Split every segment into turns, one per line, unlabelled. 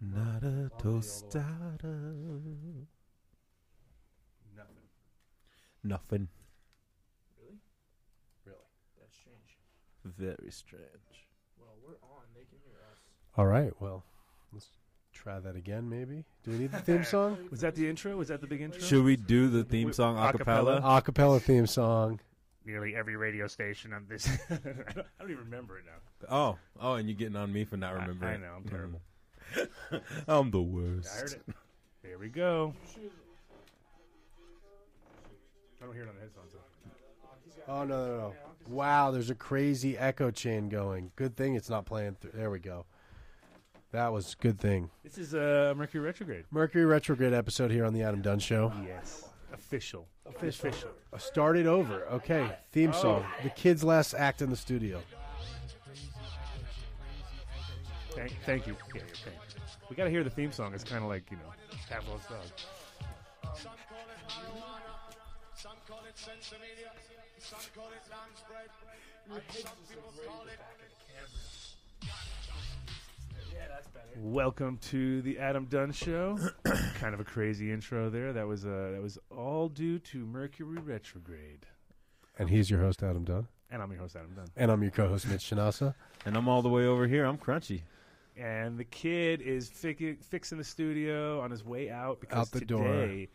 Not a tostada.
Nothing.
Nothing.
Really?
Really.
That's strange.
Very strange.
Well, we're on. They can hear us.
All right. Well, let's try that again. Maybe. Do we need the theme song?
Was that the intro? Was that the big intro?
Should we do the theme song a cappella?
Acapella theme song.
Nearly every radio station on this. I don't I don't even remember it now.
Oh, oh, and you're getting on me for not
I-
remembering.
I know, I'm terrible.
Mm. I'm the worst.
I heard it. There we go.
You should.
I don't hear it on the headphones. Though.
Oh no no no! Wow, there's a crazy echo chain going. Good thing it's not playing through. There we go. That was good thing.
This is uh, Mercury retrograde.
Mercury retrograde episode here on the Adam Dunn Show.
Yes, official. Official.
Uh, Start it over. Okay, theme
Oh.
song. The kids last act in the studio.
Thank, thank you. Yeah, yeah, thank you. We got to hear the theme song. It's kind of like you know Pavlov's dog.
Some call it sensimilia, some call it lamb's bread, and some people call it
Yeah, that's better.
Welcome to the Adam Dunn Show. kind of a crazy intro there. That was uh, that was all due to Mercury retrograde.
And he's your host, Adam Dunn.
And I'm your host Adam Dunn.
And I'm your co host, Mitch Shinasa.
And I'm all the way over here. I'm crunchy.
and the kid is fi- fixing the studio on his way out because
Out the
today,
door.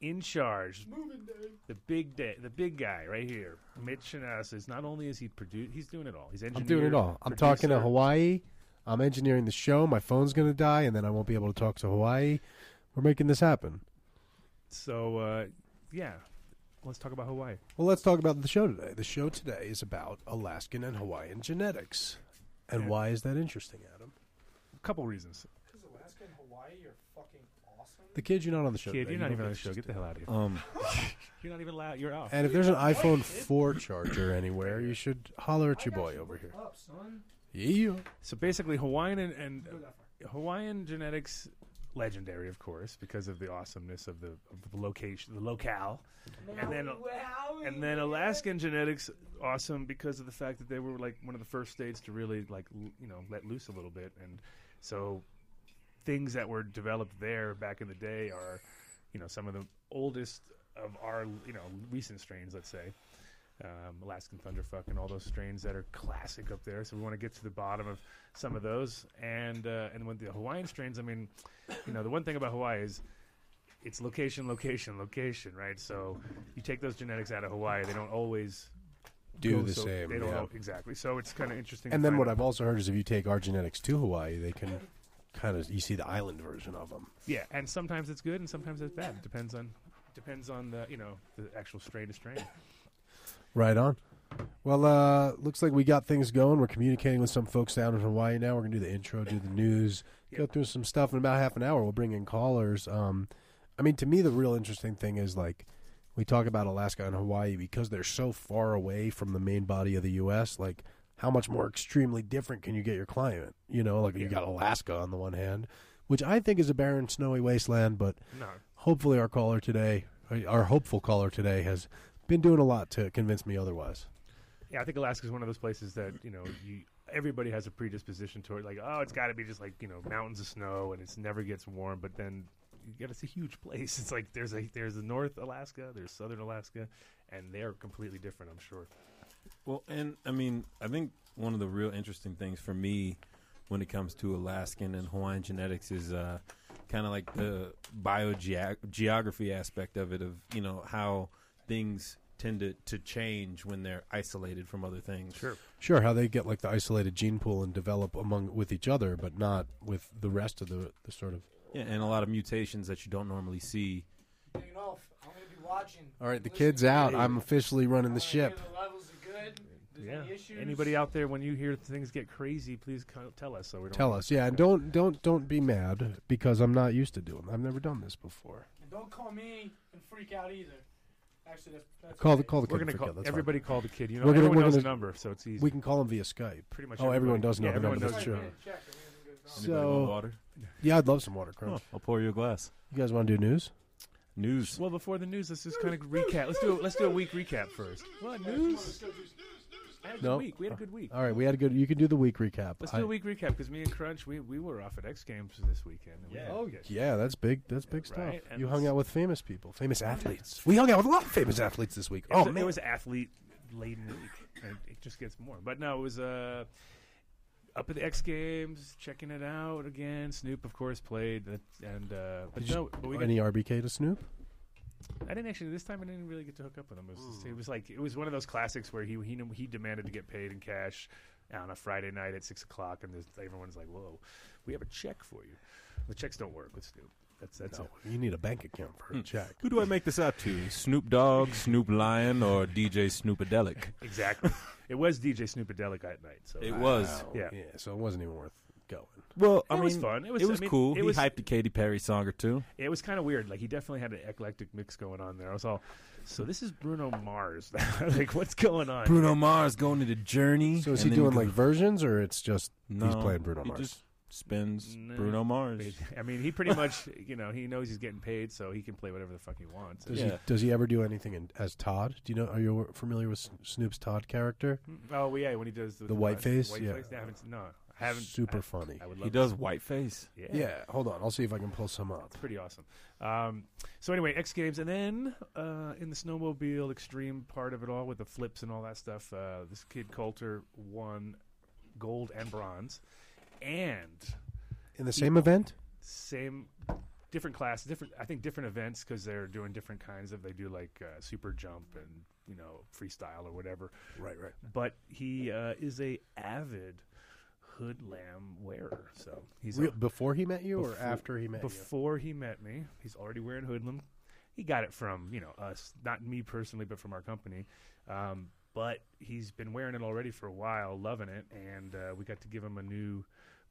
in charge,
Moving day.
the big day, the big guy right here, Mitch Chinas is not only is he produ- he's doing it all. He's
I'm
engineer,
doing it all. I'm talking to
producer.
Hawaii. I'm engineering the show. My phone's going to die, and then I won't be able to talk to Hawaii. We're making this happen.
So uh, yeah, let's talk about Hawaii.
Well, let's talk about the show today. The show today is about Alaskan and Hawaiian genetics. And
Yeah.
why is that interesting, Adam?
A couple reasons.
Because Alaska and Hawaii are fucking awesome.
The kid, you're not on the show.
Kid,
today.
you're
You
not
don't
even on the
get to
show. Get the hell out of here.
Um,
You're not even allowed. You're off.
And if there's an iPhone 4 charger anywhere, you should holler at your boy over here.
Up, son.
Yeah.
So basically, Hawaiian and, and
Go that far.
Hawaiian genetics, legendary, of course, because of the awesomeness of the, of the location, the locale. And then-
Maui,
and then
man.
Alaskan genetics awesome because of the fact that they were like one of the first states to really like l- you know let loose a little bit and so things that were developed there back in the day are you know some of the oldest of our you know recent strains let's say um, Alaskan Thunderfuck and all those strains that are classic up there so we want to get to the bottom of some of those and uh, and with the Hawaiian strains I mean you know the one thing about Hawaii is it's location, location, location, right? So you take those genetics out of Hawaii, they don't always
Do
go
the
so-
same,
They don't
yeah.
al- exactly. So it's kind of interesting.
And
to
then
find
what
out-
I've also heard is if you take our genetics to Hawaii, they can kind of you see the island version of them.
yeah, and sometimes it's good and sometimes it's bad. It depends on depends on the you know the actual strain to strain.
Right on. Well, uh, looks like we got things going. We're communicating with some folks down in Hawaii now. We're gonna do the intro, do the news, go
Yep.
through some stuff. In about half an hour, we'll bring in callers. Um, I mean, to me, the real interesting thing is like we talk about Alaska and Hawaii because they're so far away from the main body of the U.S. Like, how much more extremely different can you get your climate? You know, like you
Yeah.
got Alaska on the one hand, which I think is a barren, snowy wasteland, but
No,
hopefully our caller today, our hopeful caller today, has been doing a lot to convince me otherwise.
yeah, I think Alaska is one of those places that you know you everybody has a predisposition toward like oh it's got to be just like you know mountains of snow and it's never gets warm, but then. Yeah, it's a huge place. It's like there's a there's the North Alaska, there's Southern Alaska, and they're completely different. I'm sure.
Well, and I mean, I think one of the real interesting things for me when it comes to Alaskan and Hawaiian genetics is uh, kind of like the biogeography aspect of it, of you know how things tend to, to change when they're isolated from other things.
Sure.
Sure, how they get like the isolated gene pool and develop among with each other, but not with the rest of the the sort of.
Yeah, and a lot of mutations that you don't normally see.
Taking off. I'm gonna be watching.
All right, the
Listen,
kid's out.
hey,
I'm officially running
I wanna
the
hear
ship.
The levels are good. There's
Yeah.
Any issues?
Anybody out there, when you hear things get crazy, please co- tell us so we don't
Tell us, yeah, and don't don't don't be mad because I'm not used to doing. I've never done this before.
And don't call me and freak out either. Actually, that's, that's
Call the
okay.
call the
We're
kid.
gonna
Forget-
call
that's fine.
everybody. Call the kid. You know,
We're gonna-
everyone
we're
knows
gonna-
the number, so it's easy.
We can call him via Skype.
Pretty much.
oh, everyone
everybody-
does know
Yeah,
the
everyone
number.
knows
That's
the
true.
number.
Check if anything goes wrong.
Anybody
So-
want water?
Yeah, I'd love some water
Oh,
crunch.
I'll pour you a glass.
You guys want to do news?
News.
Well, before the news, let's just kind of recap. Let's do a, let's do a week recap first. What news? I had a good
Nope.
week. We had a good week.
All right, we had a good. You can do the week recap.
Let's
I-
do a week recap because me and Crunch, we, we were off at X Games this weekend. and we
Yeah.
had-
Oh,
Yeah, that's big. That's big stuff.
Right, and
you hung
it's-
out with famous people, famous athletes. We hung out with a lot of famous athletes this week.
It
Oh
was,
man,
it was athlete laden week. And it just gets more. But no, it was uh, up at the X Games, checking it out again. Snoop, of course, played, that- and uh, but
Did you-
no, but we got,
any RBK to Snoop?
I didn't actually this time. I didn't really get to hook up with him. It was, just- it was like it was one of those classics where he he knew- he demanded to get paid in cash on a Friday night at six o'clock, and there's- everyone's like, "Whoa, we have a check for you." The checks don't work with Snoop. That's that's it.
You need a bank account for
Hmm.
a check.
Who do I make this out to? Snoop Dogg, Snoop Lion, or DJ Snoopadelic?
Exactely. it was DJ Snoopadelic at night. So
It was.
Wow,
Yeah.
yeah. So it wasn't even worth going.
Well, I
It
mean,
was fun. It was- I mean,
cool.
it
he
was-
hyped a Katy Perry song or two.
It was kind of weird. Like he definitely had an eclectic mix going on there. I was all, so this is Bruno Mars. like what's going on?
Bruno Mars going to the Journey.
So is he
and then
doing
you
like
can-
versions, or it's just he's
No,
playing Bruno
he
Mars?
just spins
No.
Bruno Mars.
I mean, he pretty much, you know, he knows he's getting paid, so he can play whatever the fuck he wants.
Does he
Yeah.
does he ever do anything in, as Todd? Do you know? Are you familiar with Sn- Snoop's Todd character?
Oh yeah, when he does the,
The white face?
white
Yeah.
face? I haven't, no, I haven't.
Super
I-
funny.
I would love.
He
to-
does whiteface.
Yeah.
yeah. Hold on, I'll see if I can pull some up.
It's pretty awesome. Um, so anyway, X Games, and then uh, in the snowmobile extreme part of it all, with the flips and all that stuff, uh, this kid Coulter won gold and bronze, and
In the same event,
same different class different i think different events because they're doing different kinds of they do like uh, super jump and you know freestyle or whatever
right? Right.
but he uh, is a avid hood lamb wearer so he's
Real,
a-
before he met you, or
Before-
after he met you?
before he met me he's already wearing hoodlum he got it from you know us not me personally but from our company um, but he's been wearing it already for a while loving it and uh, we got to give him a new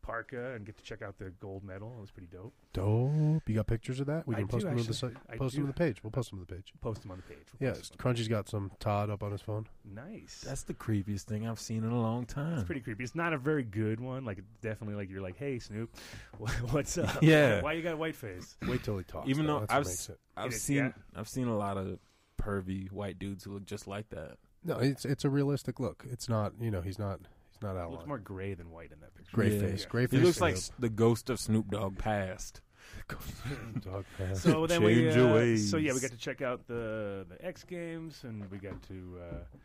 parka and get to check out the gold medal it was pretty dope
Dope. You got pictures of that? We
I
can
do,
post them to the
actually.
site.
I
Post
do.
them to the page. We'll post them to the page.
post him on the page We'll
Yes,
post him on
Crunchy's got some Todd up on his phone.
the- nice
That's the creepiest thing I've seen in a long time.
It's pretty creepy. It's not a very good one. Like it's definitely like you're like, hey Snoop, wh- what's up?
Yeah.
Why you got a white face?
Wait till he talks.
Even
though,
though
that's
I've
what makes
s-
it.
I've
It is,
seen
yeah.
I've seen a lot of pervy white dudes who look just like that.
no, it's it's a realistic look. It's not you know he's not he's not
It
out.
looks more gray than white in that picture.
gray
Yeah.
face,
Yeah.
gray
He
face.
looks like s- the ghost of Snoop Dogg past.
dog pass.
So then we,
Change your
uh,
ways.
so yeah, we got to check out the the X Games, and we got to uh,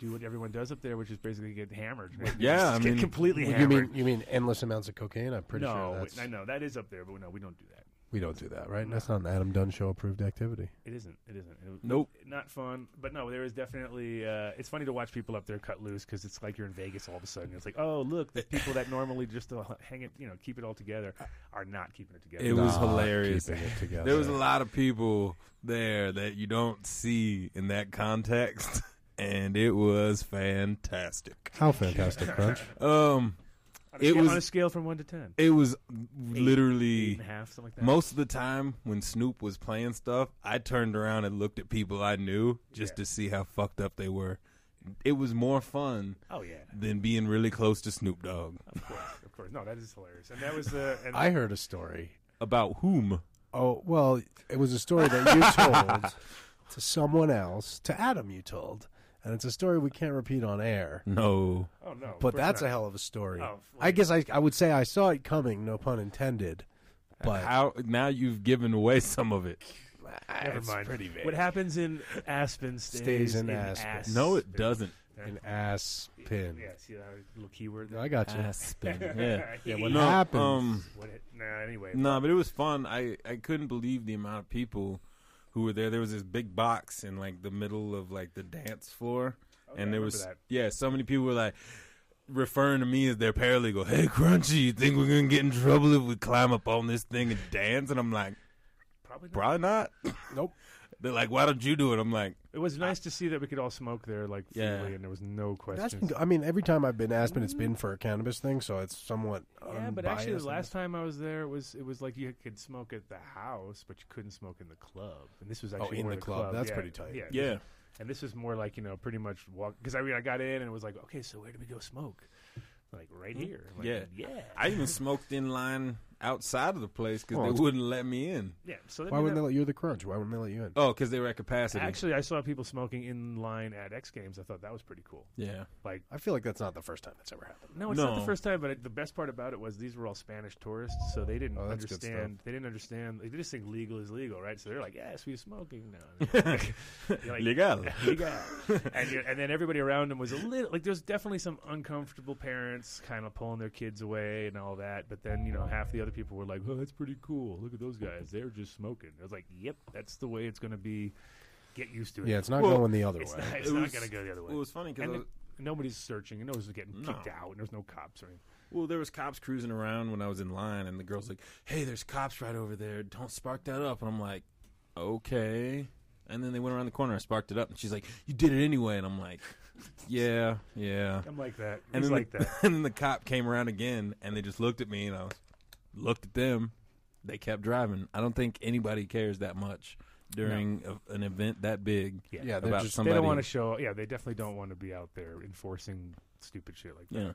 do what everyone does up there, which is basically get hammered.
Yeah,
Just
I
get
mean,
completely
you
hammered.
mean you mean endless amounts of cocaine? I'm pretty
no,
sure that's
I know that is up there, but no, we don't do that.
we don't do that, right? That's not an Adam Dunn show approved activity.
It isn't. It isn't. It-
Nope.
Not fun. But no, there is definitely. Uh, it's funny to watch people up there cut loose because it's like you're in Vegas all of a sudden. It's like, oh look, the people that normally just uh, hang it, you know, keep it all together, are not keeping it together.
It was hilarious.
Keeping it together.
There was a lot of people there that you don't see in that context, and it was fantastic.
How fantastic, Crunch!
Um,
on, a
it
scale,
was-
on a scale from one to ten.
it was
Eight
literally
and a half, something like that.
most of the time when Snoop was playing stuff, I turned around and looked at people I knew just
Yeah.
to see how fucked up they were. It was more fun
Oh yeah,
than being really close to Snoop Dogg.
of course, of course. No, that is hilarious. And that was the. And
I heard a story.
About whom?
Oh well, it was a story that you told to someone else, to Adam. You told, and it's a story we can't repeat on air.
No.
oh no, of
But
course
that's a
not.
hell of a story.
Oh,
I guess I I would say I saw it coming, no pun intended. But
How now you've given away some of it.
Never
it's
mind.
pretty vague.
What happens in Aspen stays,
Stays in
in,
Aspen.
Aspen.
No, it doesn't.
An ass pin.
Yeah, see that little keyword.
I got you.
Aspen. Yeah.
Ah, yeah.
What
What?
No,
happens?
um,
what it, nah. Anyway.
No, but it was fun. I, I couldn't believe the amount of people who were there. There was this big box in like the middle of like the dance floor,
I
and there
remember
was
that.
yeah, so many people were like referring to me as their paralegal. Hey, Crunchy, you think we're gonna get in trouble if we climb up on this thing and dance? And I'm like,
Probably. Not.
probably not.
Nope.
They're like, why don't you do it? I'm like,
It was nice to see that we could all smoke there, like
Yeah.
freely, and there was no
That's
question.
been. I mean, every time I've been to Aspen, it's been for a cannabis thing, so it's somewhat.
Yeah, but actually,
unbiased.
the last time I was there, it was it was like you could smoke at the house, but you couldn't smoke in the club. And this was actually
in
more
the
the
club. That's
yeah,
pretty tight.
Yeah,
yeah,
And this was more like you know, pretty much walk because I mean, I got in and it was like, okay, so where do we go smoke? Like right here. I'm like,
Yeah.
yeah.
I even smoked in line outside of the place because
Well,
they
it's-
wouldn't let me in.
Yeah. So
Why wouldn't they let you in the crunch? Why wouldn't they let you in?
Oh, because they were at capacity.
Actually, I saw people smoking in line at X Games. I thought that was pretty cool.
yeah.
Like,
I feel like that's not the first time that's ever happened.
no, it's not
No.
the first time, but it- the best part about it was these were all Spanish tourists, so they didn't
Oh, that's good stuff.
understand. They didn't understand. They just think legal is legal, right? So they're like, "Yes, we're smoking now." You're like,
Legal.
"Legal." and, you're, and then everybody around them was a little like there's definitely some uncomfortable parents kind of pulling their kids away and all that. But then you know half the other people were like, "Oh, that's pretty cool. Look at those guys. They're just smoking." I was like, "Yep, that's the way it's going to be. Get used to it."
Yeah, it's not
Well,
going the other way.
It's not,
It was-
going to go the other way.
It was funny
And
because
the- nobody's searching, and no one's getting
No.
kicked out, and there's no cops or anything.
well, there was cops cruising around when I was in line, and the girl's like, "Hey, there's cops right over there. Don't spark that up." And I'm like, "Okay." And then they went around the corner. I sparked it up, and she's like, "You did it anyway." And I'm like, "Yeah, yeah."
I'm like that.
And
He's
then
like
the,
that.
And then the cop came around again, and they just looked at me, and I was, looked at them. They kept driving. I don't think anybody cares that much during a, an event that big.
Yeah.
Yeah, they're
about
just
They
somebody.
don't want to show. Yeah, they definitely don't want to be out there enforcing stupid shit like that.
Yeah.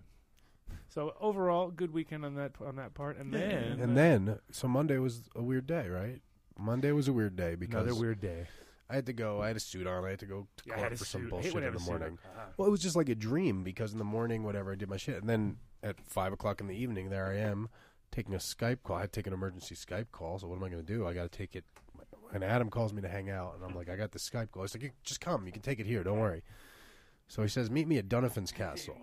So overall, good weekend on that on that part. And
Yeah.
then
And then, so Monday was a weird day, right? Monday was a weird day because
another weird day.
I had to go. I had a suit on. I had to go to
Yeah, I
court
had a
for some
suit. I hate
bullshit
when I
in
have
the
a suit.
morning.
Ah.
Well, it was just like a dream because in the morning, whatever, I did my shit, and then at five o'clock in the evening, there I am taking a Skype call. I had to take an emergency Skype call, so what am I going to do? I got to take it. And Adam calls me to hang out, and I'm like, I got the Skype call. He's like, "You- just come, you can take it here, don't worry. So he says, meet me at Donovan's Castle,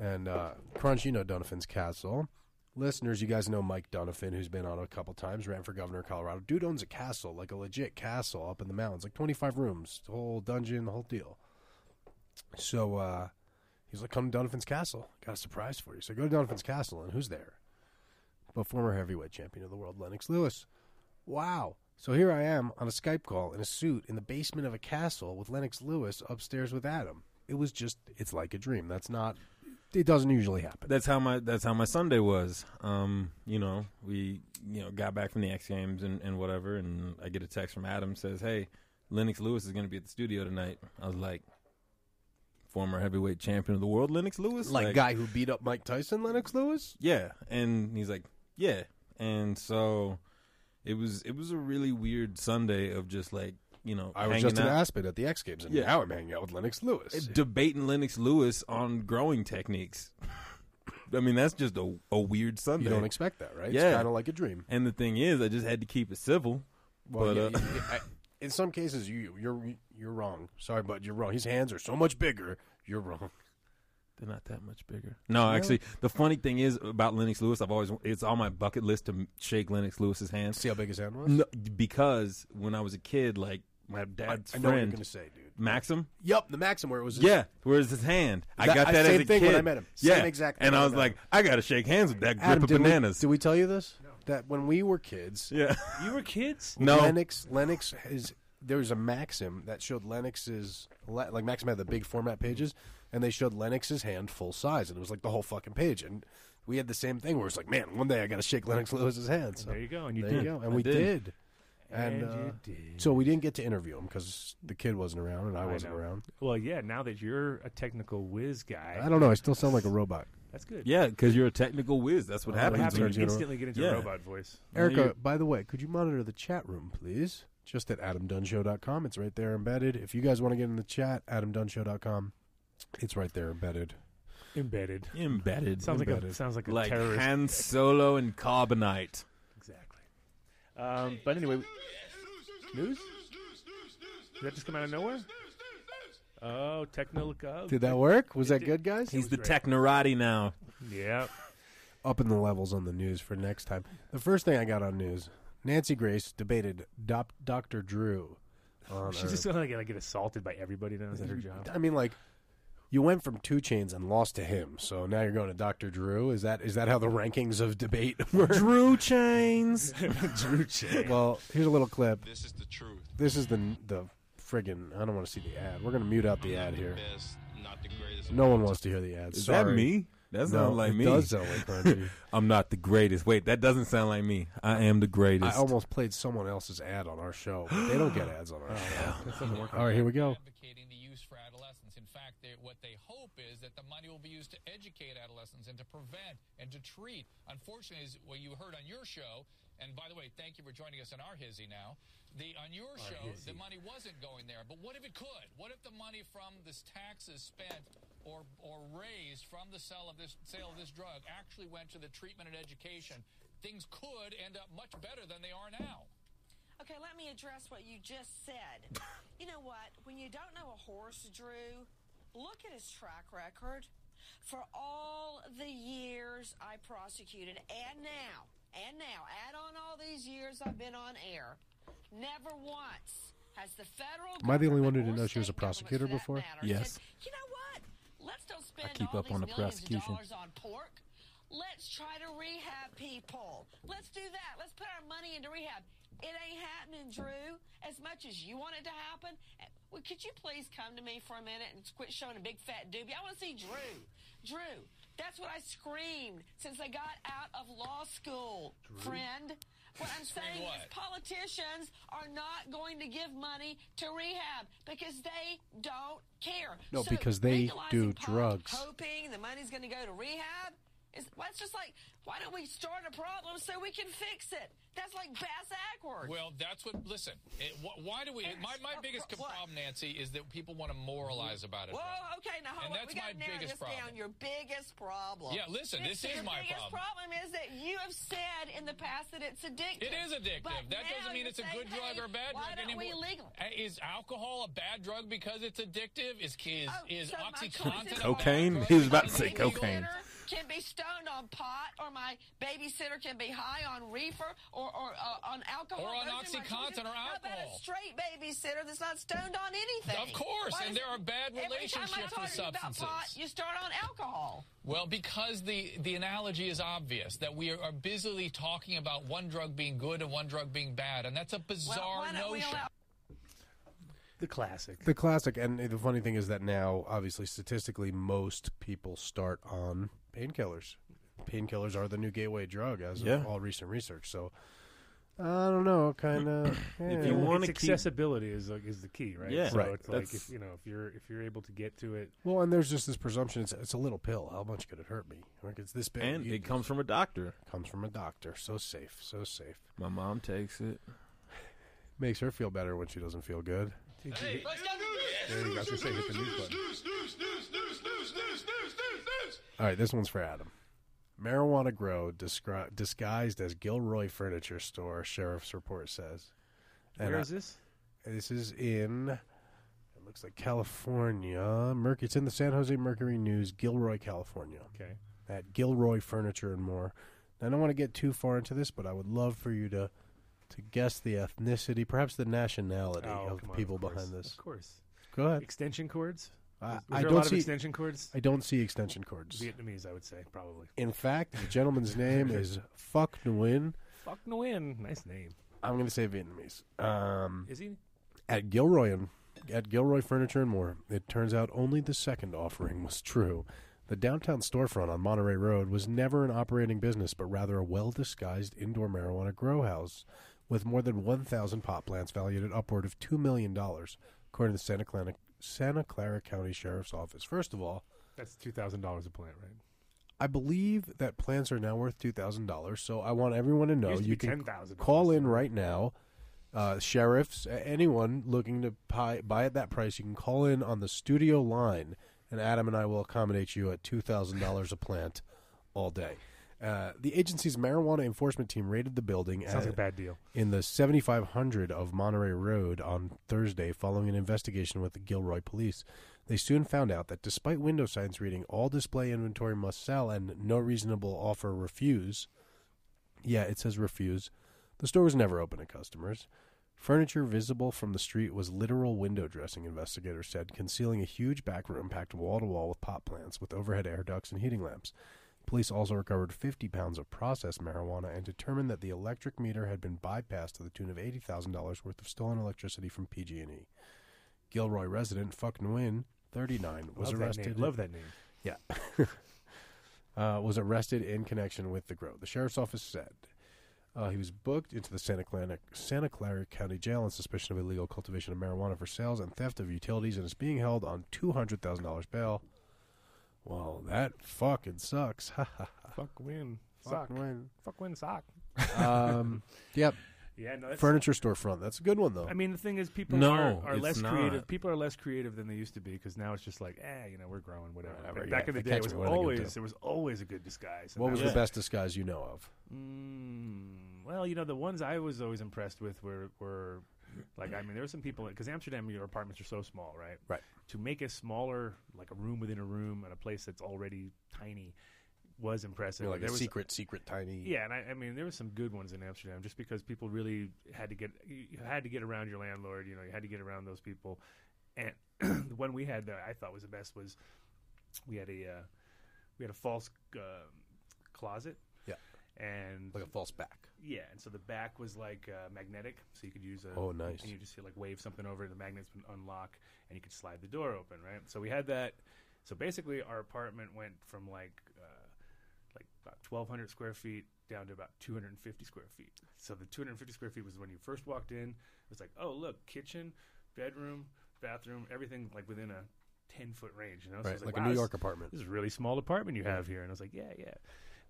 and uh, Crunch, you know Donovan's Castle. Listeners, you guys know Mike Donovan, who's been on a couple times, ran for governor of Colorado. Dude owns a castle, like a legit castle up in the mountains, like 25 rooms, the whole dungeon, the whole deal. So uh, he's like, "Come to Donovan's Castle. Got a surprise for you." So I go to Donovan's Castle, and who's there? But former heavyweight champion of the world, Lennox Lewis. Wow. So here I am on a Skype call in a suit in the basement of a castle with Lennox Lewis upstairs with Adam. It was just, it's like a dream. That's not, it doesn't usually happen.
that's how my that's how my Sunday was. Um, you know, we you know got back from the X Games and, and whatever, and I get a text from Adam says, "Hey, Lennox Lewis is going to be at the studio tonight." I was like, "Former heavyweight champion of the world, Lennox Lewis,
Like, guy who beat up Mike Tyson, Lennox Lewis?
yeah." And he's like, "Yeah," and so it was it was a really weird Sunday of just like you know
I was
hanging
just
out.
in Aspen at the X Games, and
Yeah.
now I'm hanging out with Lennox Lewis.
debating Lennox Lewis on growing techniques. I mean, that's just a, a weird Sunday.
you don't expect that, right?
Yeah.
It's kind of like a dream.
and the thing is, I just had to keep it civil.
Well,
But,
yeah,
uh,
you- I- in some cases, you you're you're wrong. Sorry, but you're wrong. His hands are so much bigger. You're wrong.
They're not that much bigger. No, actually, the funny thing is about Lennox Lewis. I've always it's on my bucket list to shake Lennox Lewis's hand
See how big his hand was.
no, because when I was a kid, like my
I,
dad's
I know what you're
friend
gonna say, dude.
Maxim.
Yup, the Maxim where it was. his-
Yeah, where's his hand? I
That-
got
I-
that
same
as a
thing
kid.
when I met him. Same
Yeah,
exact thing
And I
when I
was
met
like, I gotta shake hands with that grip
Adam,
of
did
bananas.
We, did we tell you this? That when we were kids,
yeah,
You were kids.
no,
Lennox Lennox is there was a Maxim that showed Lennox's le- like Maxim had the big format pages, and they showed Lennox's hand full size, and it was like the whole fucking page. And we had the same thing where it's like, man, one day I got to shake Lennox Lewis's hand. So
There you go. And you
There
did.
you go. And
I
we
did.
did. And,
And,
uh,
you did.
So we didn't get to interview him because the kid wasn't around and I
I
wasn't
know.
around.
Well, yeah. Now that you're a technical whiz guy,
I don't know. I still sound like a robot.
that's good.
yeah, because you're a technical whiz. That's what
Oh,
happens.
happens
when
when
You
you-
instantly get into
Yeah.
a robot voice.
No,
Erica,
you're-
by the way, could you monitor the chat room, please? Just at adamdunshow.com. It's right there embedded. If you guys want to get in the chat, adamdunshow.com. It's right there embedded.
Embedded.
you- embedded.
Sounds like a
Embedded.
sounds like a
like
terrorist.
Han Solo and Carbonite.
exactly. Um, but anyway, News?
Did
that just come out of nowhere? oh, technical.
Did that work? Was that good, guys?
He's the
great.
Technorati now.
Yeah.
Up in the levels on the news for next time. The first thing I got on news Nancy Grace debated Dop- Dr. Drew. On
She's just gonna get, like, get assaulted by everybody now. Is that her job?
I mean, like, you went from Two Chains and lost to him, so now you're going to Doctor Drew. Is that is that how the rankings of debate work?
Drew Chains.
Drew Chang.
well, here's a little clip.
This is the truth.
This is the the friggin' I don't want to see the ad. We're gonna mute out the ad here.
Best, not the greatest.
No one wants to hear the ad.
Is
Sorry.
that me? That sounds
No,
like
it
me.
does sound like Crunchy.
I'm not the greatest. Wait, that doesn't sound like me. I am
I
the greatest.
almost played someone else's ad on our show. But they don't get ads on our show.
That doesn't work.
All right, here we go.
advocating the use for adolescents. In fact, fact, they, what they hope is that the money will be used to educate adolescents and to prevent and to treat. Unfortunately, as what you heard on your show, and by the way, thank you for joining us on our hizzy now. The on your show, the money wasn't going there. But what if it could? What if the money from this tax is spent or or raised from the sale of this sale of this drug actually went to the treatment and education? Things could end up much better than they are now.
Okay, let me address what you just said. you know what? When you don't know a horse, Drew, look at his track record. For all the years I prosecuted, and now, and now, add on all these years I've been on air, never once has the federal.
Am I the only one who
government
didn't
or
know she was a
state government, for
prosecutor
that
before?
matter, said,
Yes.
you know what? Let's don't spend
keep
all
up
these
on the
millions of
prosecution.
dollars on pork. Let's try to rehab people. Let's do that. Let's put our money into rehab. It ain't happening, Drew. As much as you want it to happen, eh, well, could you please come to me for a minute and quit showing a big fat doobie? I want to see Drew. Drew. That's what I screamed since I got out of law school, friend. What I'm saying is
what?
politicians are not going to give money to rehab because they don't care.
No, because they
legalizing
do
pot,
drugs.
Hoping the money's going to go to rehab. Is, well, it's just like, why don't we start a problem so we can fix it? That's like bass backwards.
Well, that's what. Listen, it, wh- why do we? My, my biggest
What? Mm-hmm.
problem, Nancy, is that people want to moralize about it.
Whoa, okay, now hold
And
on.
that's
We got to
my
narrow
biggest
this
problem.
down. Your biggest problem.
Yeah, listen, this
Your
is my
biggest
problem.
is that you have said in the past that it's addictive.
It is addictive.
But
that
now
doesn't mean
you're
it's a
saying,
good drug
hey,
or a bad
why don't
drug anymore.
We legal-
Uh, Is alcohol a bad drug because it's addictive? Is
Oh,
is, is
so my
OxyContin a
choices
bad
are-
Cocaine?
drug
He was about
because
to
it's
say
babysitter
illegal?
cocaine.
Can be stoned on pot, or my babysitter can be high on reefer, or, or uh, on alcohol,
Or on
Those are my
OxyContin
choices.
or
How about
alcohol?
a straight babysitter that's not stoned on anything?
Of course,
Why
and
is-
there are bad
every time I
relationships
talk
with
to you about pot,
substances.
you start on alcohol.
Well, because the, the analogy is obvious that we are busily talking about one drug being good and one drug being bad, and that's a
Well,
bizarre
why don't we
notion.
allow
The classic.
The classic, and the funny thing is that now, obviously, statistically, most people start on painkillers. Painkillers are the new gateway drug, as
Yeah.
of all recent research. So, I don't know, kind of.
If you want
it's
to keep
accessibility is like, is the key, right?
Yeah.
so
Right.
It's like
That's-
if you know if you're if you're able to get to it,
well, and there's just this presumption it's, it's a little pill. How much could it hurt me? Like it's this big.
and
you-
it comes from a doctor.
comes from a doctor. So safe, so safe.
My mom takes it.
Makes her feel better when she doesn't feel good.
there you go. I was gonna say hit the news button.
All right, this one's for Adam. Marijuana grow discri- disguised as Gilroy Furniture Store. Sheriff's report says. And
Where
I-
is this?
This is in, it looks like California. Merc- it's in the San Jose Mercury News, Gilroy, California.
Okay.
At Gilroy Furniture and More. Now, I don't want to get too far into this, but I would love for you to to guess the ethnicity, perhaps the nationality of the
Oh, come on,
people
course,
behind this.
Of course.
Go ahead.
Extension cords.
I-
Was
I
there a
don't
lot
see-
of extension cords.
I don't see extension cords.
Vietnamese, I would say probably.
In fact, the gentleman's name is Fuck Nguyen.
Fuck Nguyen, nice name.
I'm going to say Vietnamese. Um,
Is he?
at Gilroy and at Gilroy Furniture and More, it turns out only the second offering was true. The downtown storefront on Monterey Road was never an operating business, but rather a well disguised indoor marijuana grow house with more than 1,000 pot plants valued at upward of $2 million, according to the Santa Clara, Santa Clara County Sheriff's Office. First of all,
That's two thousand dollars a plant, right?
I believe that plants are now worth two thousand dollars. So I want everyone to know
Used to
you
be
can
$10,000.
call in right now. Uh, sheriffs, a- anyone looking to buy, buy at that price, you can call in on the studio line, and Adam and I will accommodate you at two thousand dollars a plant all day. Uh, the agency's marijuana enforcement team raided the building
Sounds
at-
like a bad deal.
in the 7500 of Monterey Road on Thursday following an investigation with the Gilroy police. They soon found out that despite window signs reading all display inventory must sell and no reasonable offer refuse, yeah, it says refuse, the store was never open to customers. Furniture visible from the street was literal window dressing, investigators said, concealing a huge back room packed wall to wall with pot plants with overhead air ducts and heating lamps. Police also recovered 50 pounds of processed marijuana and determined that the electric meter had been bypassed to the tune of $80,000 worth of stolen electricity from PG&E. Gilroy resident Fuck Nguyen, 39, was
Love
arrested.
That name. Love that name.
Yeah. uh, was arrested in connection with the grow. The sheriff's office said. Uh, he was booked into the Santa Clara, Santa Clara County Jail on suspicion of illegal cultivation of marijuana for sales and theft of utilities, and is being held on two hundred thousand dollars bail. Well, that fucking sucks. Ha ha.
Fuck win. Sock.
Fucking win.
Fuck win sock.
Um, yep.
Yeah, no. That's,
Furniture storefront. That's a good one though.
I mean, the thing is, people
No,
are, are
it's
less
not.
creative. People are less creative than they used to be because now it's just like, eh, you know, we're growing, whatever.
Whatever,
But
yeah,
back in the
if they
day,
catch
it was
me, what are they gonna
always
do?
there was always a good disguise. and
what was
that
Yeah.
the best disguise you know of?
Mm, well, you know, the ones I was always impressed with were were like I mean, there were some people because Amsterdam, your apartments are so small, right?
Right.
To make a smaller, like a room within a room, and a place that's already tiny, was impressive.
You know, like
there
a
was,
secret, secret tiny.
Yeah, and I, I mean, there were some good ones in Amsterdam, just because people really had to get you you had to get around your landlord. You know, you had to get around those people. And the one we had that I thought was the best was we had a uh, we had a false uh, closet.
Yeah.
And
like a false back.
yeah, and so the back was like uh, magnetic, so you could use a
Oh, nice.
And you just like wave something over, and the magnets would unlock, and you could slide the door open, right? So we had that. So basically, our apartment went from like uh, like about twelve hundred square feet down to about two hundred and fifty square feet. So the two hundred and fifty square feet was when you first walked in. It was like, oh look, kitchen, bedroom, bathroom, everything like within a ten foot range, you know? So it
Right,
was
like,
wow,
a New
this-
York apartment.
this is a really small apartment you have here. And I was like, yeah, yeah.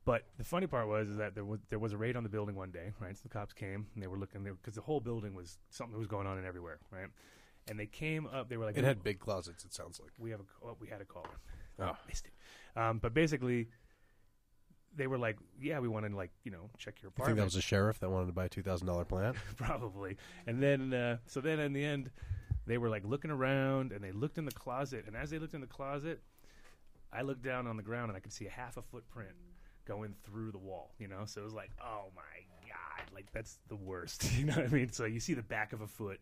But the funny part was is that there was there was a raid on the building one day, right? So the cops came and they were looking there because the whole building was something was going on and everywhere, right? And they came up. They were like, "Oh."
It had big closets. It sounds like.
we have a oh, we had a caller.
Oh.
missed it. Um, but basically, they were like, yeah, we want to like you know check your
I think
apartment
that was a sheriff that wanted to buy a two thousand dollar plant.
probably. And then uh, so then in the end, they were like looking around and they looked in the closet. And as they looked in the closet, I looked down on the ground and I could see a half a footprint going through the wall. You know, so it was like, oh my god, like that's the worst. You know what I mean? So you see the back of a foot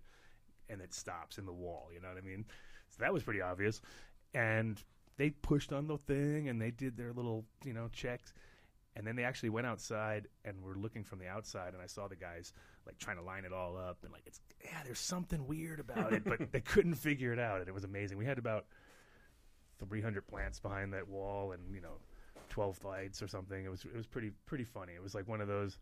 and it stops in the wall. You know what I mean? So that was pretty obvious. And they pushed on the thing and they did their little you know checks. And then they actually went outside and were looking from the outside, and I saw the guys like trying to line it all up, and like it's yeah, there's something weird about it, but they couldn't figure it out, and it was amazing. We had about 300 plants behind that wall, and you know, 12 lights or something. It was it was pretty pretty funny. It was like one of those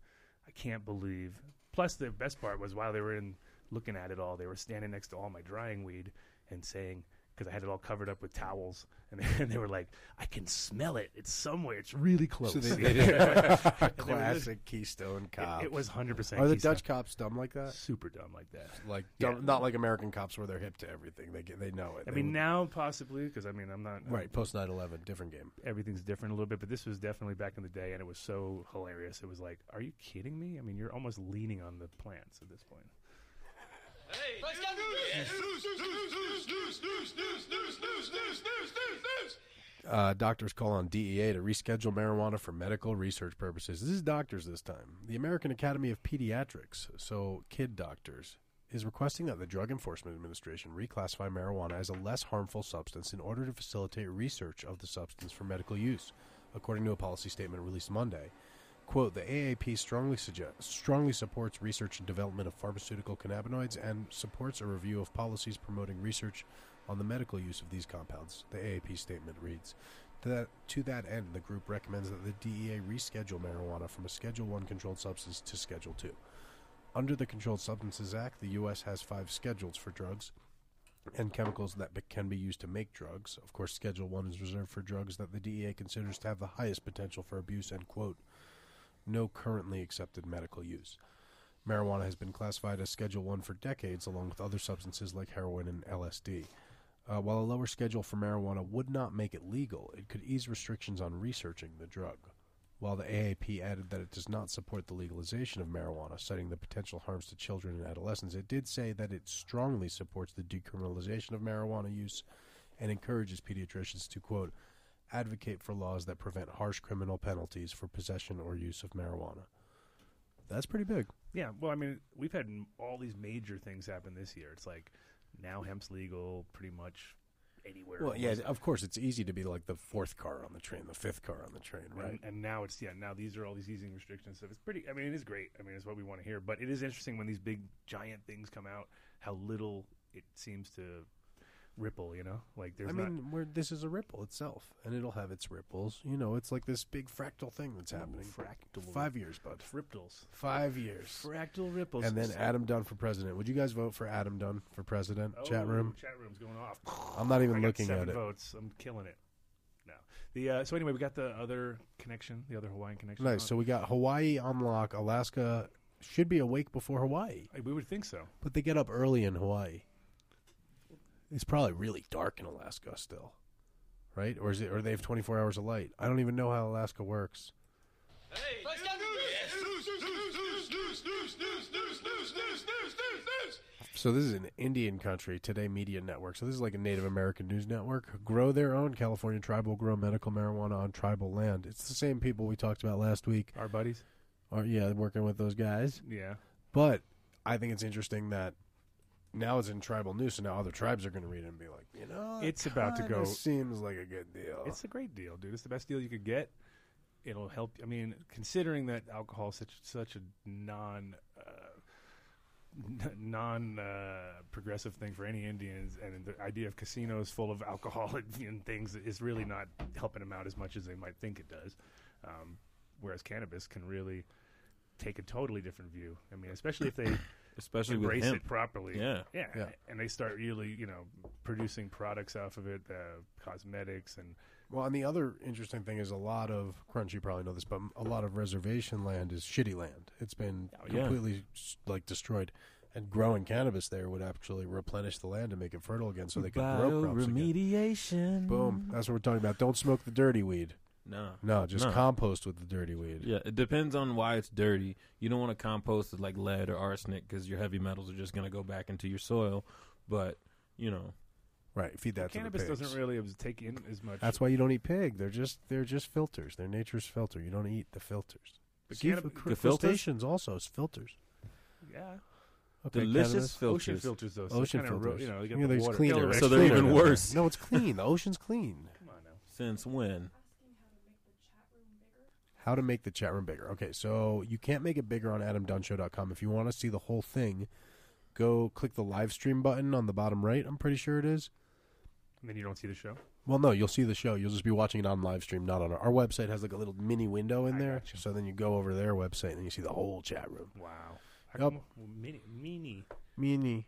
I can't believe. Plus, the best part was while they were in looking at it all, they were standing next to all my drying weed and saying. Because I had it all covered up with towels, and they, and they were like, "I can smell it. It's somewhere. It's really close."
Classic Keystone cop.
It, it was hundred percent.
Are the Dutch cops dumb like that?
super dumb like that?
Like
Yeah.
dumb, not like American cops where they're hip to everything. They get, they know it.
I
They
mean,
would-
now possibly because I mean I'm not
right post 9-11, different game.
Everything's different a little bit, but this was definitely back in the day, and it was so hilarious. It was like, are you kidding me? I mean, you're almost leaning on the plants at this point.
Let's go.
Uh, doctors call on DEA to reschedule marijuana for medical research purposes. This is doctors this time. The American Academy of Pediatrics, so kid doctors, is requesting that the Drug Enforcement Administration reclassify marijuana as a less harmful substance in order to facilitate research of the substance for medical use, according to a policy statement released Monday. Quote, the AAP strongly, suggest, strongly supports research and development of pharmaceutical cannabinoids and supports a review of policies promoting research on the medical use of these compounds, the AAP statement reads. To that, to that end, the group recommends that the DEA reschedule marijuana from a Schedule 1 controlled substance to Schedule 2. Under the Controlled Substances Act, the U.S. has five schedules for drugs and chemicals that be- can be used to make drugs. Of course, Schedule 1 is reserved for drugs that the DEA considers to have the highest potential for abuse and, quote, no currently accepted medical use. Marijuana has been classified as Schedule 1 for decades, along with other substances like heroin and LSD. Uh, while a lower schedule for marijuana would not make it legal, it could ease restrictions on researching the drug. While the AAP added that it does not support the legalization of marijuana, citing the potential harms to children and adolescents, it did say that it strongly supports the decriminalization of marijuana use and encourages pediatricians to, quote, advocate for laws that prevent harsh criminal penalties for possession or use of marijuana. That's pretty big.
Yeah, well, I mean, we've had m- all these major things happen this year. It's like now hemp's legal pretty much anywhere.
Well, yeah,
almost.
of course, it's easy to be like the fourth car on the train, the fifth car on the train,
And-
right?
And, now it's yeah. Now these are all these easing restrictions stuff. It's pretty. I mean, it is great. I mean, it's what we want to hear. But it is interesting when these big giant things come out, how little it seems to ripple. You know, like there's
I
not.
mean, we're, this is a ripple itself, and it'll have its ripples. You know, it's like this big fractal thing that's happening.
fractal.
Five years, bud.
Ripples.
Five years.
Fractal ripples.
And then Adam Dunn for president. Would you guys vote for Adam Dunn for president?
Oh,
Chat room.
Chat room's going off.
I'm not even
I got
looking
seven
at it.
votes. I'm killing it. No. The uh, so anyway, we got the other connection, the other Hawaiian connection.
Nice. So we got Hawaii on lock. Alaska should be awake before Hawaii,
Uh, we would think so.
but they get up early in Hawaii. It's probably really dark in Alaska still, right? Or is it? Or they have 24 hours of light. I don't even know how Alaska works.
Let's go.
So this is an Indian country today media network. So this is like a Native American news network. Grow their own California tribal grow medical marijuana on tribal land. It's the same people we talked about last week.
Our buddies.
Or yeah, working with those guys.
Yeah.
But I think it's interesting that now it's in tribal news, so now other tribes are going to read it and be like, you know, that
It's about to
kinda
go-
Seems like a good deal.
It's a great deal, dude. It's the best deal you could get. It'll help. I mean, considering that alcohol is such such a non uh, n- non uh, progressive thing for any Indians, and the idea of casinos full of alcohol and, and things is really not helping them out as much as they might think it does. Um, whereas cannabis can really take a totally different view. I mean, especially if they
especially with
embrace it
hemp.
properly.
Yeah.
yeah,
Yeah.
And they start really, you know, producing products off of it, uh, cosmetics and
well, and the other interesting thing is a lot of Crunch. You probably know this, but a lot of reservation land is shitty land. It's been
Oh, yeah.
completely s- like destroyed. And growing cannabis there would actually replenish the land and make it fertile again, so they could grow crops again.
Bioremediation.
Boom! That's what we're talking about. Don't smoke the dirty weed.
No.
No, just
No.
compost with the dirty weed.
Yeah, it depends on why it's dirty. You don't want to compost it like lead or arsenic because your heavy metals are just going to go back into your soil. But you know,
Right. Feed that to the
cannabis
pigs.
doesn't really abs- take in as much.
That's why you don't eat pig. They're just they're just filters. They're nature's filter. You don't eat the filters.
But
Seafood
cannab-
The filters?
crustaceans also is filters.
yeah.
Okay,
delicious
cannabis.
filters.
Ocean filters though. so
Ocean
kinda
filters.
ro- you know, you got
Yeah,
the
they're
water.
cleaner.
So
Still red
they're
cleaner.
even
cleaner.
worse.
No, it's clean. The ocean's clean.
Come on now.
Since when?
How to make the chat room bigger. Okay, so you can't make it bigger on adamdunshow.com. If you want to see the whole thing, go click the live stream button on the bottom right. I'm pretty sure it is.
And then you don't see the show.
Well, no, you'll see the show. You'll just be watching it on live stream, not on our, our website. Has like a little mini window in
I
there,
gotcha.
so then you go over to their website and you see the whole chat room.
Wow.
Yep.
How come- well, Mini, mini.
Mini.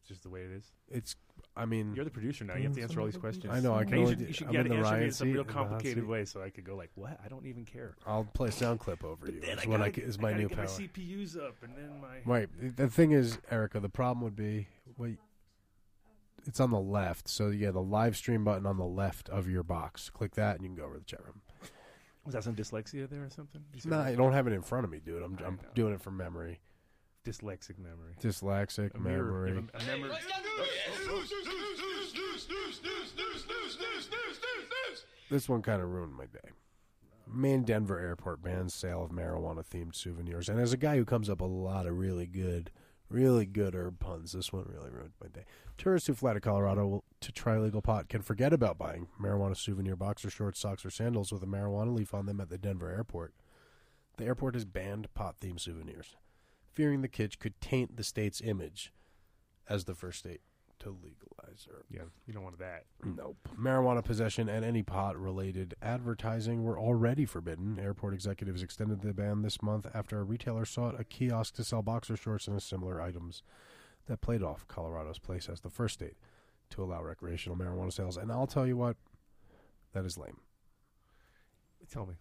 It's just the way it is.
It's. I mean,
You're the producer now. You have to answer all these questions.
I know, I
Now
can
you
only
should,
do-
you should
I'm
get
in the
answer me
Ryan
in some
seat,
real
in the hot
complicated
seat.
way, so I could go like, "What? I don't even care."
I'll play sound clip over you.
Then
Is
I
what I
gotta-
c- is
I
my
gotta
new
get
power.
My CPU's up, and then my
Right. The thing is, Erica, the problem would be wait. It's on the left, so yeah, the live stream button on the left of your box. Click that, and you can go over to the chat room.
was that some dyslexia there or something? You said
No, I don't have it in front of me, dude. I'm
I
I'm
know.
doing it from memory.
dyslexic memory.
Dyslexic
A mirror,
memory.
a, a memory.
This one kind of ruined my day. Main Denver airport bans sale of marijuana themed souvenirs. And as a guy who comes up a lot of really good, really good herb puns, this one really ruined my day. Tourists who fly to Colorado will, to try legal pot can forget about buying marijuana souvenir boxer shorts, socks, or sandals with a marijuana leaf on them at the Denver airport. The airport has banned pot themed souvenirs, fearing the kitsch could taint the state's image as the first state to legalize herb.
Yeah, you don't want that.
Nope. Marijuana possession and any pot related advertising were already forbidden. Airport executives extended the ban this month after a retailer sought a kiosk to sell boxer shorts and similar items that played off Colorado's place as the first state to allow recreational marijuana sales. And I'll tell you what, that is lame.
Tell me,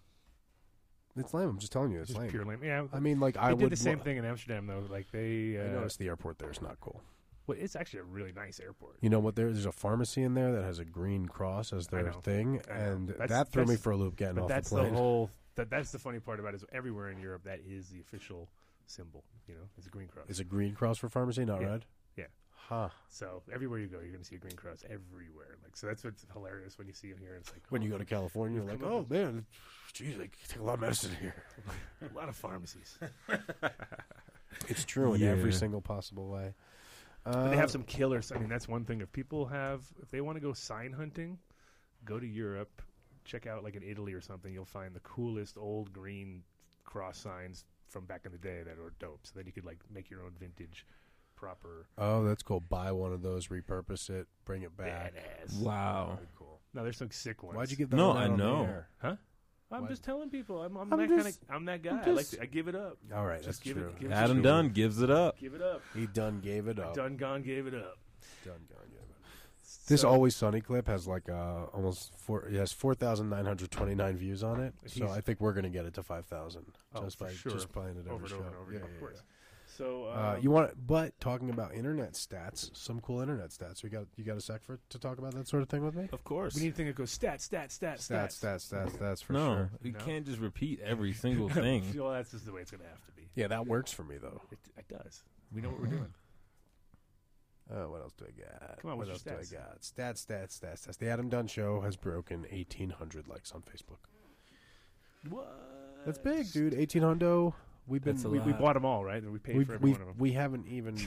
It's lame. I'm just telling you, it's
just
lame.
pure lame. Yeah,
I mean, like,
They
I
did
would.
the same
wa-
thing in Amsterdam though. Like they,
I
uh,
noticed the airport there is not cool.
well, it's actually a really nice airport.
You know what? There, there's a pharmacy in there that has a green cross as
I
their
know.
thing,
I know.
and
That's-
that threw me
that's-
for a loop getting
But
off
that's
the
the,
plane.
whole. That, that's the funny part about it is everywhere in Europe that is the official symbol. You know, it's a green cross.
Is it green cross for pharmacy, not
Yeah.
red?
Yeah.
Huh.
so everywhere you go, you're going to see a green cross everywhere. Like so, that's what's hilarious when you see them here. It's like
When you go to California, you're like,
come
oh
up
man, geez, I take a lot of medicine here.
a lot of pharmacies.
It's true in
Yeah.
every single possible way. Uh,
But they have some killers. I mean, that's one thing. If people have, if they want to go sign hunting, go to Europe, check out like in Italy or something. You'll find the coolest old green cross signs from back in the day that are dope. So then you could like make your own vintage proper
Oh, that's cool. Buy one of those, repurpose it, bring it back.
badass.
Wow.
Very cool. No, there's some sick ones.
Why'd you give that?
No,
one out
I
on the
know.
air?
Huh? I'm
Why-
just telling people. I'm, I'm,
I'm
that
just-
kind of. I'm that guy. I like.
just-
To, I give it up.
All right,
Just
that's
give it-
true.
give it-
Adam Dunn gives it up.
Give it up.
He done gave it up.
Done, gone, gave it up.
Done, done, yeah. This
So-
Always Sunny clip has like uh, almost four. It has four thousand nine hundred twenty nine views on it. So
He's-
I think we're gonna get it to five thousand
Oh,
just
for
by
sure.
just playing it every
over and
show.
over and over.
Yeah,
again,
yeah,
of course.
yeah.
So
Uh,
um,
you want, but talking about internet stats, some cool internet stats. We got you got a sec for to talk about that sort of thing with me?
Of course.
We need a thing that goes stat, stat, stat,
Stats, stats, stats, stats for
no,
sure.
you
No.
can't just repeat every single thing.
well, that's just the way it's going to have to be.
Yeah, that works for me though.
It, it does. We know what we're doing.
Uh, what else do I got?
Come on,
what else
what's your
do I got? Stats, stats, stats, stats. The Adam Dunn Show has broken eighteen hundred likes on Facebook.
What?
That's big, dude. Eighteen hundo. We've been
That's a
We, we
lot.
bought them all, right? We paid
we've,
for every
we've,
one of them.
we haven't even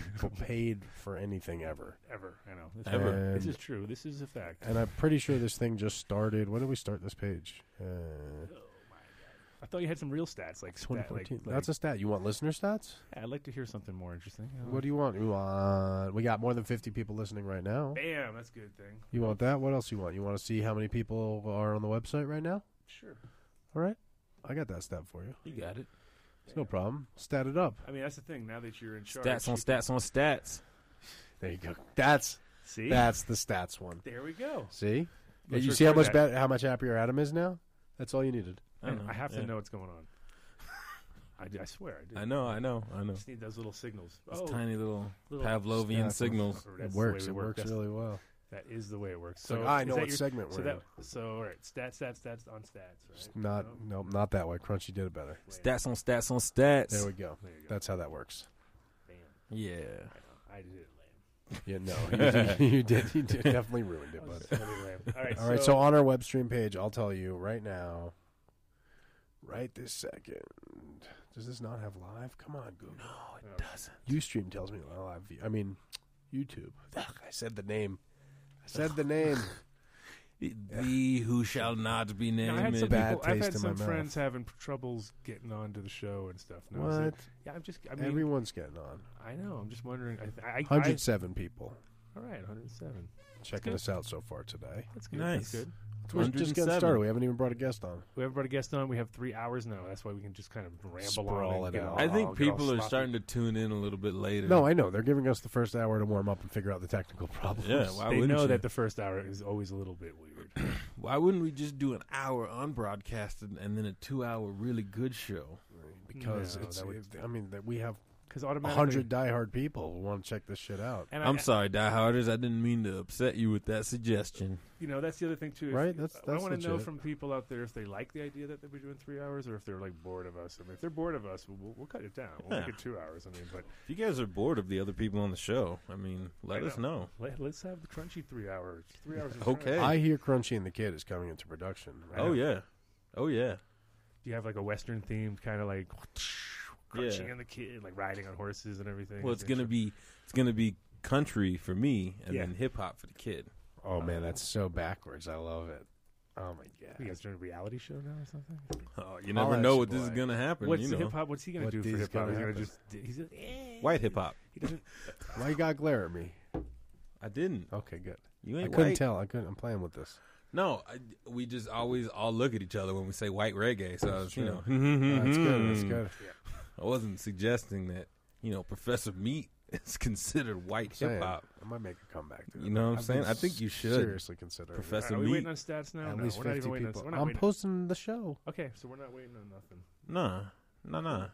paid for anything ever.
Ever, I know. This,
Ever.
Is, this
And-
is true. This is a fact.
And I'm pretty sure this thing just started. When did we start this page? Uh,
I thought you had some real stats, like stat, like,
2014.
like
That's a stat. You want listener stats?
yeah, I'd like to hear something more interesting.
What do you want? You want? We got more than 50 people listening right now.
Bam, that's a good thing.
You want that? What else you want? You want to see how many people are on the website right now?
Sure.
All right, I got that stat for you.
You got it.
It's no problem. Stat it up.
I mean, that's the thing. Now that you're in charge,
Stats on stats on stats.
There you go. That's
See,
that's the stats one.
there we go.
See?
Let's
you see how
record
much
that.
bet- how much happier Adam is now? That's all you needed.
I,
I,
know.
have
yeah.
to know what's going on. I, d- I swear, I do.
I know. I know. I know.
just need those little signals.
Those
oh,
tiny little,
little
Pavlovian
stats.
signals.
That's
it
the way
works.
we
It
work.
works
That's-
really well.
That is the way it works.
So
So
I
is
know
that
what
your-
segment
So
we're
that
in.
so all right, stats, stats, stats on stats. Right?
Not
No?
nope, not that way. Crunchy did it better.
Stats on stats on stats.
There we go.
There you go.
That's how that works.
Bam.
yeah.
I know. I did it lame.
Yeah, no, you did, you did, you did definitely ruined it,
I was
bud.
just totally lame. All right.
All right, so on our web stream page, I'll tell you right now, right this second. Does this not have live? Come on, Google. No,
it
doesn't. UStream tells me a live view. I mean, YouTube. Ugh, I said the name. I said the name.
The who shall not be
Now, I had
named.
some
Bad
people, I've
taste
had
in
some
my mouth.
friends having p- troubles getting onto the show and stuff. Now, is
What?
it- yeah, I'm just. I mean,
Everyone's getting on.
I know. I'm just wondering. I, I, I,
107 people
all right, 107.
checking
good.
us out so far today.
That's good.
Nice.
That's good.
We're just getting
107.
started. We haven't even brought a guest on.
We have everybody guest on. We have three hours now. That's why we can just kind of ramble
Sprawl
on.
it
and get
out.
all-
I think
get all
people are
sloppy.
starting to tune in a little bit later.
No, I know. They're giving us the first hour to warm up and figure out the technical problems.
Yeah, why
They
wouldn't
know
you?
that the first hour is always a little bit weird.
Why wouldn't we just do an hour unbroadcasted and then a two-hour really good show?
because
No,
it's.
that would-
I mean, that we have
Because
a
automatically,
hundred diehard people who want to check this shit out.
And I,
I'm sorry, dieharders. I didn't mean to upset you with that suggestion.
You know, that's the other thing too. If-
Right? That's-
I
that's
want to know
legit.
from people out there if they like the idea that we're doing three hours or if they're like bored of us. I mean, if they're bored of us, we'll, we'll cut it down. We'll make
Yeah.
it two hours. I mean, but
If you guys are bored of the other people on the show, I mean, let
I
us know.
let, us have the crunchy three hours. Three hours. Of
Okay.
crunch.
I hear Crunchy and the Kid is coming into production.
I
Oh
know.
yeah, oh yeah.
Do you have like a western themed kind of like crunchy
Yeah.
and the kid like riding on horses and everything?
Well, it's gonna be it's gonna be country for me, and
Yeah.
then hip hop for the kid.
Oh man, that's so backwards. I love it. Oh my
You
god.
guys doing a reality show now or something?
Oh, you
I'll
never
ask
know
you
what this is
why.
gonna happen.
What's
you
the
know,
hip hop? What's he gonna
What
do
is
for hip hop?
gonna
He's gonna
happen?
just he's like, eh.
white hip hop.
He doesn't.
Why you got glare at me?
I didn't.
Okay, good.
You
I
ain't
couldn't
white.
tell. I couldn't. I'm playing with this.
No, I, we just always all look at each other when we say white reggae. So I was, you know, Hmm.
That's good. That's good.
I wasn't suggesting that you know Professor Meat is considered white
Saying,
hip hop.
I might make a comeback. Dude.
You know what I'm
I've
saying?
been
I think you should.
seriously consider it.
Professor
Are we
Meat.
waiting on stats now?
At
no,
least
we're not
fifty
even waiting
people.
on. We're not
I'm
waiting.
posting the show.
okay, so we're not waiting on nothing.
Nah, nah, nah.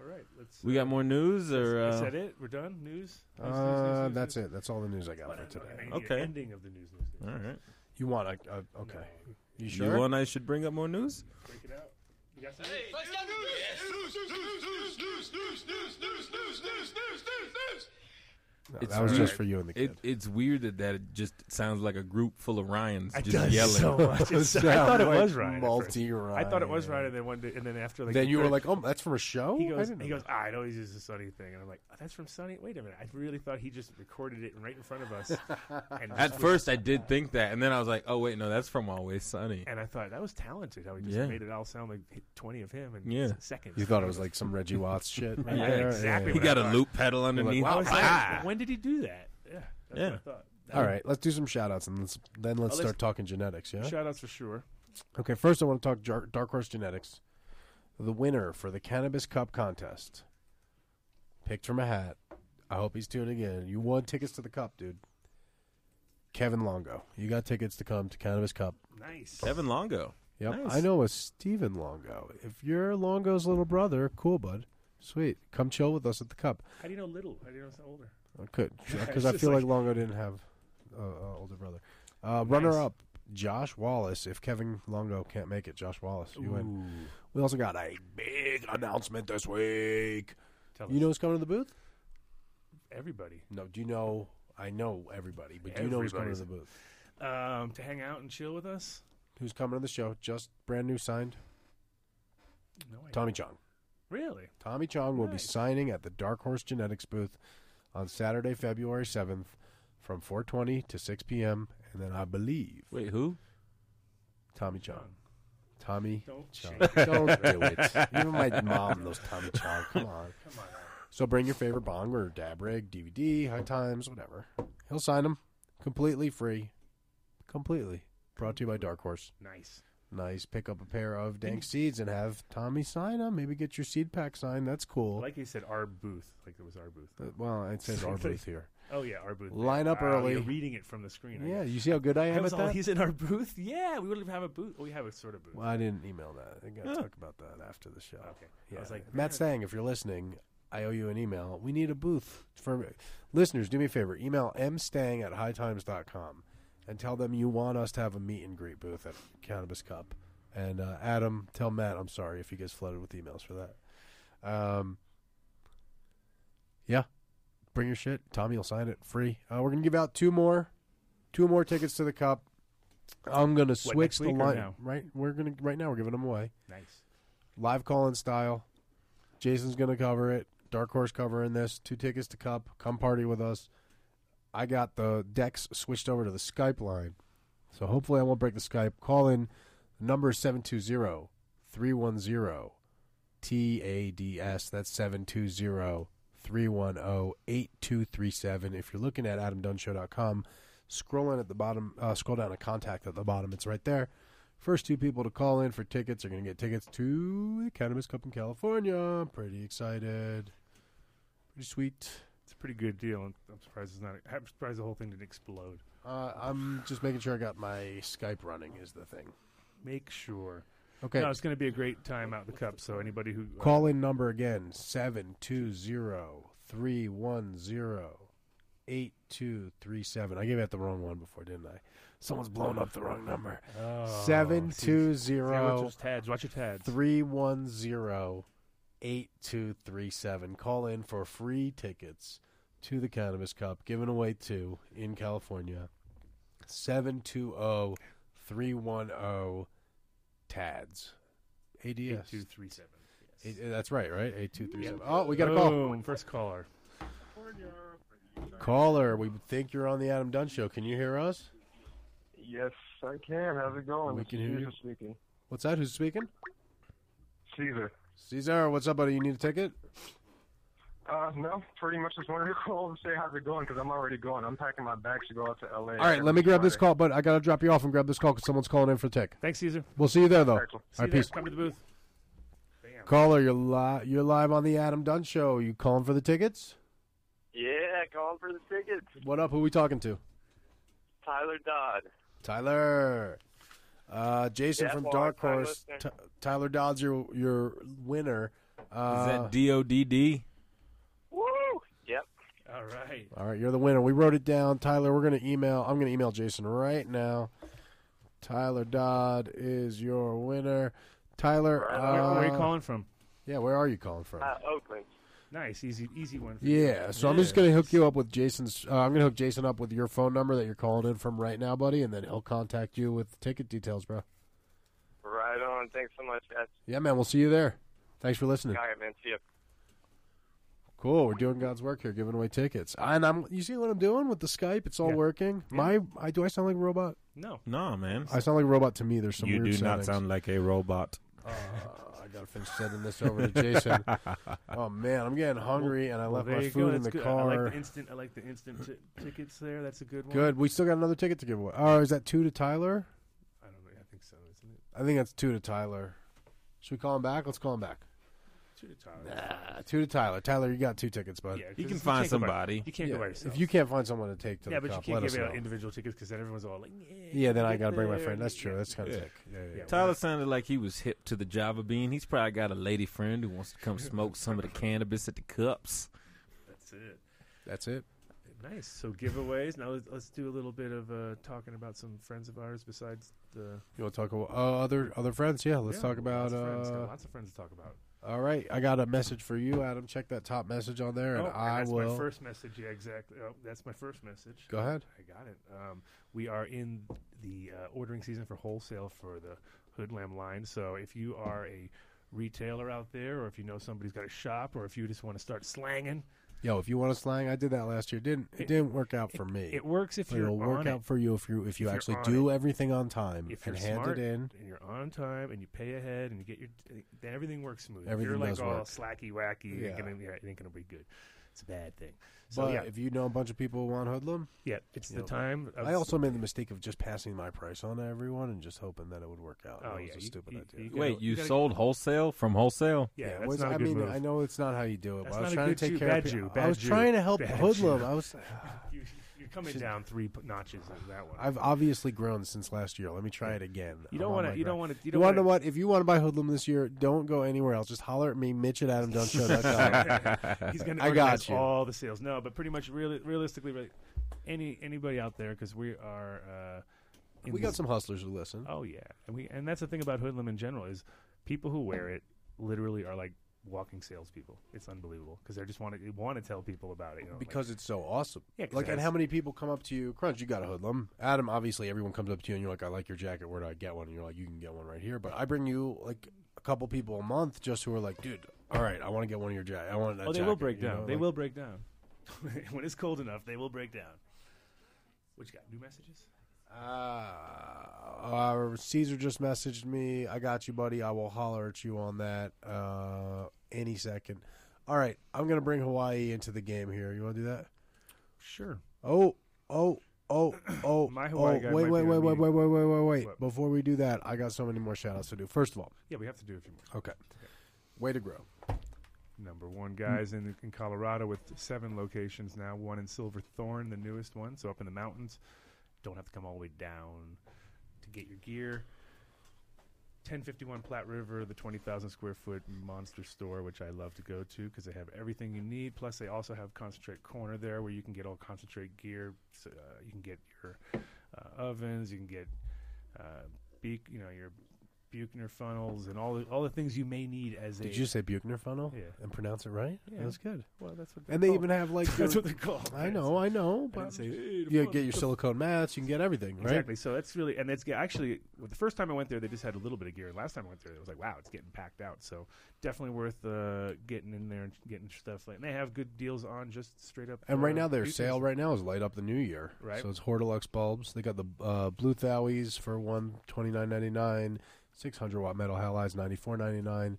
All right, let's.
We got more news or
Is
uh,
that it? We're done. News.
Uh, that's it. That's all the news I got for today.
Okay.
Ending of the news. news, news.
all right.
You want a, a okay? You sure?
You want I should bring up more news?
Break it out. You got something?
News, news, news, news, news, news, news, news, news, news, news, news.
No,
It's
that was
weird.
just for you and the kid.
It, it's weird that that it just sounds like a group full of Ryans just
does
yelling.
so much. It sounds I thought it was Ryan. at first.
Multi
I thought it was Ryan, and then one day, and then after like
then
the
you were
third-
like, "Oh, that's from a show."
He
I
goes,
didn't
he
know
goes, ah, it always is a Sunny thing. And I'm like, oh, that's from Sunny? Wait a minute. I really thought he just recorded it right in front of us. and, just
At
was-
first, I did think that, and then I was like, "Oh wait, no, that's from Always Sunny."
and I thought that was talented how he just
Yeah.
made it all sound like hit 20 of him in
Yeah.
s- seconds.
You thought it was like some Reggie Watts shit. Right
Yeah,
there?
exactly.
He
But I
got a
thought-
loop pedal
You're like,
underneath.
wow,
I was like,
Ah!
when when did he do that? Yeah, that's
Yeah.
what I thought.
All right, let's do some shout outs and let's, then let's
Oh, let's-
start talking genetics, yeah?
Shout outs for sure.
Okay, first I want to talk jar- Dark Horse Genetics. The winner for the Cannabis Cup contest, picked from a hat. I hope he's tuning in. You won tickets to the cup, dude. Kevin Longo, you got tickets to come to Cannabis Cup.
Nice.
Kevin Longo.
Yep,
Nice.
I know a Steven Longo. If you're Longo's little brother, cool, bud. Sweet, come chill with us at the cup.
How do you know little? How do you know it's older?
I could because
It's
I
just
feel like,
like-
Longo didn't have uh, uh, older brother. Uh, Runner up, Josh Wallace. If Kevin Longo can't make it, Josh Wallace, you win. We also got a big announcement this week.
Tell
You
us.
know who's coming to the booth?
everybody
No, do you know? I know everybody, but do you know who's coming to the booth?
um, to hang out and chill with us.
Who's coming to the show? Just brand new signed
No idea.
Tommy Chong.
Really?
Tommy Chong will be
Nice.
signing at the Dark Horse Genetics booth on Saturday, February seventh, from four twenty to six p.m. And then I believe
Wait, who?
Tommy Chong. Tommy
Don't
Chong.
shake
Don't do it. Even my mom knows Tommy Chong. Come on.
Come on. Al.
So bring your favorite bong or dab rig, DVD, high times, whatever. He'll sign them completely free. Completely. Brought to you by Dark Horse.
Nice.
Nice. Pick up a pair of dank seeds and have Tommy sign them. Maybe get your seed pack signed. That's cool.
Like he said, our booth. Like it was our booth.
Uh, well, it says our booth here.
Oh yeah, our booth.
Line up
Wow,
early.
You're reading it from the screen. I
Yeah,
guess.
you see how good I
That
am at
was all,
that?
He's in our booth. Yeah, we would have a booth. Oh, we have a sort of booth.
Well, I didn't email that. I got to talk about that after the show.
Okay. I
Yeah.
was like,
Matt
man.
Stang, if you're listening, I owe you an email. We need a booth for listeners. Do me a favor. Email mstang at hightimes.com and tell them you want us to have a meet and greet booth at Cannabis Cup. And uh, Adam, tell Matt I'm sorry if he gets flooded with emails for that. Um, yeah, bring your shit. Tommy will sign it free. Uh, we're gonna give out two more, two more tickets to the cup. I'm gonna switch
next
the
week or
line.
now?
Right, we're gonna right now we're giving them away
Nice.
live call in style. Jason's going to cover it. Dark Horse covering this. Two tickets to Cup. Come party with us. I got the decks switched over to the Skype line. So hopefully I won't break the Skype. Call in. The number is 720 310 TADS. That's 720 310 8237. If you're looking at adamdunshow.com, scroll in at the bottom, uh, scroll down to contact at the bottom. It's right there. First two people to call in for tickets are going to get tickets to the Cannabis Cup in California. I'm pretty excited. Pretty sweet.
It's a pretty good deal. and I'm surprised it's not. I'm surprised the whole thing didn't explode.
Uh, I'm just making sure I got my Skype running, is the thing.
Make sure.
Okay.
No, it's going to be a great time out in the cup. So anybody who uh,
call in number again 720 310 8237. I gave out the wrong one before, didn't I? Someone's blown up the wrong number.
oh,
Seven
see-
two
see, watch
zero
those tabs. Watch your tabs.
310 8237. Call in for free tickets to the Cannabis Cup, given away two in California. 720 310 TADS.
Eight
ADS.
two three seven.
Eight, that's right, right? 8237. Oh, we got a call.
Boom, First caller.
Caller, we think you're on the Adam Dunn Show. Can you hear us?
Yes, I can. How's it going?
We
This
can
is
hear you.
Caesar Speaking.
What's that? Who's speaking?
Caesar.
Cesar, what's up, buddy? You need a ticket?
Uh, no, pretty much just wanted to call and say how's it going because I'm already going. I'm packing my bags to go out to
Oh,
LA.
All right, let me grab this call, but I got to drop you off and grab this call because someone's calling in for a tick.
Thanks, Caesar.
We'll see you there, though.
All right, cool.
See
All right,
you there.
peace.
Come to the booth.
Caller, you're, li- you're live on the Adam Dunn Show. You calling for the tickets?
Yeah, calling for the tickets.
What up? Who we talking to?
Tyler Dodd.
Tyler. Uh, Jason
Yeah,
from
well,
Dark
I'm a
Horse. T-
listener.
Tyler Dodd's your, your winner. Uh,
Is that D O D D?
Woo! Yep.
All right.
All right, you're the winner. We wrote it down, Tyler. We're gonna email. I'm gonna email Jason right now. Tyler Dodd is your winner. Tyler,
Where, where are you
uh,
calling from?
Yeah, where are you calling from?
Uh, Oakland.
Nice, easy, easy one. For you.
yeah, so I'm just gonna hook you up with Jason's. Uh, I'm gonna hook Jason up with your phone number that you're calling in from right now, buddy, and then he'll contact you with ticket details, bro.
Right on. Thanks so much, guys.
Yeah, man. We'll see you there. Thanks for listening.
All right, man. See ya.
Cool. We're doing God's work here, giving away tickets. And I'm. You see what I'm doing with the Skype? It's all
Yeah.
working. My, I do I sound like a robot?
No.
No, man.
I sound like a robot to me. There's some
You
weird
do not
settings.
sound like a robot.
I I gotta finish sending this over to Jason. oh man, I'm getting hungry, and I
Well,
left
there
my
you
food
go.
in
That's
the
good.
car.
I like the instant. I like the instant ti- tickets there. That's a good one.
Good. We still got another ticket to give away. Oh, is that two to Tyler?
I don't know. I think so. Isn't it?
I think that's two to Tyler. Should we call him back? Let's call him back.
Two to
Uh, two to Tyler. Tyler, you got two tickets, bud.
Yeah, 'cause
You can
can't
find
go by-
somebody.
you can't
Yeah,
go by yourself.
If you can't find someone to take to
yeah,
the
but
cup,
you
let
can't
us
give out
know.
individual tickets because then everyone's all like, yeah.
yeah, then I
get
gotta bring my
there,
friend. That's
yeah,
true. That's kind of
Yeah.
sick. Yeah, yeah,
Yeah.
Tyler sounded like he was hip to the Java bean. He's probably got a lady friend who wants to come smoke some of the cannabis at the cups.
That's it.
That's it.
Nice. So giveaways. Now let's, let's do a little bit of uh, talking about some friends of ours besides the.
You want to talk about uh, other other friends? Yeah, let's
Yeah,
talk about.
lots of friends. Got
Uh,
lots of friends to talk about.
all right, I got a message for you, Adam. Check that top message on there, and
oh,
I
that's
will
my first message. Yeah, exactly. Oh, that's my first message.
go ahead.
I got it. Um, we are in the uh, ordering season for wholesale for the Hoodlam line. So if you are a retailer out there, or if you know somebody's got a shop, or if you just want to start slanging,
Yo, if you want to slang, I did that last year. Didn't it,
It-
didn't work out for me?
it works if
but
you're
it'll work
on
out
it.
for you if you if you
you're
actually
on
do everything on time
If
and
you're
hand
smart
it in.
and you're on time and you pay ahead and you get your, then everything works smooth. If
Everything
you're like
does
all
work.
slacky wacky.
Yeah.
It, ain't gonna, yeah, it ain't gonna be good. It's a bad thing. So
but
yeah,
if you know a bunch of people who want hoodlum,
yeah, it's
you
the
know,
time. Of,
I also made the mistake of just passing my price on to everyone and just hoping that it would work out.
Oh,
that
yeah,
was a
you-
stupid
you-
idea.
you gotta-
Wait, you
gotta-
sold wholesale from wholesale?
Yeah,
it
that's
was-
not a
I
good
mean,
move.
I know it's not how you do it,
That's
but I was
not
trying to
a good
take
Jew,
care
bad
of people.
Jew,
I
bad
was
Jew,
trying to help
bad
hoodlum.
Jew.
I was.
You, you're coming
Should-
down three p- notches in that one.
I've obviously grown since last year. Let me try it again.
you
I'm
don't
on
want
my
to. You don't
grind.
want to.
You,
You don't
want to
want
know what? If you want to buy hoodlum this year, don't go anywhere else. Just holler at me, Mitch at AdamDunnShow.com.
He's going to
I got
organize
you.
all the sales. No, but pretty much, really, realistically, really, any anybody out there because we are. Uh, in
we got
this-
some hustlers who listen.
Oh yeah, and we and that's the thing about hoodlum in general is people who wear it literally are like walking salespeople. It's unbelievable because they just want to want to tell people about it. You know, like,
because it's so awesome.
Yeah, 'cause
like, and
that's-
how many people come up to you? Crunch, you got a hoodlum. Adam, obviously, everyone comes up to you and you're like, I like your jacket. Where do I get one? And you're like, you can get one right here. But I bring you like a couple people a month just who are like, dude, all right, I want to get one of your jacket. I want that.
oh, they will
jacket,"
break
you
down.
know,
they
like-
will break down when it's cold enough. They will break down. What you got? New messages?
Ah. Uh, uh, Caesar just messaged me. I got you, buddy. I will holler at you on that uh, any second. All right, I'm gonna bring Hawaii into the game here. You want to do that?
Sure.
Oh, oh, oh, oh.
My Hawaii
oh,
guy
wait,
might
wait,
be on
wait, wait,
mute.
wait, wait, wait, wait, wait.
What?
Before we do that, I got so many more shout outs to do. First of all,
Yeah, we have to do a few more.
okay. Way to grow.
Number
Mm.
one guys in, in Colorado with seven locations now. One in Silverthorne, the newest one, so up in the mountains. Don't have to come all the way down to get your gear. 1051 Platte River, the 20,000 square foot monster store, which I love to go to because they have everything you need. Plus, they also have Concentrate Corner there where you can get all concentrate gear. So, uh, you can get your uh, ovens, you can get uh, beak, you know, your Buchner funnels and all the, all the things you may need as a
Did you say Buchner funnel?
Yeah.
And pronounce it right?
Yeah.
That was good.
well, that's what
And they even have like.
that's
your-
what they're called.
I know, I know,
I
but
didn't say, "Hey, the
you
fuck-
get your
the
silicone mats. You can get everything, right?
Exactly. So that's really and it's actually the first time I went there, they just had a little bit of gear. Last time I went there, it was like, wow, it's getting packed out. So definitely worth uh, getting in there and getting stuff. Like, and they have good deals on just straight up.
And right
uh,
now, their
features.
sale right now is light up the new year.
Right.
So it's Hortilux bulbs. They got the uh, blue Thowies for one twenty nine ninety nine, six hundred watt metal halides ninety four ninety nine,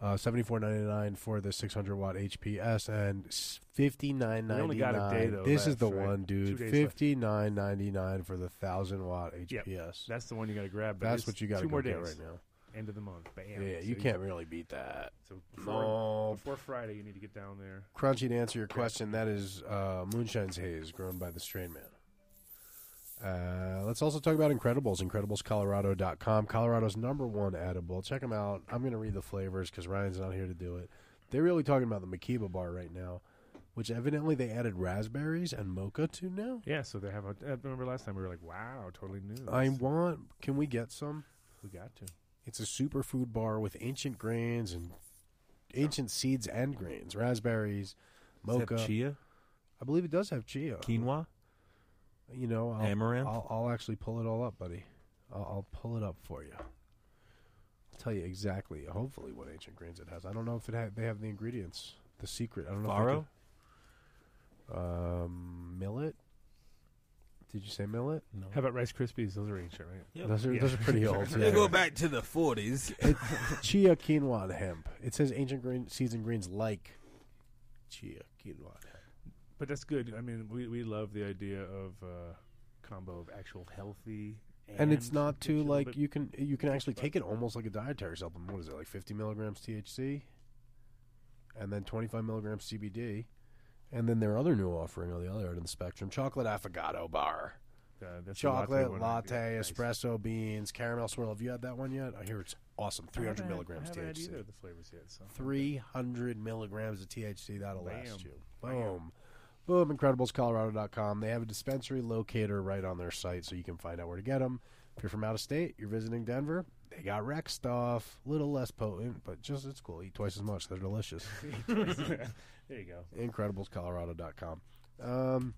uh, seventy four ninety nine for the six hundred watt HPS and fifty nine
We
ninety
only got a day,
nine.
though,
This is
left,
the
right?
one,
Two
dude.
days left.
Fifty nine ninety nine for the thousand watt HPS.
That's the one you got to grab. but
That's
it's
what you got to
Two
go
more
get
days.
right now.
End of the month. Oh, Bam.
Yeah, you
So
can't really beat that.
So before,
No.
before Friday, you need to get down there.
Crunchy, to answer your question, that is uh, Moonshine's Haze, grown by the Strain Man. Uh, let's also talk about Incredibles, IncrediblesColorado.com, Colorado's number one edible. Check them out. I'm going to read the flavors because Ryan's not here to do it. They're really talking about the Makiba bar right now, which evidently they added raspberries and mocha to now.
Yeah, so they have. A, I remember last time we were like, wow, totally new.
I
That's-
want, can we get some?
we got to.
It's a superfood bar with ancient grains and ancient seeds and grains, raspberries,
Does it have
mocha.
Chia,
I believe it does have chia.
quinoa.
You know, I'll,
Amaranth?
I'll, I'll actually pull it all up, buddy. I'll, I'll pull it up for you. I'll tell you exactly, hopefully, what ancient grains it has. I don't know if it ha- they have the ingredients, the secret. I don't know.
Faro?
If they do. um, millet, Did you say millet?
No.
How about Rice Krispies? Those are ancient, right?
Those are those are pretty old.
They
yeah.
go back to the 40s.
chia, quinoa, and hemp. It says ancient green seeds and greens like chia, quinoa. and hemp.
But that's good. I mean, we, we love the idea of uh, combo of actual healthy. And,
And it's not
it's a
too
little
like
bit-
you can you can actually take it almost like a dietary supplement. What is it like fifty milligrams THC, and then twenty five milligrams CBD, and then their other new offering on the other end of the spectrum: chocolate affogato bar,
uh, that's a
chocolate
one.
latte,
Yeah, nice.
espresso beans, caramel swirl. Have you had that one yet? I hear it's awesome. Three
I
hundred
haven't-
milligrams
I haven't had either
THC.
of the flavors yet. So.
Three hundred milligrams of THC that'll last
Bam.
you. Boom. Boom, incrediblescolorado.com. They have a dispensary locator right on their site so you can find out where to get them. If you're from out of state, you're visiting Denver, they got rec stuff. little less potent, but just it's cool. Eat twice as much. They're delicious.
there you go.
incrediblescolorado.com. Um,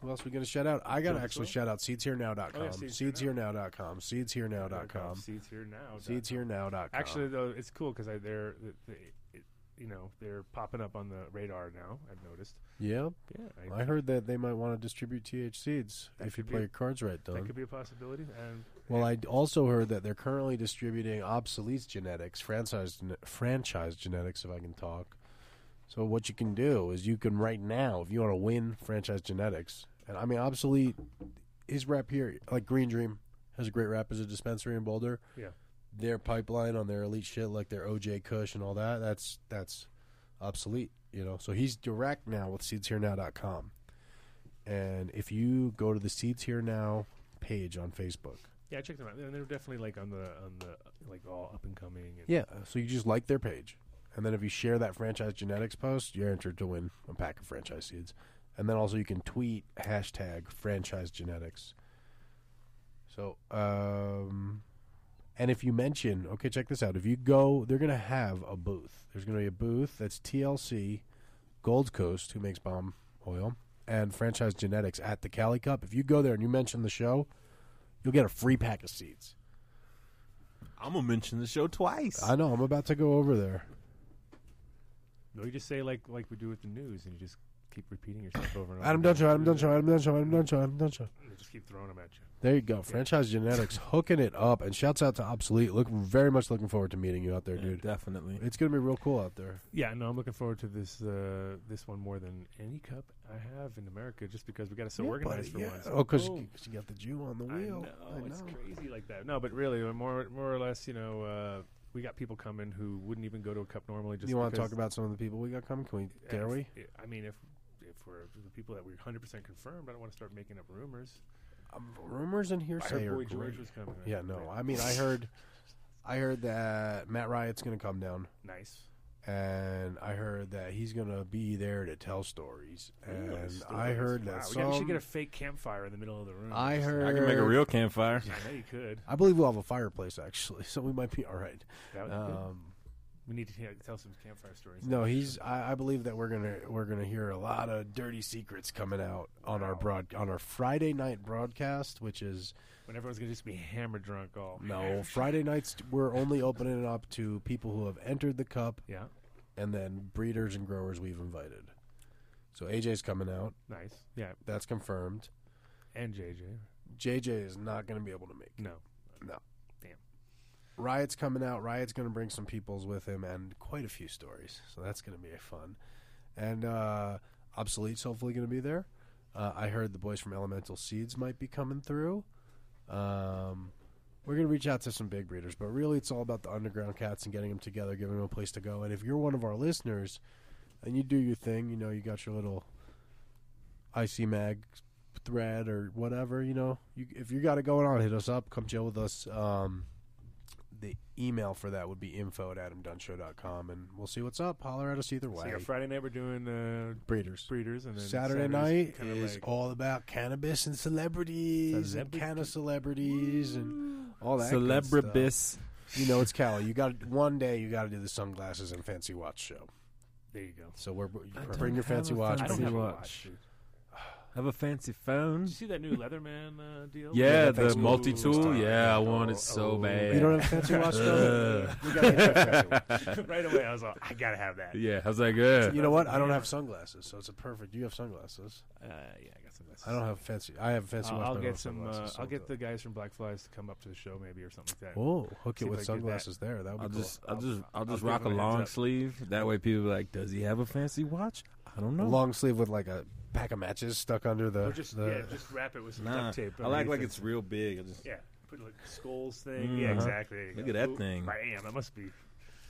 who else we going to shout out? I got to
Joe
actually
Swell?
shout out seedsherenow.com,
Oh, yeah,
seedsherenow.com, seedsherenow.com,
Seeds here now.
seedsherenow.com.
Actually, though, it's cool because they're, they, it, you know, they're popping up on the radar now. I've noticed.
yeah,
Yeah, I,
I heard that they might want to distribute TH seeds
That
if you
could be-
play your cards right, though.
that could be a possibility. And
Well, I d- also heard that they're currently distributing obsolete genetics, franchise gene- franchise genetics, if I can talk. So what you can do is you can right now, if you want to win franchise genetics, and I mean obsolete, his rep here, like Green Dream, has a great rep as a dispensary in Boulder.
Yeah.
their pipeline on their elite shit, like their OJ Kush and all that, that's that's obsolete, you know. So he's direct now with seedsherenow.com. And if you go to the Seeds Here Now page on Facebook,
yeah, I checked them out. And they're definitely like on the on the like all up and coming. And,
Yeah. So you just like their page. And then if you share that franchise genetics post, you're entered to win a pack of franchise seeds. And then also you can tweet hashtag franchise genetics. So, um, and if you mention, okay, check this out. If you go, they're going to have a booth. There's going to be a booth that's TLC, Gold Coast, who makes bomb oil, and franchise genetics at the Cali Cup. If you go there and you mention the show, you'll get a free pack of seeds.
I'm going to mention the show twice.
I know. I'm about to go over there.
Or you just say like like we do with the news, and you just keep repeating yourself over and over.
Adam
again.
Duncho, Adam Duncho, Adam Duncho, Adam Duncho, Adam Duncho.
They just keep throwing them at you.
There you go. Franchise Genetics hooking it up. And shouts out to Obsolete. Look, very much looking forward to meeting you out there,
Yeah,
dude.
definitely.
It's going to be real cool out there.
Yeah, no, I'm looking forward to this uh, this one more than any cup I have in America, just because we got it so organized for once.
Oh, because
Boom.
you got the Jew on the
I
wheel.
know, it's crazy like that. No, but really, uh, more more or less, you know, uh, we got people coming who wouldn't even go to a cup normally. Just
you want to
because-
talk about some of the people we got coming? Can we?
Yeah,
Dare
if-
we?
I mean, if if we're the people that we're 100 percent confirmed, I don't want to start making up rumors.
Um, Rumors and
I
hearsay
heard
are
Boy
great.
George was coming. I
Yeah,
heard
no.
that.
I mean, I heard, I heard that Matt Riot's going to come down,
nice.
and I heard that he's going to be there to tell stories, and
Yes,
I
there
heard
is.
that
Wow, we,
some.
got- we should get a fake campfire in the middle of the room.
I
Just-
heard.
I can make a real campfire.
I know you could.
I believe we'll have a fireplace actually, so we might be all right.
That would be good.
Um,
We need to t- tell some campfire stories.
no, he's. I, I believe that we're gonna we're gonna hear a lot of dirty secrets coming out on our broad on our Friday night broadcast, which is
When everyone's gonna just be hammer drunk all.
no Friday nights. We're only opening it up to people who have entered the cup,
Yeah.
and then breeders and growers we've invited. So AJ's coming out.
Nice. Yeah.
That's confirmed.
And JJ.
JJ is not going to be able to make. it.
No.
Riot's coming out. Riot's going to bring some peoples with him and quite a few stories. So that's going to be fun. And uh, Obsolete's hopefully going to be there. Uh, I heard the boys from Elemental Seeds might be coming through. Um, we're going to reach out to some big breeders, but really it's all about the underground cats and getting them together, giving them a place to go. And if you're one of our listeners and you do your thing, you know, you got your little IC Mag thread or whatever, you know, you, if you got it going on, hit us up. Come chill with us. Um, the email for that would be info at adamdunshow.com, and we'll see what's up. Holler at us either
So
way.
yeah, Friday night we're doing uh,
Breeders.
breeders, and then
Saturday
Saturday's
night
kinda
is
like-
all about cannabis and celebrities and
Celebrity.
canna celebrities and all that. good
Celebribus.
stuff. You know, it's Cali. You got one day. You got to do the sunglasses and fancy watch show.
there you go.
So we're you
I
bring
don't
your fancy
have a
watch.
fancy
I don't
bring
have a
your-
watch.
watch. dude.
Have a fancy phone.
Did you see that new Leatherman uh, deal?
Yeah,
the
the multi
multi-tool.
tool. Yeah, I want
Oh,
it so
oh,
bad.
You don't have a fancy watch though.
Ugh.
You gotta get that fancy watch.
right away, I was like, I gotta have that.
yeah, how's that good?
You know what? I don't have sunglasses, so it's a perfect. You have sunglasses.
Uh, yeah, I got some. Yes.
I don't have fancy. I have fancy.
I'll-
watch,
I'll
but I don't
get
have
some. Uh,
sunglasses, so
I'll get
it's
the guys from Black Flies to come up to the show, maybe, or something like
a-
that.
Whoa, hook
See
it with
if I can get that.
sunglasses there. That would
I'll
be
just, I'll
I'll-
just, I'll
I'll
just
give
rock a
him a heads
long
up.
sleeve. That way, people be like, "Does he have a fancy watch?" I don't
cool.
know.
A long sleeve with like a pack of matches stuck under the.
Or just
the
yeah, just wrap it with some
nah,
duct tape.
I like
underneath
like
it.
it's real big. I just
yeah. Put like skulls thing.
Mm-hmm.
Yeah,
Mhm.
exactly. There you
Look
go.
at that
Ooh,
thing.
I am. That must be.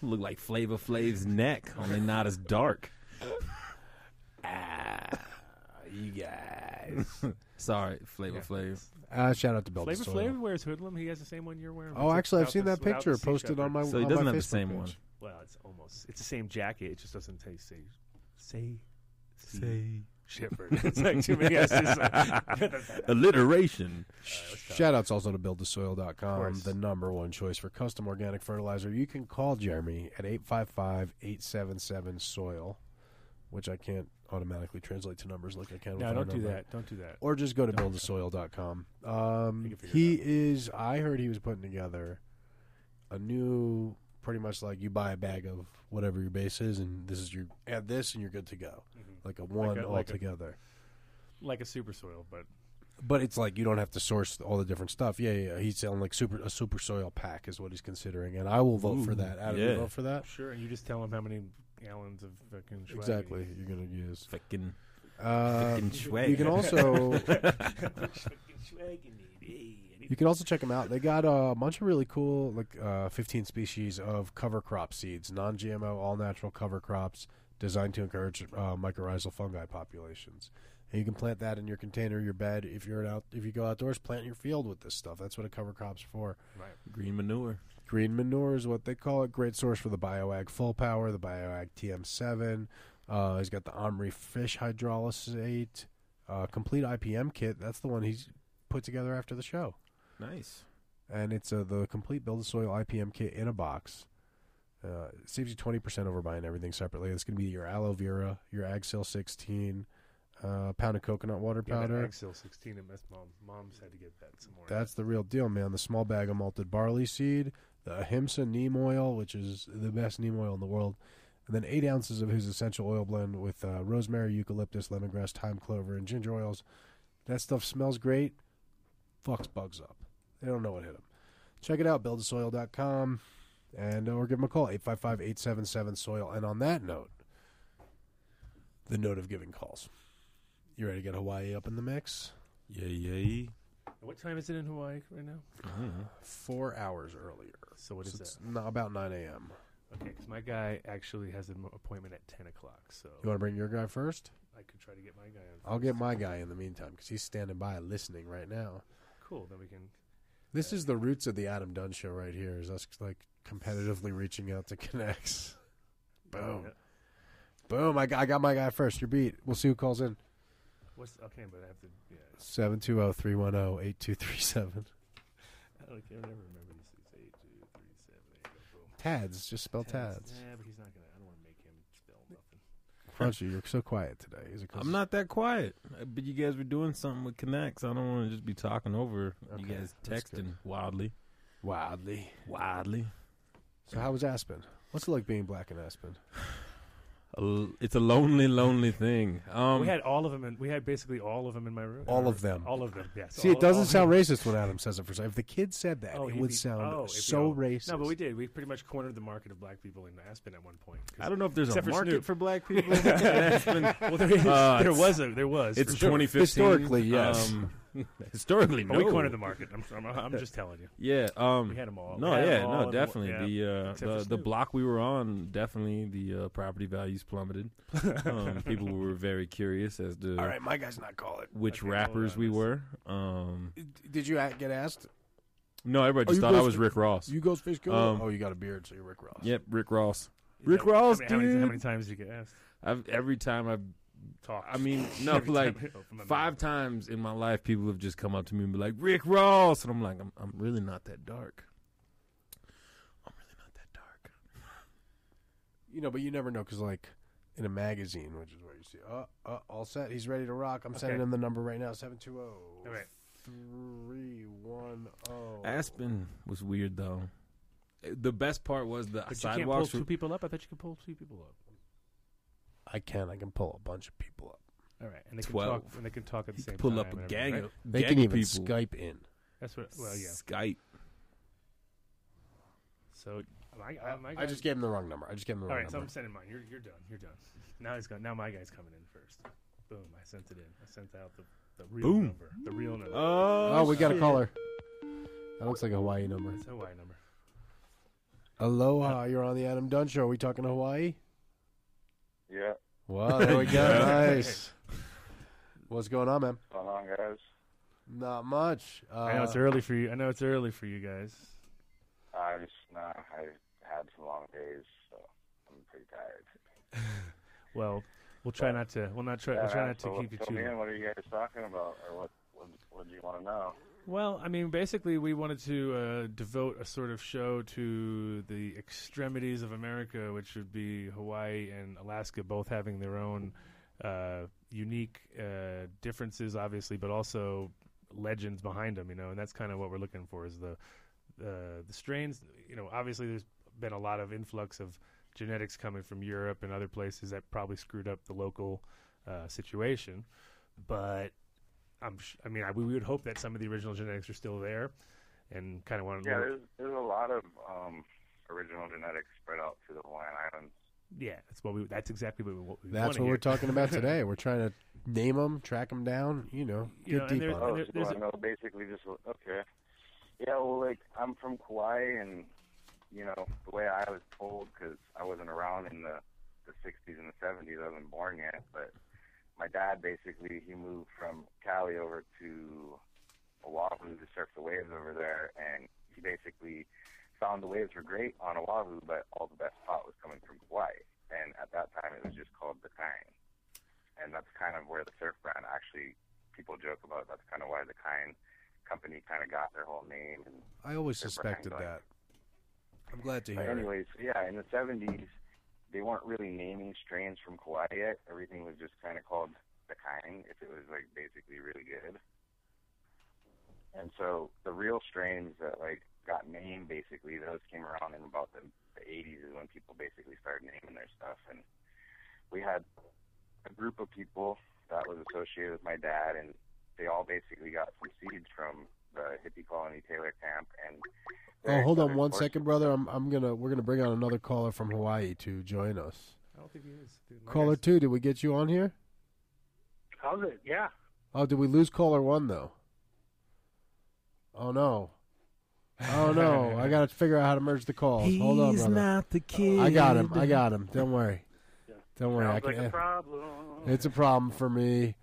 look like Flavor Flav's neck, only not as dark.
Ah,
you guys.
Sorry, Flavor
Yeah.
Flav.
uh, shout out to Bill.
Flavor
Pistoia.
Flav wears hoodlum. He has the same one you're wearing.
Oh,
It's
actually, I've
without
seen
the-
that
without the
picture posted
C-sharp
on my.
So he
on
doesn't
my
have the
Facebook
same
page.
one.
Well, it's almost. It's the same jacket. It just doesn't taste say say Shepard. It's like too many S's.
Alliteration.
Shout outs also to buildthesoil.com,
course.
the number one choice for custom organic fertilizer. You can call Jeremy at 855 877 soil, which I can't automatically translate to numbers like I can with
no,
our
don't do
number.
that. Don't do that.
Or just go to
Don't.
buildthesoil.com. Um,
can figure it
he
out.
is, I heard he was putting together a new, pretty much like you buy a bag of whatever your base is, and this is your, add this and you're good to go. Like a one
a- Mm-hmm. like a-
altogether.
Like a super soil, but
But it's like you don't have to source all the different stuff. Yeah, yeah. yeah. He's selling like super a super soil pack is what he's considering, and I will vote for
Ooh,
that. Adam,
yeah.
you vote for that.
sure. And you just tell him how many gallons of fucking Schwag
Exactly, you're gonna use.
Fucking,
Uh,
fucking
you can also you can also check them out. They got a bunch of really cool like uh, 15 species of cover crop seeds, non-GMO, all natural cover crops designed to encourage uh, mycorrhizal fungi populations. And you can plant that in your container, your bed. If you're an out, if you go outdoors, plant your field with this stuff. That's what a cover crop's for.
green manure.
Green manure is what they call it. Great source for the BioAg Full Power, the BioAg TM7. Uh, he's got the Omri Fish Hydrolysate uh, Complete IPM Kit. That's the one he's put together after the show.
Nice.
And it's uh, the Complete Build a Soil IPM Kit in a box. Uh, it saves you 20% over buying everything separately. It's going to be your aloe vera, your Agsil 16, uh, pound of coconut water
Yeah, that
powder.
Axel 16 and that's mom. Mom's had to get that some more.
That's the real deal, man. The small bag of malted barley seed, the Ahimsa neem oil, which is the best neem oil in the world, and then eight ounces of his essential oil blend with uh, rosemary, eucalyptus, lemongrass, thyme, clover, and ginger oils. That stuff smells great, fucks bugs up. They don't know what hit them. Check it out, buildasoil.com, and uh, or give them a call, 855 877 soil. And on that note, the note of giving calls. You ready to get Hawaii up in the mix?
Yay, yay.
What time is it in Hawaii right now?
Four Uh-huh. hours earlier.
So what is
So it's not about 9 a.m.
that? Okay, because my guy actually has an appointment at 10 o'clock, so
You want to bring your guy first?
I could try to get my guy on.
I'll get my guy in the meantime because he's standing by listening right now.
Cool. Then we can.
This is the roots of the Adam Dunn show right here. Is us like competitively reaching out to connects. Boom, boom! I got, I got my guy first. You're beat. We'll see who calls in.
What's okay? But I have to. Yeah,
Seven two zero three one zero eight two three seven.
I don't. I never remember these things. Eight, two, three, seven, eight. oh, Boom.
Tads, just spell Tads.
Yeah, but he's not gonna. I don't want to make him spell nothing.
Crunchy, you're so quiet today. Is it 'cause-
I'm not that quiet, uh, but you guys were doing something with Connects. I don't want to just be talking over you
Okay,
guys
that's good.
texting wildly.
wildly.
Wildly.
So how was Aspen? What's it like being black in Aspen?
A l- It's a lonely, lonely thing. Um,
we had all of them, and we had basically all of them in my room.
All of them.
All of them. Yes.
See,
all-
it doesn't
all-
sound racist when Adam says it for a second. If the kid said that, it
he'd
would
be-
sound
oh, it'd be
so
all-
racist.
No, but we did. We pretty much cornered the market of black people in Aspen at one point. 'Cause-
I don't know if there's
Except
a
for
market
Snoop.
for black people. in Aspen.
Well, there is.
Uh,
there
it's-
was a. There was.
It's
for sure.
2015.
Historically, yes.
Um, historically, no.
But we cornered the market. I'm, I'm, I'm just telling you.
Yeah. Um,
We had 'em all.
No,
We had 'em
yeah,
all
no,
in-
definitely.
yeah.
The
Except
uh,
for
the, the
Snoop.
block we were on, definitely the uh, property values plummeted. Um, people were very curious as to
All right, my guy's not calling.
which
Okay, hold
rappers
on,
we
let's-
were. Um,
Did you a- get asked?
no, everybody just
Oh, you
thought I
guys-
was Rick Ross.
You go fish go.
Um,
oh, you got a beard, so you're Rick Ross.
Yep, Rick Ross.
Is
Rick
that- I
Ross,
mean, how, many, how
dude.
many times did you get asked?
I've, every time I've,
Talk.
I mean, no,
Every
like
time I open my
five
mouth.
times in my life, people have just come up to me and be like, Rick Ross. And I'm like, I'm, I'm really not that dark. I'm really not that dark.
You know, but you never know because like in a magazine, which is where you see. Uh, uh, all set. He's ready to rock. I'm sending
Okay.
him the number right now. Seven two zero.
All right.
Three one oh. zero.
Uh, Aspen was weird, though. The best part was the
But you can't pull
sidewalks.
two
Were,
people up. I thought you could pull two people up.
I can. I can pull a bunch of people up.
All right, and they can
Twelve.
talk. And they can talk at the
He
same
could pull
time.
up a
and everything,
gang
right?
of
They
gang
can
of
even
people.
Skype in.
That's what. Well, yeah.
Skype.
So my, I, my
I
guy-
just gave him the wrong number. I just gave him the
All
wrong
right, so I'm
number.
sending mine. You're you're done. You're done. Now he's gone. Now my guy's coming in first. Boom! I sent it in. I sent out the, the real
Boom.
number. The real number.
Oh,
oh, we got a
shit.
caller. That looks like a Hawaii number.
That's a Hawaii number.
Aloha, you're on the Adam Dunn Show. Are we talking Hawaii?
Yeah.
Wow, there we go. nice. What's going on, man?
Going on, guys?
Not much. Uh,
I know it's early for you. I know it's early for you guys.
I just, nah, I had some long days, so I'm pretty tired.
Well, we'll try not to. We'll not try. We'll try not to keep you too. long.
What are you guys talking about, or what? What, what do you want to know?
Well, I mean, basically, we wanted to uh, devote a sort of show to the extremities of America, which would be Hawaii and Alaska, both having their own uh, unique uh, differences, obviously, but also legends behind them. You know, and that's kind of what we're looking for is the uh, the strains. You know, obviously, there's been a lot of influx of genetics coming from Europe and other places that probably screwed up the local uh, situation, but I'm sh- I mean, I, we would hope that some of the original genetics are still there, and kind of want to.
Yeah, there's there's a lot of um, original genetics spread out through the Hawaiian Islands.
yeah, that's what we. That's exactly what we. What we
that's
wanna
what
hear.
we're talking about today. We're trying to name them, track them down. You know,
You know,
get
and
deep
there's-
on
Oh,
it.
and there-
so
there's
I
a-
know basically just okay. Yeah, well, like I'm from Kauai, and you know the way I was told, because I wasn't around in the the 60s and the 70s, I wasn't born yet. But my dad basically he moved from Cali over to Oahu to surf the waves over there, and he basically found the waves were great on Oahu, but all the best pot was coming from Kauai, and at that time it was just called the Kine, and that's kind of where the surf brand actually people joke about. That's kind of why the Kine company kind of got their whole name. And
I always
They're
suspected
behind
that. I'm glad to
but
hear. it.
anyways, so yeah, in the '70s they weren't really naming strains from Kauai yet. Everything was just kind of called the Kine if it was like basically really good. And so the real strains that like got named basically those came around in about the, the 80s is when people basically started naming their stuff. And we had a group of people that was associated with my dad, and they all basically got some seeds from the hippie colony Taylor camp. And
Oh, hold on
various
one
other
second, brother. I'm I'm gonna we're gonna bring on another caller from Hawaii to join us.
I don't think he is. Dude, my
Caller
guy's-
two, did we get you on here?
How's it? Yeah.
Oh, did we lose caller one though? Oh no. Oh no. I gotta figure out how to merge the calls. Hold on, brother.
the kid.
I got him. I got him. Don't worry. Don't worry. I
Sounds
can,
like a problem.
it's a problem for me.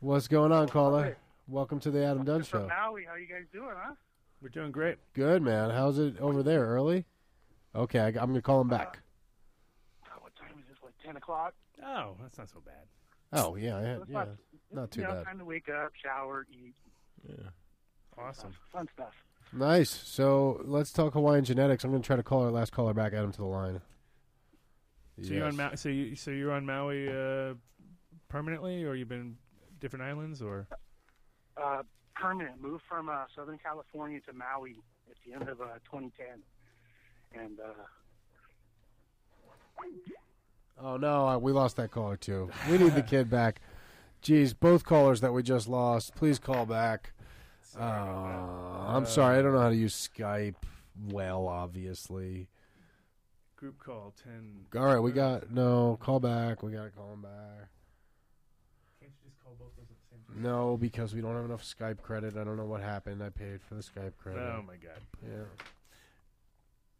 What's going on, caller? Welcome to the Adam Dunn Show.
Maui, how you guys doing, huh?
We're doing great.
Good man. How's it over there? Early? Okay, I, am gonna call him back.
What time is this? Like 10 o'clock?
Oh, that's not so bad.
Oh yeah, I had,
It's
yeah.
not-
Not too
you know,
bad.
Time to wake up, shower, eat,
Awesome.
fun stuff.
Nice. So let's talk Hawaiian genetics. I'm gonna try to call our last caller back. Add him to the line.
So you're on
Yes.
Maui. So you so you're on Maui uh, permanently, or you've been different islands, or
Uh, permanent. Moved from uh, Southern California to Maui at the end of uh, 2010. And uh,
Oh no, I- we lost that caller too. We need the kid back. Jeez, both callers that we just lost. Please call back. Uh, I'm sorry, I don't know how to use Skype well, obviously.
group call ten.
All right, we got no call back. We got to call him back.
Can't you just call both those at the same
No, because we don't have enough Skype credit. I don't know what happened. I paid for the Skype credit.
Oh my God.
yeah.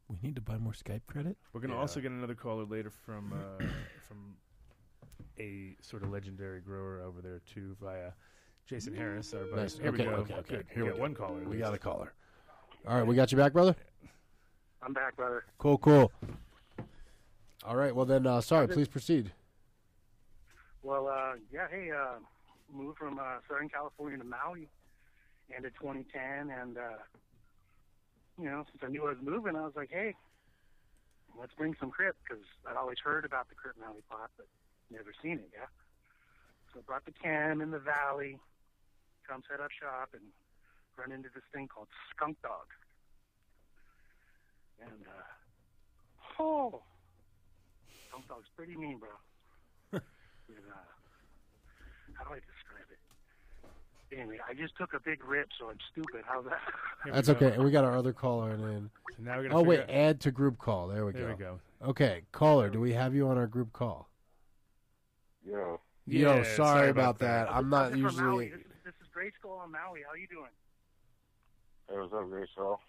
We need to buy more Skype credit.
We're gonna
Yeah.
also get another caller later from uh, from a sort of legendary grower over there too, via Jason Harris. Our buddy.
Nice.
Here
Okay,
we go.
okay, okay.
Good.
Here we
got
go.
one caller. at
We
least.
got a caller. All right, we got you back, brother.
I'm back, brother.
Cool, cool. All right, well then, uh, sorry. Please proceed.
Well, uh, yeah, hey, uh, moved from uh, Southern California to Maui end of 2010. And, uh, you know, since I knew I was moving, I was like, hey, let's bring some Crip because I'd always heard about the Crip Maui pot, but never seen it, yeah? So I brought the cam in the valley, come set up shop, and run into this thing called Skunk Dog. And, uh, oh, Skunk Dog's pretty mean, bro. with, uh,
How do I describe it? Anyway, I just took a big rip, so I'm stupid. How's that?
Here we
That's
go.
okay. And we got our other caller in.
So now we're gonna
Oh
figure
wait,
out-
add to group call. There we go.
There we go.
Okay, caller, do we have you on our group call?
Yo.
Yo,
Yeah,
sorry,
sorry
about
about that.
that. I'm not
This is from Maui.
usually.
This, this is grade school on Maui. How you doing?
Hey, what's up, Grace Hall?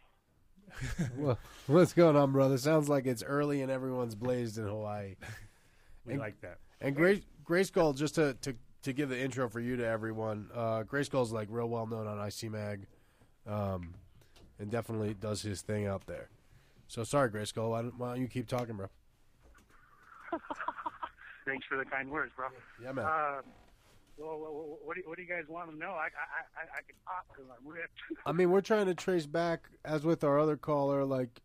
Wha- What's going on, brother? Sounds like it's early and everyone's blazed in Hawaii.
We
And-
like that.
And Grace, Grace Gold, just to, to, to give the intro for you to everyone, uh, Grace Gold's like real well known on ICMag um, and definitely does his thing out there. So sorry, Grace Gold. Why don't, why don't you keep talking, bro?
Thanks for the kind words, bro.
Yeah, man.
Uh, well, well, what do, you, what do you guys want to know? I I I, I can pop because I'm ripped.
I mean, we're trying to trace back, as with our other caller, like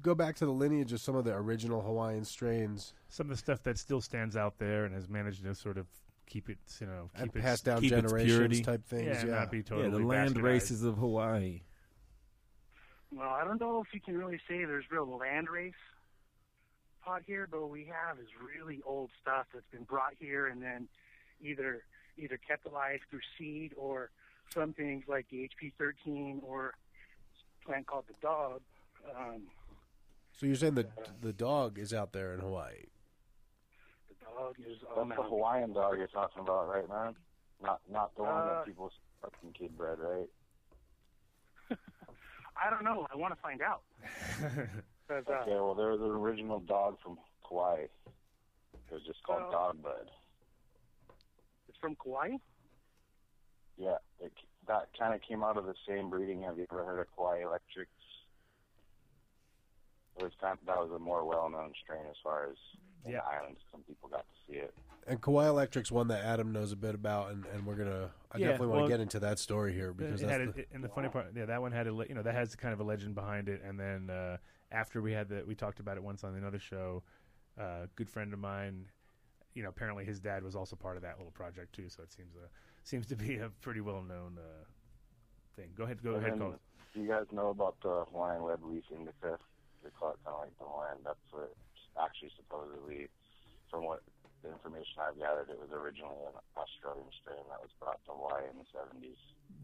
go back to the lineage of some of the original Hawaiian strains
Some of the stuff that still stands out there and has managed to sort of keep it, you know, keep
and
its-
passed down
keep its
generations
purity.
type
yeah,
things. Yeah,
not be totally
yeah, the land
bastardized.
races of Hawaii.
Well, I don't know if you can really say there's real land race pot here, but what we have is really old stuff that's been brought here and then either either kept alive through seed or some things like the HP13 or a plant called the dog. Um,
So you're saying the the dog is out there in Hawaii?
the dog is um,
That's
on
the Hawaiian dog you're talking about, right, man? Not not the one
Uh,
that people fucking kid bred, right?
I don't know. I want to find out. 'Cause, uh,
Okay, well, they're the original dog from Kauai. It was just called
Well-
dog bud.
It's from Kauai.
Yeah, it, that kind of came out of the same breeding. Have you ever heard of Kauai Electrics? It was kind that was a more well-known strain as far as in
Yeah.
the islands. Some people got to see it.
And Kauai Electric's one that Adam knows a bit about, and, and we're gonna. I
Yeah,
definitely want
well,
to get into that story here because
it
that's
had
the,
a- it- and the funny part, yeah, that one had a le- you know that has kind of a legend behind it. And then uh, after we had the we talked about it once on another show. uh, good friend of mine, you know, apparently his dad was also part of that little project too. So it seems uh, seems to be a pretty well known uh, thing. Go ahead, go
And
ahead,
then,
Colin.
Do you guys know about the Hawaiian lead leaf indica? They call it kind of like the Hawaiian. That's what actually supposedly, from what the information I've gathered, it was originally an Australian strain that was brought to Hawaii in the 70s.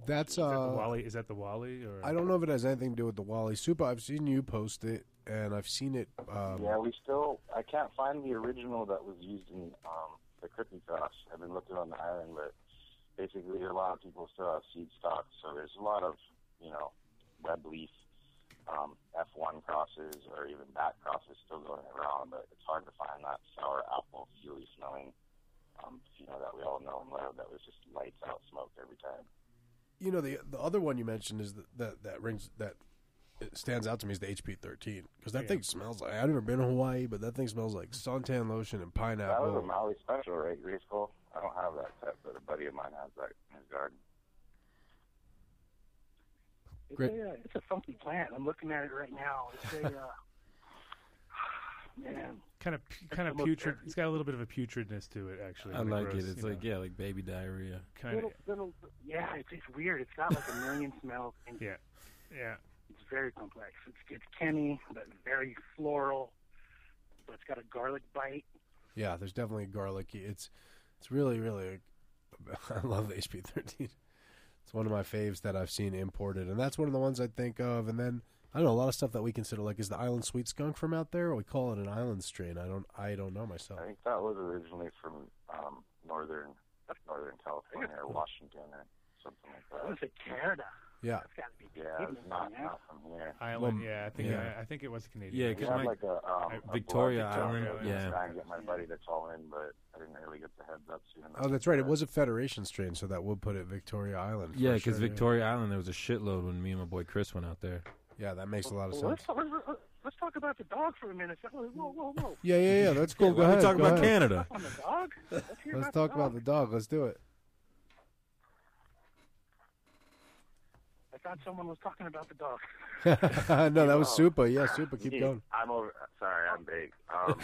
that's
Is that the
uh.
Wally? Is that the Wally? Or
I don't know if it has anything to do with the Wally Super. I've seen you post it, and I've seen it. Um,
Yeah, we still. I can't find the original that was used in um, the Crippy Cross. I've been looking on the island, but basically a lot of people still have seed stock, so there's a lot of you know web leaf um, F1 crosses or even back crosses still going around, but it's hard to find that sour apple fuely smelling. Um, you know that we all know and love that was just lights out smoke every time.
You know the the other one you mentioned is that that, that rings that it stands out to me is the HP thirteen because that
Yeah.
thing smells like I've never been to Hawaii, but that thing smells like suntan lotion and
That was a
pineapple.
Maui special, right, Grace Cole? I don't have that set, but a buddy of mine has that in his garden.
It's,
Great.
A, uh, it's a funky plant. I'm looking at it right now. It's a uh, man.
kind of kind of
the most
putrid.
dirty.
It's got a little bit of a putridness to it, actually.
I
when
like
grows,
it. It's
you
like
know,
yeah, like baby diarrhea.
kind of
Little, little, yeah, it's, it's weird. It's got like a million smells, and
yeah, yeah.
it's very complex. It's it's canny, but very floral. But it's got a garlic bite.
Yeah, there's definitely garlicky. It's it's really really. I love the HP thirteen. It's one of my faves that I've seen imported, and that's one of the ones I think of. And then I don't know a lot of stuff that we consider like is the island sweet skunk from out there? Or we call it an island strain. I don't I don't know myself.
I think that was originally from um, northern Northern California or Washington or something like
That
that.
was a Canada.
Yeah,
That's got to be
Yeah, it's
Canadian,
not
yeah.
not from here.
Island.
Well,
yeah, I think
yeah.
I, I think it was Canadian.
Yeah,
I
We
because
guess.
had
my-
like a um,
I-
a
Victoria
block
Island,
Victoria,
yeah.
and I can get my buddy to call in, but I didn't really get the heads up soon enough.
Oh, that's right. It was a Federation strain, so that would put it Victoria Island. for
Yeah, because
sure,
Victoria Island, there was a shitload when me and my boy Chris went out there.
Yeah, that makes a lot of
Well,
sense.
let's, let's, let's, let's talk about the dog for a minute. Whoa, whoa, whoa!
Yeah, yeah, yeah. That's cool. Go
We're
ahead.
talking
go
about
ahead.
Canada.
On the dog. Let's, hear
Let's
about
talk
the dog.
about the dog. Let's do it.
I thought someone was talking about the dog.
no, that was super. Yeah, super. Keep
Yeah,
going.
I'm over. Sorry, I'm big. Um,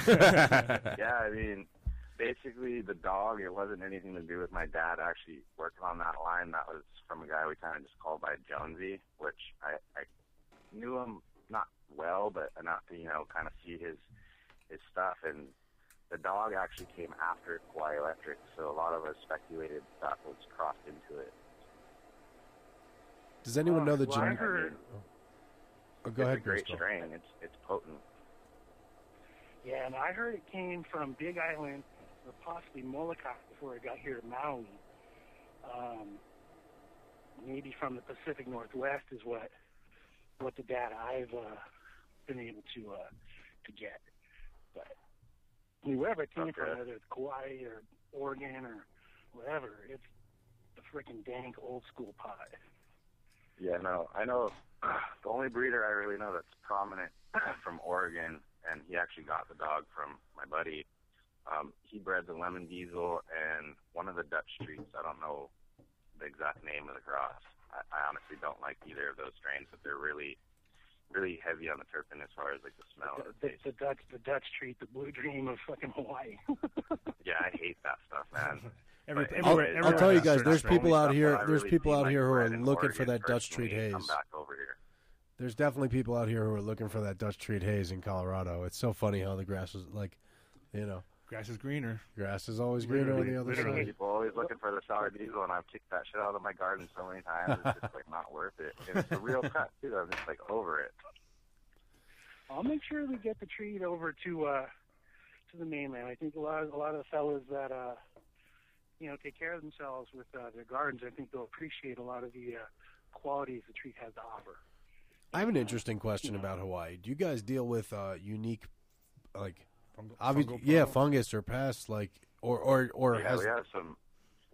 yeah, I mean, basically the dog. It wasn't anything to do with my dad actually working on that line. That was from a guy we kind of just called by Jonesy, which I, I knew him not well, but enough to you know kind of see his his stuff. And the dog actually came after Kauai Electric, so a lot of us speculated that was crossed into it.
Does anyone know the
Well, I
genetic?
heard-
Oh, go
it's
ahead,
a great
Crystal.
strain. It's it's potent.
Yeah, and I heard it came from Big Island or possibly Molokai before it got here to Maui. Um, maybe from the Pacific Northwest is what what the data I've uh, been able to uh, to get. But I mean, wherever it came from,
Okay.
whether it's Kauai or Oregon or wherever, it's the freaking dank old school pot.
Yeah, no, I know the only breeder I really know that's prominent from Oregon, and he actually got the dog from my buddy. Um, he bred the lemon diesel and one of the Dutch streets. I don't know the exact name of the cross. I, I honestly don't like either of those strains, but they're really, really heavy on the terpene as far as like the smell.
The, the, the Dutch, the Dutch treat the blue dream of fucking Hawaii.
Yeah, I hate that stuff, man.
Every-
But
I'll,
anyway,
I'll
it's
tell you
just
guys, there's
the only
people out
stuff
here.
that I
There's
really
people
see,
out
like,
here who
bred
are
in
looking for
Oregon
that Dutch Street
personally Come
haze.
back over here.
There's definitely people out here who are looking for that Dutch Street haze in Colorado. It's so funny how the grass is like, you know,
Grass is greener.
grass is always greener on the other side.
People always looking for the sour diesel, and I've kicked that shit out of my garden so many times. It's just like not worth it. And it's a real cut too. I'm just like over it.
I'll make sure we get the treat over to uh to the mainland. I think a lot of a lot of the fellas that uh you know take care of themselves with uh, their gardens, I think they'll appreciate a lot of the uh, qualities the treat has to offer.
I have an interesting question about Hawaii. Do you guys deal with uh, unique, like,
Fungal-
obvi-
fungal
yeah,
problems?
fungus or pests, like, or or or
yeah,
has
we have some.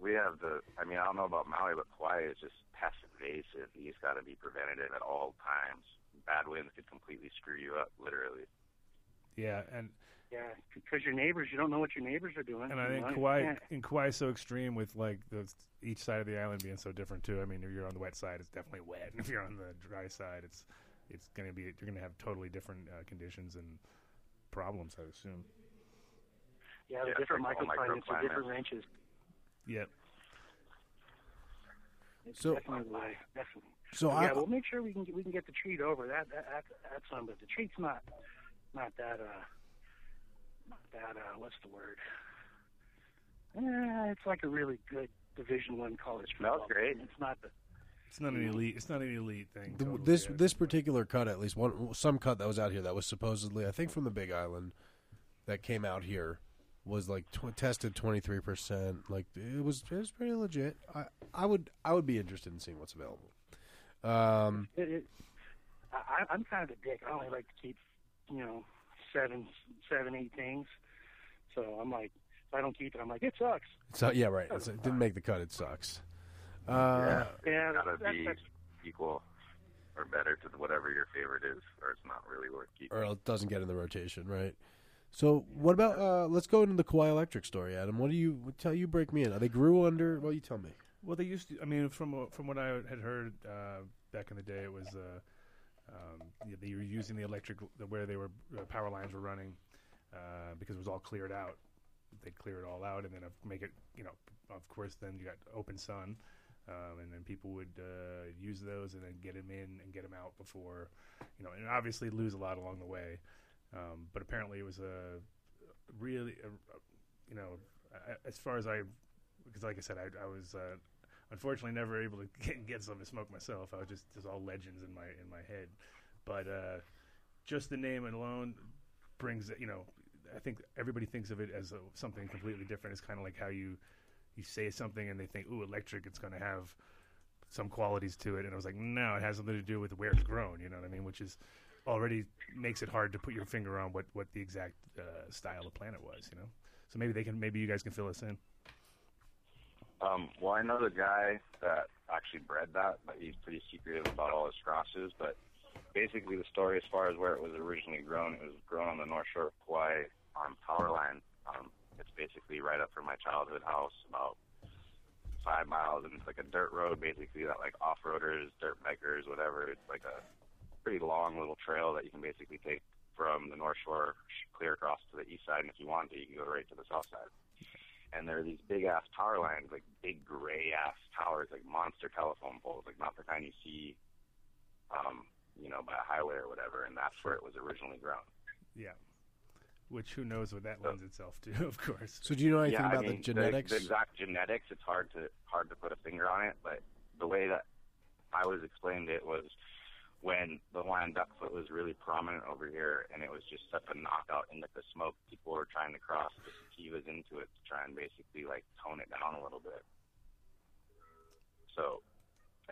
We have the. I mean, I don't know about Maui, but Kauai is just pest invasive. You just got to be preventative at all times. Bad winds could completely screw you up, literally.
Yeah, and
Yeah, because your neighbors, you don't know what your neighbors are doing.
and I
You
think
know,
Kauai
yeah.
and Kauai is so extreme with like the, each side of the island being so different too. I mean, if you're on the wet side, it's definitely wet. If you're on the dry side, it's it's going to be you're going to have totally different uh, conditions and problems. I assume.
Yeah, the
Yeah,
different
like all
microclimates or
microclimates.
different ranges.
Yep.
It's
So-
definitely, the way, definitely.
So
yeah,
I-
we'll make sure we can get, we can get the treat over. That that, that that's on, but the treat's not not that uh not that uh what's the word? Eh, it's like a really good Division One college football.
Smells great.
team. It's not the
It's not an elite. It's not an elite thing.
the,
totally,
this
yeah.
this particular cut at least one some cut that was out here that was supposedly I think from the Big Island that came out here was like tw- tested twenty three percent like it was it was pretty legit I I would I would be interested in seeing what's available um
it, it, I, I- I'm kind of a dick. I only like to keep, you know, seven, seven, eight things. So I'm like, if I don't keep it, I'm like, it sucks.
so yeah right it's, it didn't make the cut it sucks uh
yeah,
yeah,
gotta
that-
be
that's-
equal or better to whatever your favorite is, or it's not really worth keeping.
or it doesn't get in the rotation right so what about uh let's go into the Kawhi Electric story Adam what do you tell you break me in they grew under well you tell me
Well, they used to. I mean, from from what I had heard uh, back in the day, it was uh, um, yeah, they were using the electric where they were uh, power lines were running uh, because it was all cleared out. They clear it all out and then of- make it. You know, of course, then you got open sun, um, and then people would uh, use those and then get them in and get them out before, you know, and obviously lose a lot along the way. Um, but apparently, it was a really, a, a- you know, I- I- as far as I because like I said, I, I was uh, unfortunately never able to get, get some to smoke myself. I was just there's all legends in my in my head, but uh, just the name alone brings you know. I think everybody thinks of it as a, something completely different. It's kind of like how you you say something and they think, "Ooh, electric! It's going to have some qualities to it." And I was like, "No, it has something to do with where it's grown." You know what I mean? Which is already makes it hard to put your finger on what what the exact uh, style of plant it was. You know, so maybe they can maybe you guys can fill us in.
Um, well, I know the guy that actually bred that, but he's pretty secretive about all his crosses. But basically, the story as far as where it was originally grown, it was grown on the north shore of Kauai on power line. Um, it's basically right up from my childhood house, about five miles, and it's like a dirt road, basically that like off-roaders, dirt bikers, whatever. It's like a pretty long little trail that you can basically take from the north shore clear across to the east side, and if you want to, you can go right to the south side and there are these big ass power lines, like big gray ass towers, like monster telephone poles, like not the kind you see, um, you know, by a highway or whatever. And that's where it was originally grown.
Yeah. which who knows what that lends itself to, of course.
So do you know anything
yeah,
about
I
the
mean,
genetics?
The, exact genetics, it's hard to hard to put a finger on it, but the way that I was explained it was when the lion duckfoot was really prominent over here, and it was just such a knockout into the smoke. People were trying to cross the sativas into it to try and basically like tone it down a little bit. So,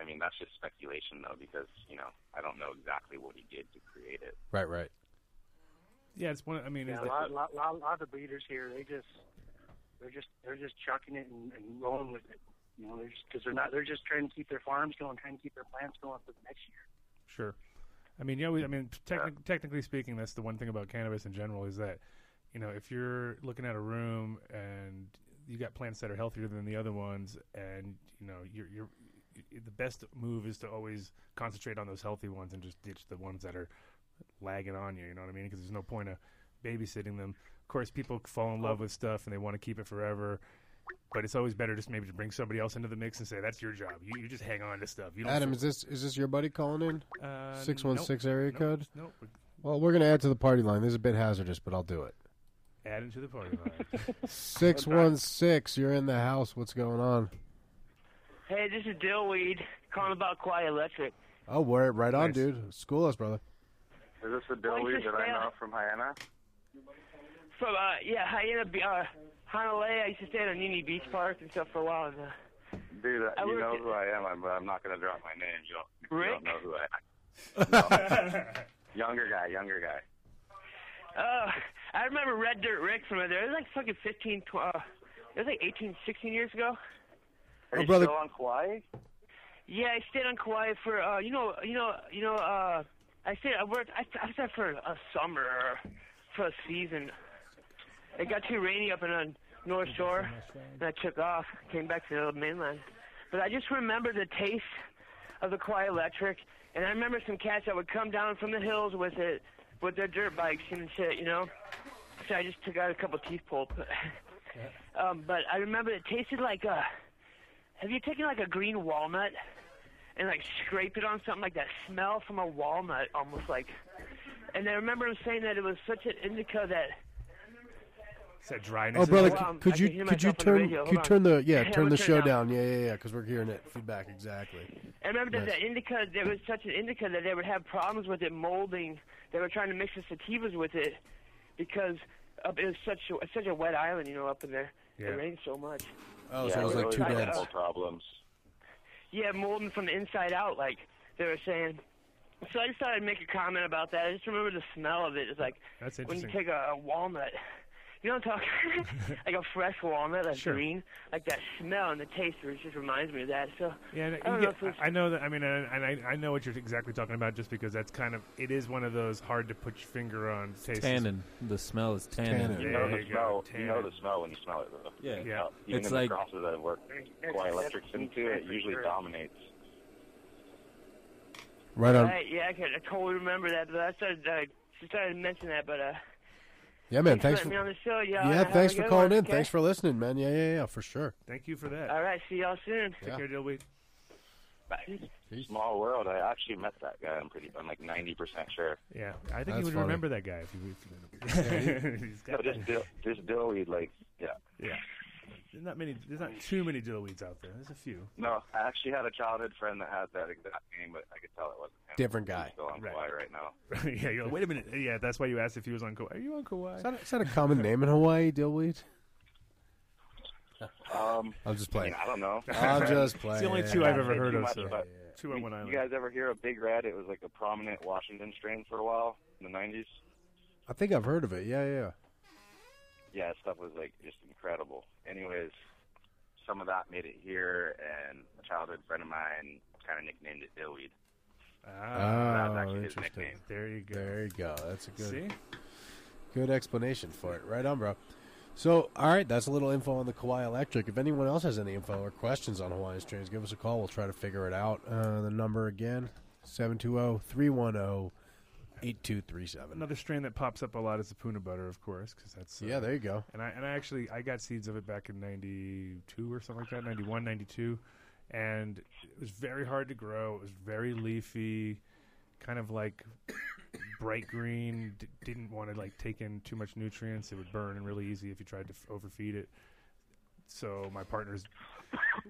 I mean, that's just speculation though, because you know I don't know exactly what he did to create it.
Right, right.
Yeah, it's one. I mean,
Yeah,
it's
a lot, lot, lot, lot of the breeders here, they just, they're just, they're just chucking it and, and rolling with it. You know, they're just because they're not, they're just trying to keep their farms going, trying to keep their plants going for the next year.
Sure. I mean, yeah. We, I mean, techni- technically speaking, that's the one thing about cannabis in general is that, you know, if you're looking at a room and you got plants that are healthier than the other ones, and you know, you're, you're y- the best move is to always concentrate on those healthy ones and just ditch the ones that are lagging on you. You know what I mean? Because there's no point of babysitting them. Of course, people fall in
Oh.
love with stuff and they want to keep it forever. But it's always better just maybe to bring somebody else into the mix and say that's your job. You, you just hang on to stuff. You don't
Adam,
feel-
is this is this your buddy calling in?
Uh,
Six one six area
nope,
code.
nope.
Well, we're gonna add to the party line. This is a bit hazardous, but I'll do it.
Add into the party line.
Six one six. You're in the house. What's going on?
Hey, this is Dillweed calling about Quiet Electric.
Oh, we're right on, dude. School us, brother.
Is this the Billy
just
that I
fail-
know from Hyena?
From uh, yeah, Hyena, Be- uh, Honolulu. I used to stay at Nini Beach Park and stuff for a while. And, uh,
Dude,
I
you
work
know
at-
who I am, I- but I'm not going to drop my name. You don't, you
Rick?
don't know who I am. No. younger guy, younger guy.
uh, I remember Red Dirt Rick from there. It was like fucking 15, tw- uh, it was like 18, 16 years ago.
Are
Oh,
you
brother-
still on Kauai?
Yeah, I stayed on Kauai for uh, you know, you know, you know. Uh, I stayed. I worked. I, I was there for a summer, or for a season. It got too rainy up in the North Shore, and I took off. Came back to the mainland. But I just remember the taste of the Kauai Electric, and I remember some cats that would come down from the hills with it, with their dirt bikes and shit, you know. So I just took out a couple teeth pulp. um, but I remember it tasted like a. Have you taken like a green walnut? and like scrape it on something like that smell from a walnut almost like and I remember him saying that it was such an indica that
It's that dryness.
Oh,
in
brother,
the-
c-
um, I
could
can
you
hear
could you
myself on the
turn
radio.
could
Hold
you
on.
turn the yeah
Yeah,
turn
we'll
the
turn it
show down.
down.
Yeah, yeah, yeah. Because we're hearing it feedback exactly.
I remember that
Nice.
that indica there was such an indica that they would have problems with it molding they were trying to mix the sativas with it because up it was such a, it's such a wet island you know up in there it
Yeah.
rained so much
Oh, so it was like two
those
dads.
medical problems.
Yeah, molding from the inside out, like they were saying. So I just thought I'd make a comment about that. I just remember the smell of it. It's like
That's
when you
interesting.
take a, a walnut, you know what I'm talking like a fresh walnut, that's
Sure.
green, like that smell and the taste. It just reminds me of that. So
Yeah, and
I don't
you
know
get-
if it's,
I I know that. I mean, and and I, I know what you're exactly talking about, just because that's kind of it is one of those hard to put your finger on tastes.
Tannin. The smell is tannin.
Tannin.
You
Yeah,
know
there
the
you
smell.
go,
You know the
tannin.
smell when you smell it. Though.
Yeah.
Yeah.
Even
It's
in
like-
the crosses that have worked, Kauai electrics into it usually dominates.
Right on.
Right, yeah, I, could, I totally remember that. But I started, uh, just started to mention that. But uh,
Yeah, man. Thanks.
thanks for
for,
letting me on the show, y'all, and
yeah,
have a
thanks for
good
calling
one,
in.
okay?
Thanks for listening, man. Yeah, yeah, yeah, for sure.
Thank you for that.
all right, see y'all soon.
Yeah.
Take care, Dillweed.
Small world. I actually met that guy. I'm pretty. I'm like 90 percent sure.
Yeah, I think
That's
you would
funny.
remember that guy if you. If you He's
No,
got
just dill, just dillweed. Like, yeah.
Yeah. There's not many. There's not too many Dillweeds out there. There's a few.
No, I actually had a childhood friend that had that exact name, but I could tell it wasn't him.
Different guy.
He's still on Kauai right now.
yeah, you're like, wait a minute. Yeah, that's why you asked if he was on Kauai. Are you on Kauai?
Is that, is that a common name in Hawaii, Dillweed?
Um,
I'm just playing.
I, mean, I don't know.
I'm just playing.
It's the only two I've ever heard
Too
of,
much,
so-
but
Two on one
You
island.
guys ever hear of Big Red? It was like a prominent Washington strain for a while in the '90s.
I think I've heard of it. Yeah, yeah.
Yeah, that stuff was like just incredible. Anyways, some of that made it here, and a childhood friend of mine kind of nicknamed it Dillweed.
yeah.
That's
oh,
actually his
interesting.
nickname.
There you go.
There you go. That's a good,
See?
good explanation for it. Right on, bro. So, all right, that's a little info on the Kauai Electric. If anyone else has any info or questions on Hawaiian strains, give us a call. We'll try to figure it out. Uh, the number again, 720-310-8237.
Another strain that pops up a lot is the Puna butter, of course, because that's uh,
Yeah, there you go.
And I and I actually I got seeds of it back in '92 or something like that, '91, '92, and it was very hard to grow. It was very leafy, kind of like bright green. D- didn't want to like take in too much nutrients. It would burn really easy if you tried to f- overfeed it. So my partners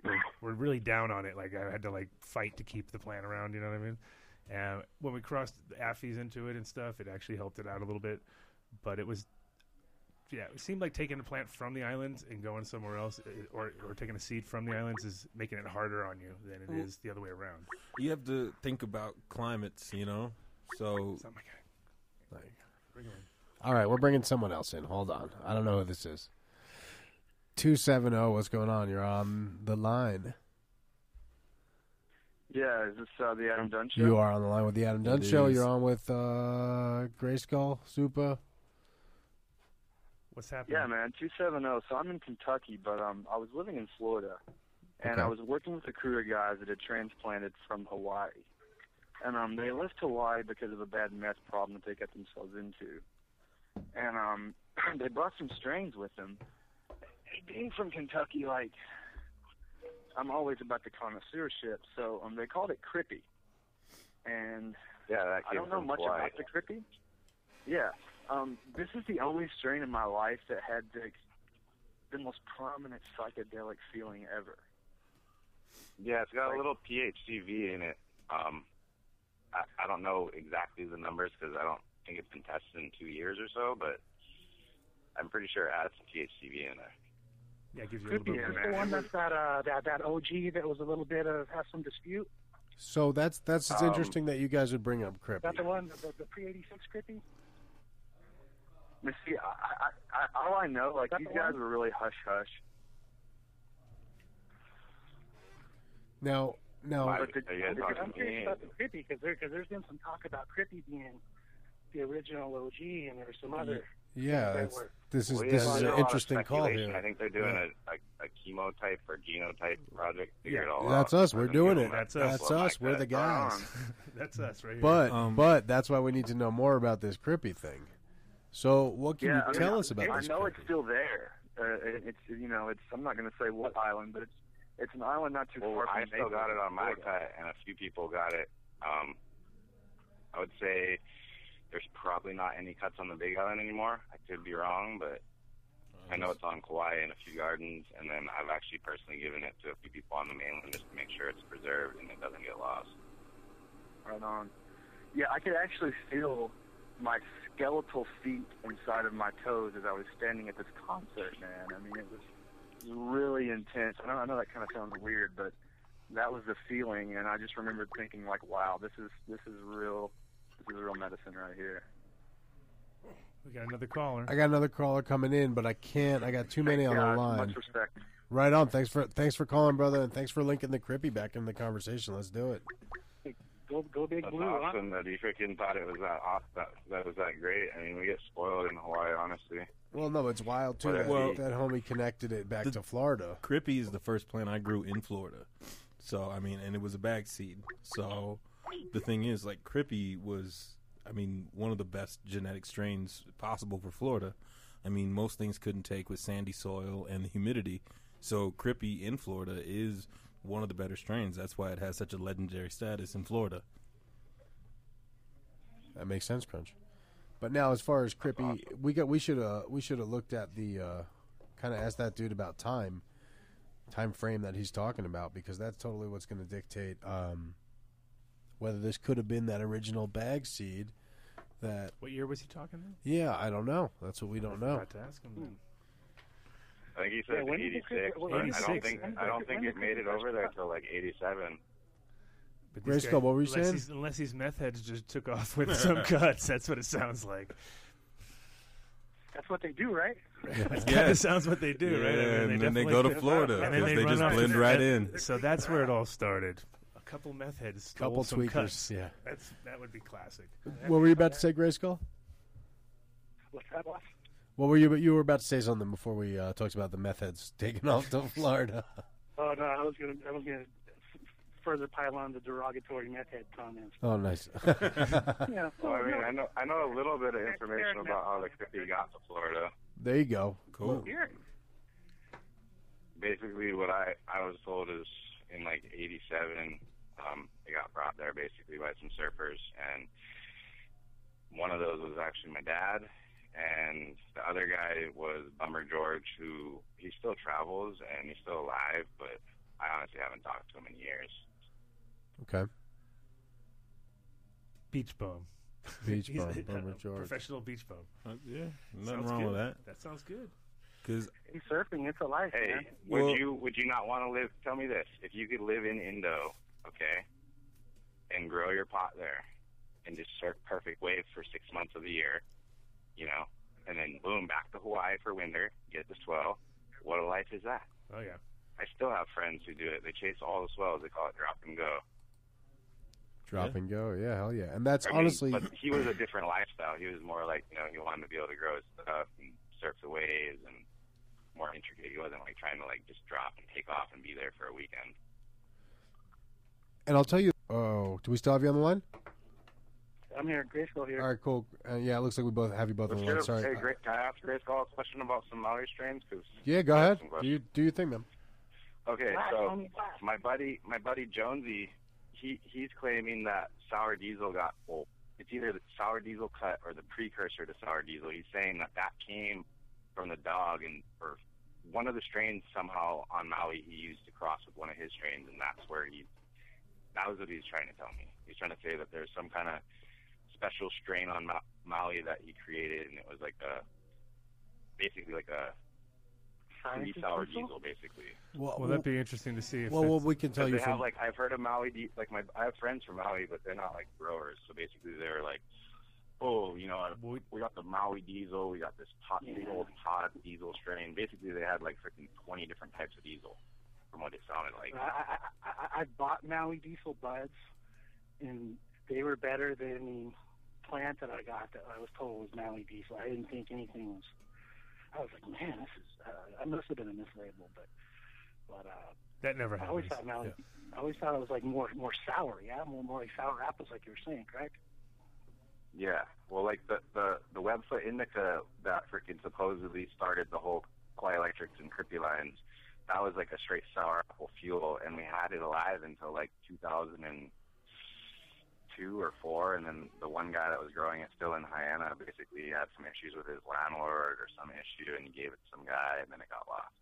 were, were really down on it. Like I had to like fight to keep the plant around. You know what I mean? And when we crossed the affies into it and stuff, it actually helped it out a little bit. But it was yeah, it seemed like taking a plant from the islands and going somewhere else, uh, or or taking a seed from the islands is making it harder on you than it
Well-
is the other way around.
You have to think about climates, you know. So
All right, we're bringing someone else in. Hold on. I don't know who this is. 270, what's going on? You're on the line.
Yeah, is this uh, the Adam Dunn show?
You are on the line with the Adam Dunn
It
Show.
is.
You're on with uh, Grayskull, Supa.
What's happening?
Yeah, man, two seven
oh,
zero. So I'm in Kentucky, but um, I was living in Florida, and
Okay.
I was working with a crew of guys that had transplanted from Hawaii, and um, they left Hawaii because of a bad meth problem that they got themselves into, and um, they brought some strains with them. Being from Kentucky, like I'm always about the connoisseur shit, so um, they called it crippy, and
Yeah, that
I
came
don't know
from
much
Hawaii.
about the crippy. Yeah. Um, this is the only strain in my life that had the, the most prominent psychedelic feeling ever.
Yeah, it's got a little PHCV in it. Um, I, I don't know exactly the numbers because I don't think it's been tested in two years or so, but I'm pretty sure it has some PHCV in there.
Yeah, it gives
you a little bit
Is
of
this the one that's that uh that that OG that was a little bit of has some dispute.
So that's that's it's
Um,
interesting that you guys would bring up Crip.
Is that the one the, the pre eighty six crippy?
But see, I, I, I, all I know, like these guys were really hush hush.
Now, now,
But the-
I'm curious
E
about the crippy because there because there's been some talk about crippy being the original OG and there's some other.
yeah,
that
it's,
were-
this is
Well, yeah,
this
there's
is
a
an
lot of
interesting call
speculation.
here.
I think they're doing a, a, a chemotype or genotype project. to Figure it all
That's
out.
us. We're
Something
doing
like
it.
that.
That's us.
what my
We're
gut
the
is on.
guys.
That's us right here. Um,
But but that's why we need to know more about this Crippy thing. So what can
yeah, I mean,
you tell us about
I
this?
know it's still there. Uh, it, it's you know, it's I'm not going to say what island, but it's it's an island not too far
Well,
from
I still
Naples,
got it on my
Florida.
cut, and a few people got it. Um, I would say there's probably not any cuts on the Big Island anymore. I could be wrong, but I know it's on Kauai in a few gardens, and then I've actually personally given it to a few people on the mainland just to make sure it's preserved and it doesn't get lost.
Right on. Yeah, I could actually feel my skeletal feet inside of my toes as I was standing at this concert, man. I mean, it was really intense. I know, I know that kind of sounds weird, but that was the feeling, and I just remember thinking, like, wow, this is this is real, this is real medicine right here.
we got another caller.
I got another caller coming in, but I can't. I got too many on the
God,
line.
much respect.
Right on. Thanks for thanks for calling, brother, and thanks for linking the Crippy back in the conversation. Let's do it.
Go go big
That's
blue. huh?
awesome that he freaking thought it was that, off, that that was that great. I mean, we get spoiled in Hawaii, honestly.
Well, no, it's wild too.
Well,
that,
well-
that homie connected it back
The-
to Florida.
Crippy is the first plant I grew in Florida. So I mean, and it was a bag seed. So the thing is, like Crippy was, I mean, one of the best genetic strains possible for Florida. I mean, most things couldn't take with sandy soil and the humidity. So Crippy in Florida is one of the better strains. That's why it has such a legendary status in Florida.
That makes sense, Crunch. But now, as far as Crippy, we got we should uh we should have looked at the uh, kind of asked that dude about time, time frame that he's talking about because that's totally what's going to dictate um, whether this could have been that original bag seed. That
What year was he talking? Then?
yeah, I don't know. That's what we don't know.
Forgot to ask him.
Hmm.
then.
I think he
Yeah,
said
when did the
86.
Cricket-
but
when-
I
86?
don't think
When did
I
the-
don't think
when
it
did
made
the
it over
first
there till like 87.
But
Grace
these
Cole, what were you
unless
saying?
These, unless these meth heads just took off with some cuts, that's what it sounds like.
That's what they do, right?
That's kind of sounds what they do, right? I mean,
Yeah, and then they
definitely
go to
do.
Florida,
and then
'cause they
run
just
off.
blend right in.
So that's where it all started. A couple meth heads, stole
Couple
some
tweakers,
cuts.
yeah.
That's that would be classic.
What were you about to say, Grayskull?
What's that one?
What were you? You were about to say something before we uh, talked about the meth heads taking off to Florida.
Oh no, I was gonna I was gonna f- further pile on the derogatory meth head comments.
Oh, nice.
Yeah.
Well, I mean, I know I know a little bit of
Eric-
information
Eric
about how the Crippy got to Florida.
there you go.
Cool.
Basically, what I I was told is in like '87, um, they got brought there basically by some surfers, and one of those was actually my dad, and the other guy was Bummer George, who he still travels and he's still alive, but I honestly haven't talked to him in years.
Okay.
Beach bum.
Beach
He's
bum,
a-
Bummer
a
George.
Professional beach bum.
Uh, yeah, nothing
Sounds
wrong with
good.
that.
That sounds good.
Because
He's surfing; it's a life. Hey,
man.
would
Well-
you would you not want to live? Tell me this: if you could live in Indo, okay, and grow your pot there, and just surf perfect wave for six months of the year, you know, and then boom, back to Hawaii for winter, get the swell. What a life is that?
Oh yeah.
I still have friends who do it. They chase all the swells. They call it drop and go.
Drop and go. Yeah, hell yeah. And that's
I mean,
honestly
But he was a different lifestyle. He was more like, you know, he wanted to be able to grow his stuff and surf the waves and more intricate. He wasn't like trying to like just drop and take off and be there for a weekend.
and I'll tell you oh, do we still have you on the line?
I'm here, Graceville here.
All right, cool. Uh, yeah, it looks like we both have you both on the line. Sorry.
Hey, great. Can I ask Grace Call a question about some Maori strains? Cause
Yeah, go ahead. Do you do your thing, man.
Okay,
Glass,
so
homie, glass.
my buddy, my buddy Jonesy, he he's claiming that sour diesel got well, it's either the sour diesel cut or the precursor to sour diesel. He's saying that that came from the dog and or one of the strains somehow on Maui he used to cross with one of his strains, and that's where he that was what he's trying to tell me. He's trying to say that there's some kind of special strain on Ma- Maui that he created, and it was like a basically like a free
Scientist
sour
diesel?
diesel, basically.
Well,
well, that'd be interesting to see if.
Well, well,
that's-
we can tell
Because
you
they have
from
like I've heard of Maui. de- Like my I have friends from Maui, but they're not like growers. So basically, they're like, oh, you know, we got the Maui diesel. We got this pot, the old pod diesel strain. Basically, they had like freaking twenty different types of diesel, from what it sounded like.
I, I, I, I bought Maui Diesel buds, and they were better than the plant that I got that I was told was Maui Diesel. I didn't think anything was. I was like, man, this is. Uh, I must have been a mislabel, but but uh,
That never
I always
happens.
thought Maui. I always thought it was like more more sour, yeah, more more like sour apples, like you were saying, correct?
Yeah. Well, like the the the Webfoot Indica that freaking supposedly started the whole Clay Electrics and Crippy Lines. That was like a straight sour apple fuel, and we had it alive until like 2002 or four. And then the one guy that was growing it still in Hyena basically had some issues with his landlord or some issue, and he gave it to some guy, and then it got lost.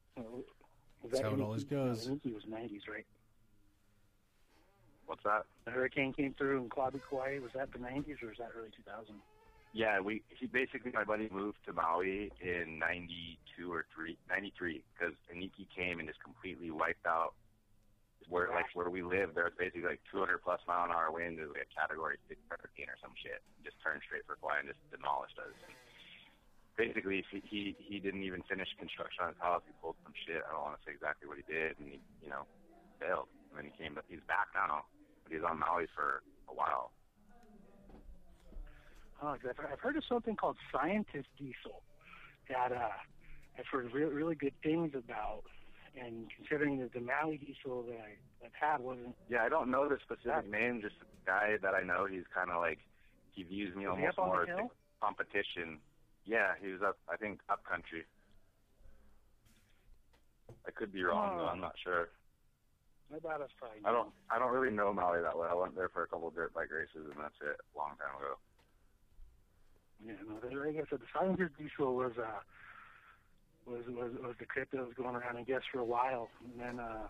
Was
That's
that
how it
Iniki?
always goes.
I think he was 90s, right?
What's that?
The hurricane came through and clobbered Kauai. Was that the 90s or was that early 2000?
Yeah, we he basically my buddy moved to Maui in '92 or three '93 because Aniki came and just completely wiped out where like where we live. There was basically like 200 plus mile an hour winds. It was like a Category Six hurricane or some shit. Just turned straight for Kauai and just demolished us. And basically, he, he he didn't even finish construction on his house. He pulled some shit. I don't want to say exactly what he did, and he you know failed. And then he came, but he's back now. But he's on Maui for a while.
Oh, 'cause I've, I've heard of something called scientist diesel that uh, I've heard really, really good things about. And considering that the Maui diesel that I, I've had wasn't,
Yeah, I don't know the specific name. Just the guy that I know, he's kind of like he views me
Was he up
almost eh?
on
more
the
as
hill?
a competition. Yeah, he was up. I think up country. I could be wrong though.
Oh.
I'm not sure.
I thought it was probably.
I don't. I don't really know Maui that well. I went there for a couple dirt bike races, and that's it. A long time ago.
Yeah, no, the- like I said, the scientist diesel was uh, was, was was the crap that was going around, I guess, for a while, and then uh,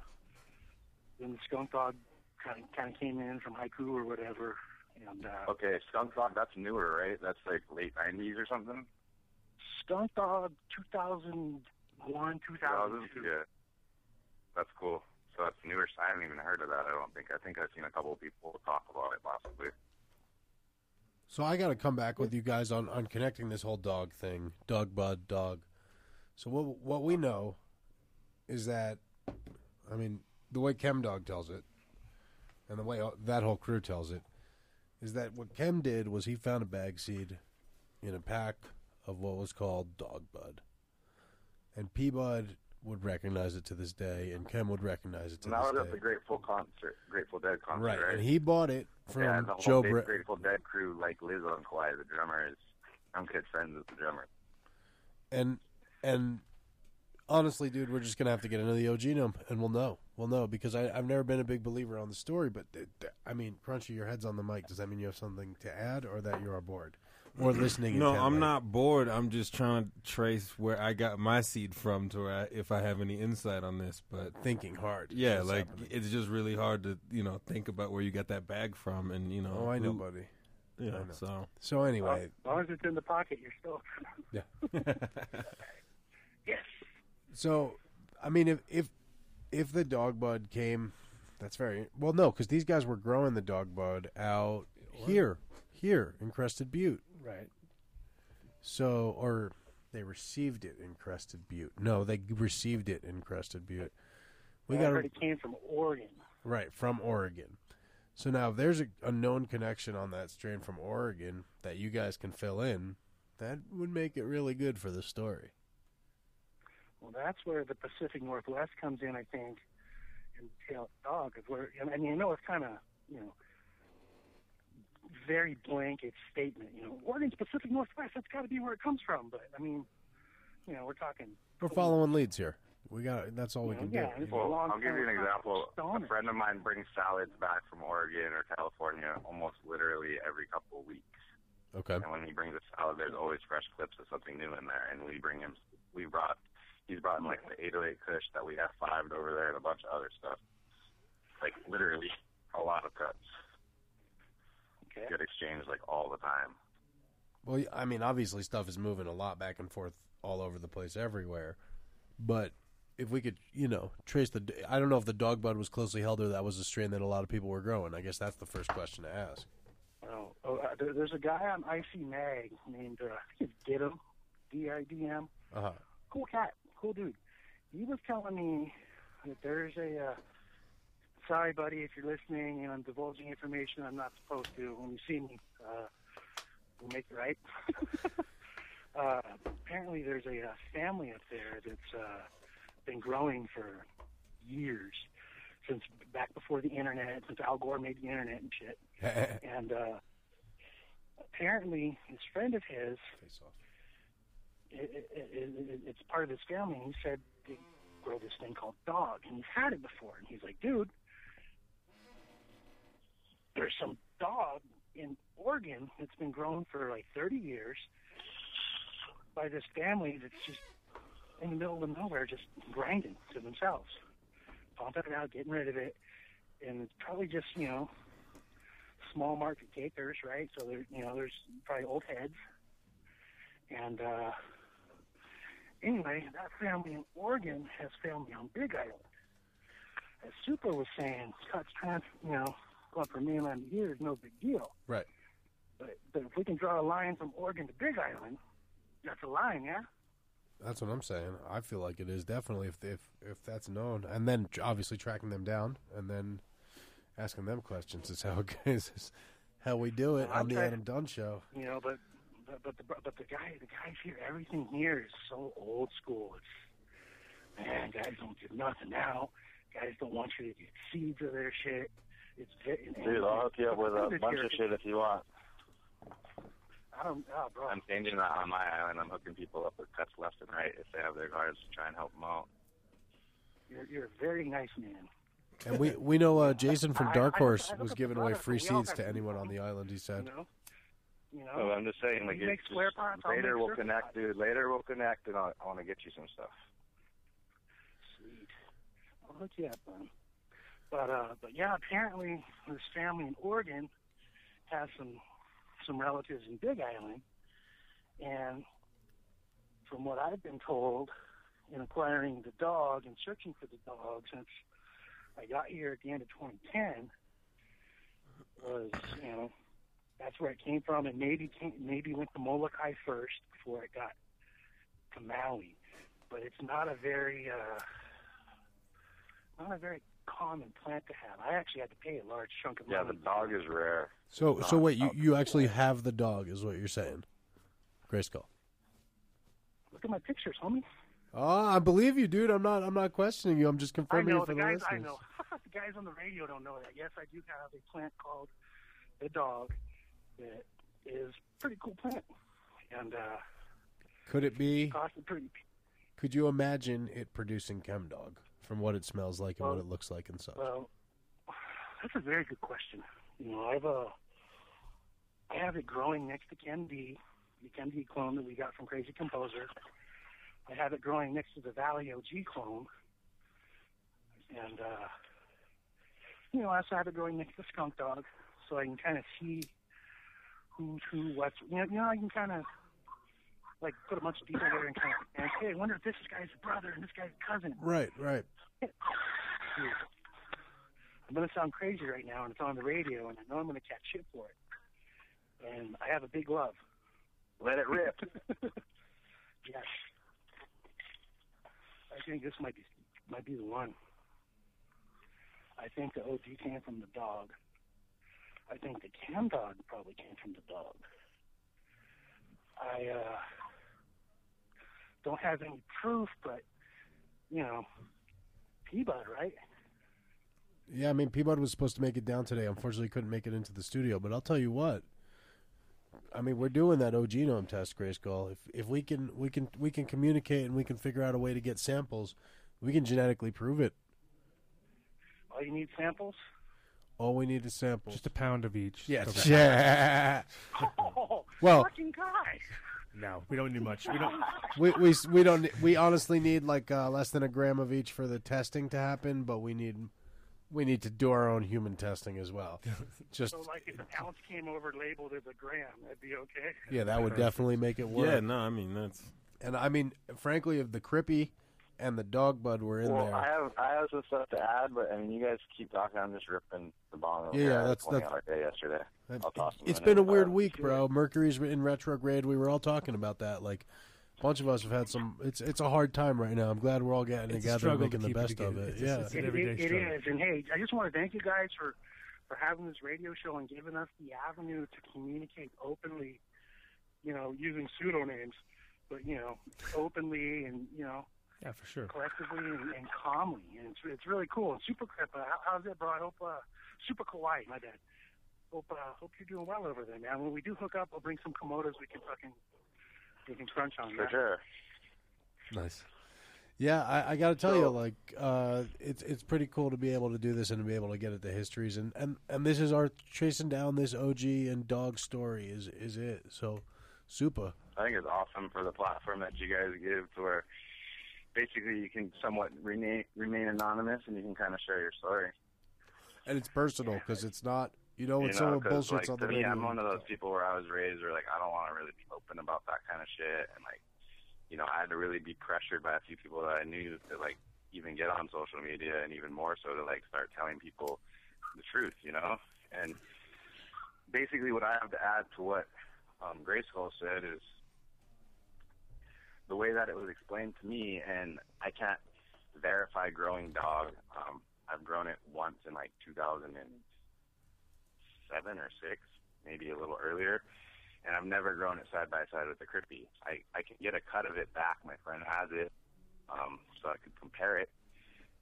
then the skunk dog kind of kind of came in from haiku or whatever, and uh,
Okay, Skunk Dog. That's newer, right? That's like late '90s or something.
skunk dog 2001,
2000s?
2002.
Yeah. That's cool. So that's newer. I haven't even heard of that. I don't think. I think I've seen a couple of people talk about it possibly.
So I got to come back with you guys on on connecting this whole dog thing, dog bud dog. So what what we know is that, I mean, the way Chem Dog tells it, and the way that whole crew tells it, is that what Chem did was he found a bag seed in a pack of what was called dog bud, and P Bud would recognize it to this day, and Chem would recognize it to
And that was
this
at the
day.
Grateful concert, Grateful Dead concert,
Right,
right?
and he bought it
yeah,
from
the whole
Joe
big
Bra-
Grateful Dead crew, like Lizzo and Kawhi, the drummer is. I'm good friends with the drummer.
and and honestly, dude, we're just gonna have to get into the O genome, and we'll know. We'll know because I, I've never been a big believer on the story, but th- th- I mean, Crunchy, your head's on the mic. Does that mean you have something to add, or that you are bored? or listening.
No,
intently.
I'm not bored. I'm just trying to trace where I got my seed from to where I, if I have any insight on this. But
Thinking hard is
Yeah,
what's
like it's just really hard to you know think about where you got that bag from, and you know.
Oh, I know,
who-
buddy.
Yeah.
I know.
So.
So
Well,
Oh, anyway,
as long as it's in the pocket, you're still.
yeah.
yes.
So, I mean, if if if the dog bud came, that's very well. No, because these guys were growing the dog bud out here, here in Crested Butte.
Right.
So, or they received it in Crested Butte. No, they received it in Crested Butte. We got
already came from Oregon.
Right, from Oregon. So now if there's a, a known connection on that strain from Oregon that you guys can fill in, that would make it really good for the story.
Well, that's where the Pacific Northwest comes in, I think, and tail dog is where. and- And you know, it's kind of you know very blanket statement. You know, Oregon's Pacific Northwest. That's got to be where it comes from. But I mean, you know, we're talking.
We're following leads here. We got that's all we can do. you know?
Well, I'll give you an example. A friend of mine brings salads back from Oregon or California almost literally every couple of weeks.
Okay.
And when he brings a salad, there's always fresh clips of something new in there. And we bring him, we brought, he's brought in like the 808 Kush that we have fived over there and a bunch of other stuff. Like literally a lot of cuts.
Okay.
Good exchange like all the time.
Well, I mean, obviously stuff is moving a lot back and forth all over the place everywhere. But if we could, you know, trace the I don't know if the dog bud was closely held or that was a strain that a lot of people were growing. I guess that's the first question to ask.
Oh, oh uh, there, there's a guy on Icy Mag named uh, I think it's Didum, D I D M.
Uh-huh.
cool cat, cool dude. He was telling me that there's a. Uh, sorry, buddy, if you're listening and I'm divulging information I'm not supposed to. When you see me, uh, we'll make it right. uh, apparently, there's a, uh family up there that's uh, been growing for years, since back before the internet, since Al Gore made the internet and shit and uh, apparently his friend of his It, it, it, it, it's part of his family and he said they grow this thing called dog and he's had it before and he's like dude there's some dog in oregon that's been grown for like 30 years by this family that's just in the middle of nowhere just grinding to themselves pumping it out getting rid of it and it's probably just you know small market takers, right? So there, you know, there's probably old heads. And uh, anyway, that family in Oregon has family on Big Island. As Super was saying, cuts trans, you know, going from mainland to here is no big deal.
Right.
But, but if we can draw a line from Oregon to Big Island, that's a line, yeah.
That's what I'm saying. I feel like it is definitely if if if that's known, and then tr- obviously tracking them down, and then asking them questions is how it goes. Is how we do it
Well, I'm
on the
trying-
Adam Dunn Show.
You know, but but but the but the guy the guys here, everything here is so old school. It's man, guys don't give nothing out. Guys don't want you to get seeds of their shit. It's ve-
Dude, I'll hook you up with a
It's
bunch
here.
of shit if you want.
I don't, oh, bro.
I'm changing that on my island. I'm hooking people up with cuts left and right if they have their cards to try and help them out.
You're, you're a very nice man.
And we we know uh, Jason from
I-
Dark
I- I
Horse
look
was
at the
giving away
product,
free
we all
seeds
have
to anyone on the island. He
You
said,
know, you know.
No, I'm just saying, like,
Oh. you make
it's
square
just-
pots, I'll
later
make
we'll
circle
connect, dude. Later we'll connect, and I'll, I want to get you some stuff.
Sweet. I'll hook you up, man. But uh, but yeah, apparently this family in Oregon has some some relatives in Big Island, and from what I've been told, in acquiring the dog and searching for the dog since I got here at the end of 2010 was you know that's where it came from, and maybe came, maybe went to Molokai first before it got to Maui. But it's not a very uh, not a very common plant to have. I actually had to pay a large chunk of
Yeah,
money.
the dog is rare.
"So so wait, you you actually have the dog, is what you're saying, Grayskull?
Look at my pictures, homie.
Oh, I believe you, dude. I'm not I'm not questioning you. I'm just
I
confirming
know
it for
the
the,
guys.
listeners.
I know the guys on the radio don't know that. Yes, I do have a plant called the dog that is a pretty cool plant, and uh,
Could it be?
cost a pretty
Could you imagine it producing chem dog from what it smells like and what
Well-
it looks like and such?
Well, that's a very good question. You know, I've uh, I have it growing next to Ken D, the Ken D clone that we got from Crazy Composer. I have it growing next to the Valley OG clone. And, uh, you know, I also have it growing next to Skunk Dog, so I can kind of see who's who, what's, you know, you know I can kind of, like, put a bunch of people there and kind of, and, hey, I wonder if this guy's brother and this guy's cousin.
Right, right.
Yeah. I'm going to sound crazy right now, and it's on the radio, and I know I'm going to catch shit for it. And I have a big love.
Let it rip.
Yes. I think this might be might be the one. I think the OG came from the dog. I think the cam dog probably came from the dog. I uh, don't have any proof, but you know, Peabod, right?
Yeah, I mean, Peabod was supposed to make it down today. Unfortunately, couldn't make it into the studio. But I'll tell you what. I mean, we're doing that O genome test, Grayskull. If if we can we can we can communicate and we can figure out a way to get samples, we can genetically prove it.
All you need samples.
All we need is samples. Just
a pound of each.
Yes.
Yeah.
Oh,
Well-
fucking guy.
No, we don't need much. We don't.
we we we don't we honestly need like uh, less than a gram of each for the testing to happen, but we need we need to do our own human testing as well. Just
so, like, if an ounce came over labeled as a gram, that'd be okay.
yeah, that would definitely make it work.
Yeah, no, I mean that's
And I mean, frankly, if the Crippy and the Dog Bud were in
well,
there,
I have I have some stuff to add, but I mean, you guys keep talking. I'm just ripping the bomb. over
Yeah,
here.
yeah,
I had
that's-
20
that's-
hour day yesterday.
That-
I'll toss them
it's
in
been a
and,
weird
uh,
week, bro. Mercury's in retrograde. We were all talking about that. Like, a bunch of us have had some. It's it's a hard time right now. I'm glad we're all getting
It's
together,
a
and
struggle to
making the
keep it
best of
together.
it.
It's a-
yeah,
it's an everyday
It is, and hey, I just want to thank you guys for for having this radio show and giving us the avenue to communicate openly. You know, using pseudonyms, but you know, openly and you know,
Yeah, for sure.
collectively and, and calmly, and it's it's really cool. And super Crippa, how, how's it, bro? I hope uh, super kawaii, my bad. Hope uh, hope you're doing well over there, man. When we do hook up, I'll bring some komodos we can fucking we can crunch on.
For
yeah?
sure.
Nice. Yeah, I, I got to tell you, like, uh, it's it's pretty cool to be able to do this and to be able to get at the histories and, and, and this is our chasing down this OG and dog story is is it. So, super.
I think it's awesome for the platform that you guys give, to where basically you can somewhat remain remain anonymous and you can kind of share your story.
and it's personal because it's not you know when
you know,
someone
'cause,
bullshits
like,
on the
to
radio.
Me, I'm one of those people where I was raised where like I don't want to really be open about that kind of shit, and like you know I had to really be pressured by a few people that I knew to like even get on social media, and even more so to like start telling people the truth, you know. And basically, what I have to add to what um, Grace Hall said is the way that it was explained to me, and I can't verify growing dog. Um, I've grown it once in like 2000 and seven or six, maybe a little earlier. And I've never grown it side by side with the Crippy. I, I can get a cut of it back. My friend has it, um, so I could compare it.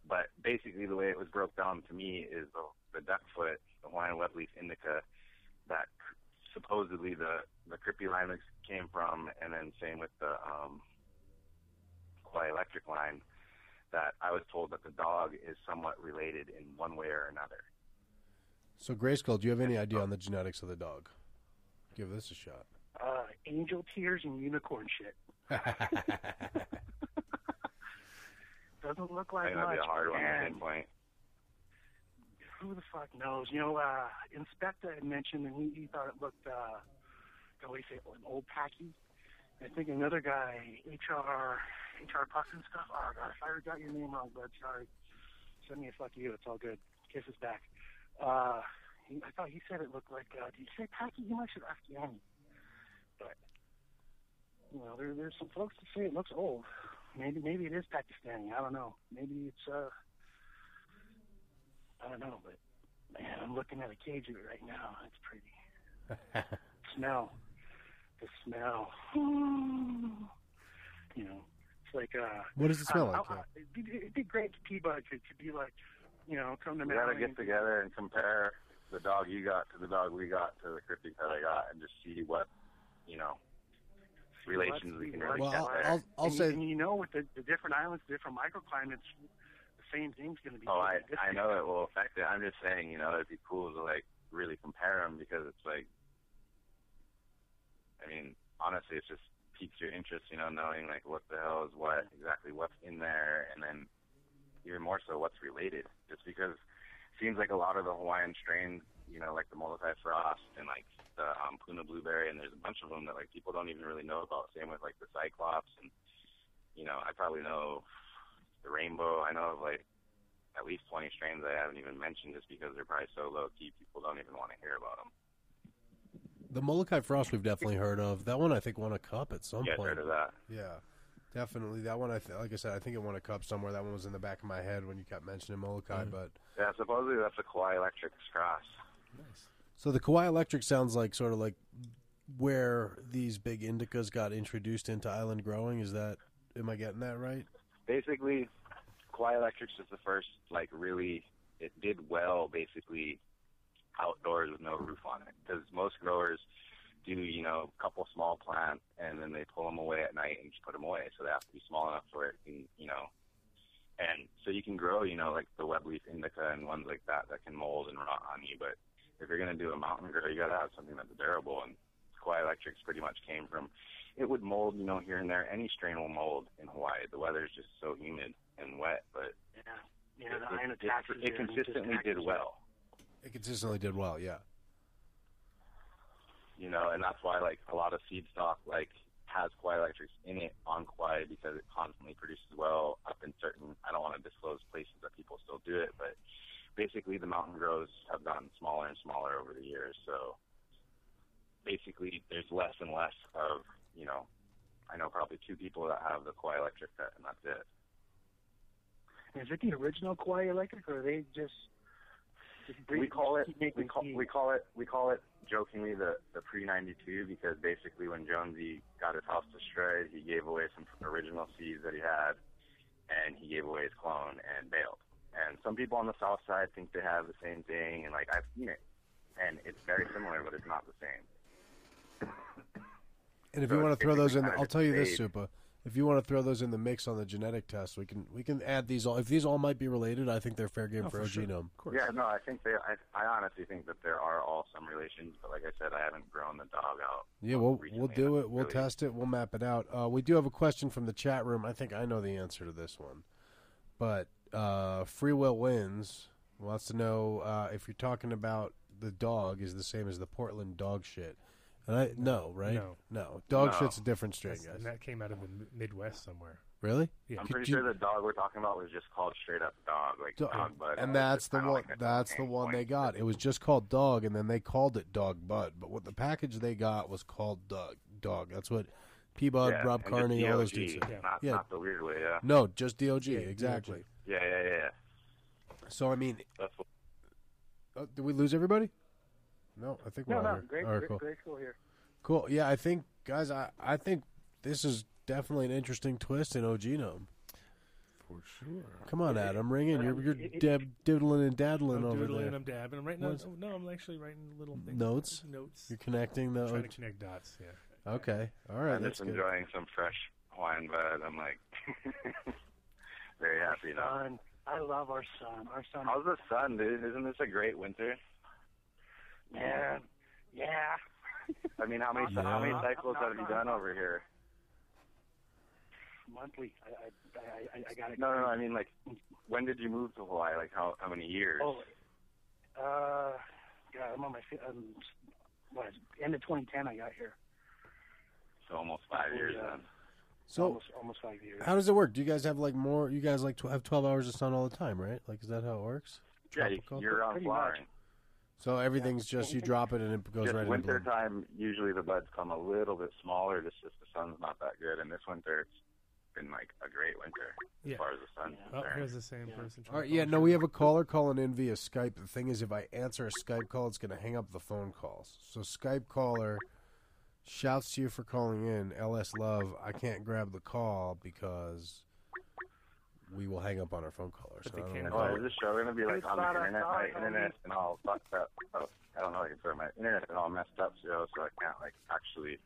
But basically, the way it was broke down to me is the, the duck foot, the Hawaiian Webley's indica, that cr- supposedly the the Crippy line mix came from, and then same with the um, Kauai Electric line. That I was told that the dog is somewhat related in one way or another.
So, Grace Cole, do you have any idea on the genetics of the dog? Give this a shot.
Uh, angel tears and unicorn shit. Doesn't look
I
like
think that'd
much.
be a hard one to
man.
pinpoint.
who the fuck knows? You know, uh, Inspector had mentioned, and he, he thought it looked, uh, how do we say, it, an old packy. I think another guy, HR, HR Puck and stuff. Oh god, if I got your name wrong, bud, sorry. Send me a fuck you. It's all good. Kisses back. Uh, he, I thought he said it looked like. Uh, did you say packy? You might should ask Yanni. But you know, there, there's some folks that say it looks old. Maybe maybe it is Pakistani. I don't know. Maybe it's uh. I don't know, but man, I'm looking at a cage of it right now. It's pretty. smell. The smell. you know, it's like uh.
What does it smell
I-
like,
I-
yeah?
it'd, be, it'd be great to Peabody to, to be like, you know, come to
We gotta
Maryland.
get together and compare the dog you got to the dog we got to the cryptic that I got, and just see what you know relations we can really
Well,
get
I'll-
there.
I'll- I'll
and
say-
You, and you know, with the, the different islands, different microclimates, the same thing's going to be.
oh,
totally
I I
different.
know it will affect it. I'm just saying, you know, it'd be cool to like really compare them because it's like I mean, honestly, it's just piques your interest, you know, knowing like what the hell is what, exactly what's in there, and then even more so what's related. Just because it seems like a lot of the Hawaiian strains, you know, like the Molokai Frost and like the um, Puna Blueberry, and there's a bunch of them that like people don't even really know about. Same with like the Cyclops, and you know, I probably know the Rainbow. I know of like at least 20 strains I haven't even mentioned just because they're probably so low key people don't even want to hear about them.
The Molokai Frost we've definitely heard of. That one I think won a cup at some
You guys
point.
heard of that?
Yeah, definitely that one. I th- like I said, I think it won a cup somewhere. That one was in the back of my head when you kept mentioning Molokai. But
Yeah, supposedly that's a Kauai Electric Cross.
so the Kauai Electric sounds like sort of like where these big indicas got introduced into island growing. Is that? Am I getting that right?
Basically, Kauai Electric's is the first, like, really, it did well basically outdoors with no roof on it. Because most growers do, you know, a couple small plants and then they pull them away at night and just put them away. So they have to be small enough where it can, you know, and so you can grow, you know, like the web leaf indica and ones like that that can mold and rot on you. But if you're going to do a mountain grow, you got to have something that's durable. And Kauai Electrics pretty much came from it would mold, you know, here and there. Any strain will mold in Hawaii. The weather's just so humid and wet, but
Yeah,
it,
the iron
it,
attacks
it, it consistently did well,
It consistently did well. Yeah.
you know, and that's why like a lot of seed stock like has Kauai electrics in it on Kauai because it constantly produces well up in certain. I don't want to disclose places that people still do it, but basically the mountain grows have gotten smaller and smaller over the years. So basically, there's less and less of you know. I know probably two people that have the Kauai electric set, and that's it.
Is it the original Kauai Electric, or are they just?
we call it
make
we call, we call it we call it jokingly the the pre ninety two because basically when Jonesy got his house destroyed, he gave away some original seeds that he had, and he gave away his clone and bailed. And some people on the south side think they have the same thing, and like I've seen it, and it's very similar, but it's not the same.
And if
So
you want
it's
to throw those in,
basically
the,
kind of
I'll tell you this,
delayed.
Supa. If you want to throw those in the mix on the genetic test, we can we can add these all. If these all might be related, I think they're fair game
Oh,
for,
for
our
sure.
genome.
Yeah, no, I think they. I, I honestly think that there are all some relations, but like I said, I haven't grown the dog out.
Yeah, we'll we'll
recently,
do
and
it. We'll
really-
test it. We'll map it out. Uh, we do have a question from the chat room. I think I know the answer to this one, but uh, Free Will Wins wants to know uh, if you're talking about the dog is the same as the Portland dog shit. And I, Uh, no, right?
No.
Dog shit's a different strain,
That's-
guys.
And that came out of the mi- Midwest somewhere.
Really?
I'm
Could
pretty
you-
sure the dog we're talking about was just called straight up dog, like
Do-
dog bud.
and that's the one. that's the one they got. It was just called Dog, and then they called it Dog Bud. But what the package they got was called Dog. Dog. That's what P Bud,
Yeah,
Rob
and just
Carney, all those
DOG,
dudes. said.
Not, not the weird way, yeah.
No, just DOG. exactly.
Yeah, yeah, yeah.
So I mean,
That's what,
uh, did we lose everybody? No, I think we're
No,
all
no,
here.
great,
All right,
great,
cool.
great school here.
Cool. Yeah, I think guys, I I think this is definitely an interesting twist in Ogenome.
For sure.
Come on, Adam, ring in. You're you're
It- it-
dab, diddling and daddling
I'm
over
doodling
there.
and I'm dabbing. I'm writing.
What
oh, no, I'm actually writing little things.
notes.
Notes.
You're connecting the.
Trying
OG
to connect dots. Yeah.
Okay. All right.
I'm
That's
just
good.
enjoying some fresh Hawaiian bud. I'm like very happy now.
Son, I love our son. Our son.
How's the sun, dude? Isn't this a great winter?
Yeah, yeah.
I mean, how many
Yeah.
how many cycles have you done over here?
Monthly. I, I, I, I, I got it.
No, no, no. I mean, like, when did you move to Hawaii? Like, how how many years?
Oh, uh, God, I'm on my fi- um, what? End of 2010, I got here.
So almost five years then.
So-
almost, almost five years.
How does it work? Do you guys have like more? You guys like tw- have twelve hours of sun all the time, right? Like, is that how it works?
Yeah, you-
Tropical?
you're on
Pretty much.
flowering.
So everything's just you drop it and it goes
Just
right into
winter
bloom.
time, usually the buds come a little bit smaller. Just just the sun's not that good, and this winter it's been like a great winter as
Yeah.
far as the sun's
Oh,
concerned.
here's the same person.
All right, yeah, no, we have a caller calling in via Skype. The thing is, if I answer a Skype call, it's going to hang up the phone calls. So Skype caller, shouts to you for calling in. LS Love, I can't grab the call because we will hang up on our phone caller. So I don't know.
Oh, is this show gonna be like on the
Thought I
internet?
thought
My
I
internet and all fucked up. Oh, I don't know. Like, sorry, my internet and all messed up, so so I can't like actually.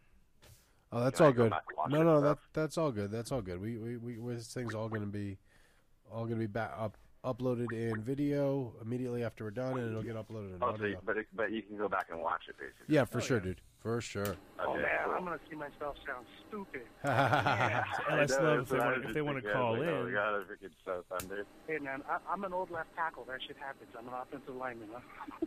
Oh, that's
Can I
all
go
good.
back and watch
No,
it
no,
and
that that's all good. That's all good. We we, we we- this thing's all gonna be all gonna be back up uploaded in video immediately after we're done, and it'll get uploaded in
Oh, so you,
audio.
but it, but you can go back and watch it basically.
Oh,
Yeah, for sure, dude. for sure.
Oh
Okay,
man,
cool.
I'm gonna see myself sound stupid.
Yeah.
So LS
I know,
Love,
that's
if they
what I
wanna-
was
if they
just
wanna
thinking. I was
call
like, Oh,
in.
God, I freaking so thunder.
Hey man, I, I'm an old left tackle. That shit happens. I'm an offensive lineman. Huh?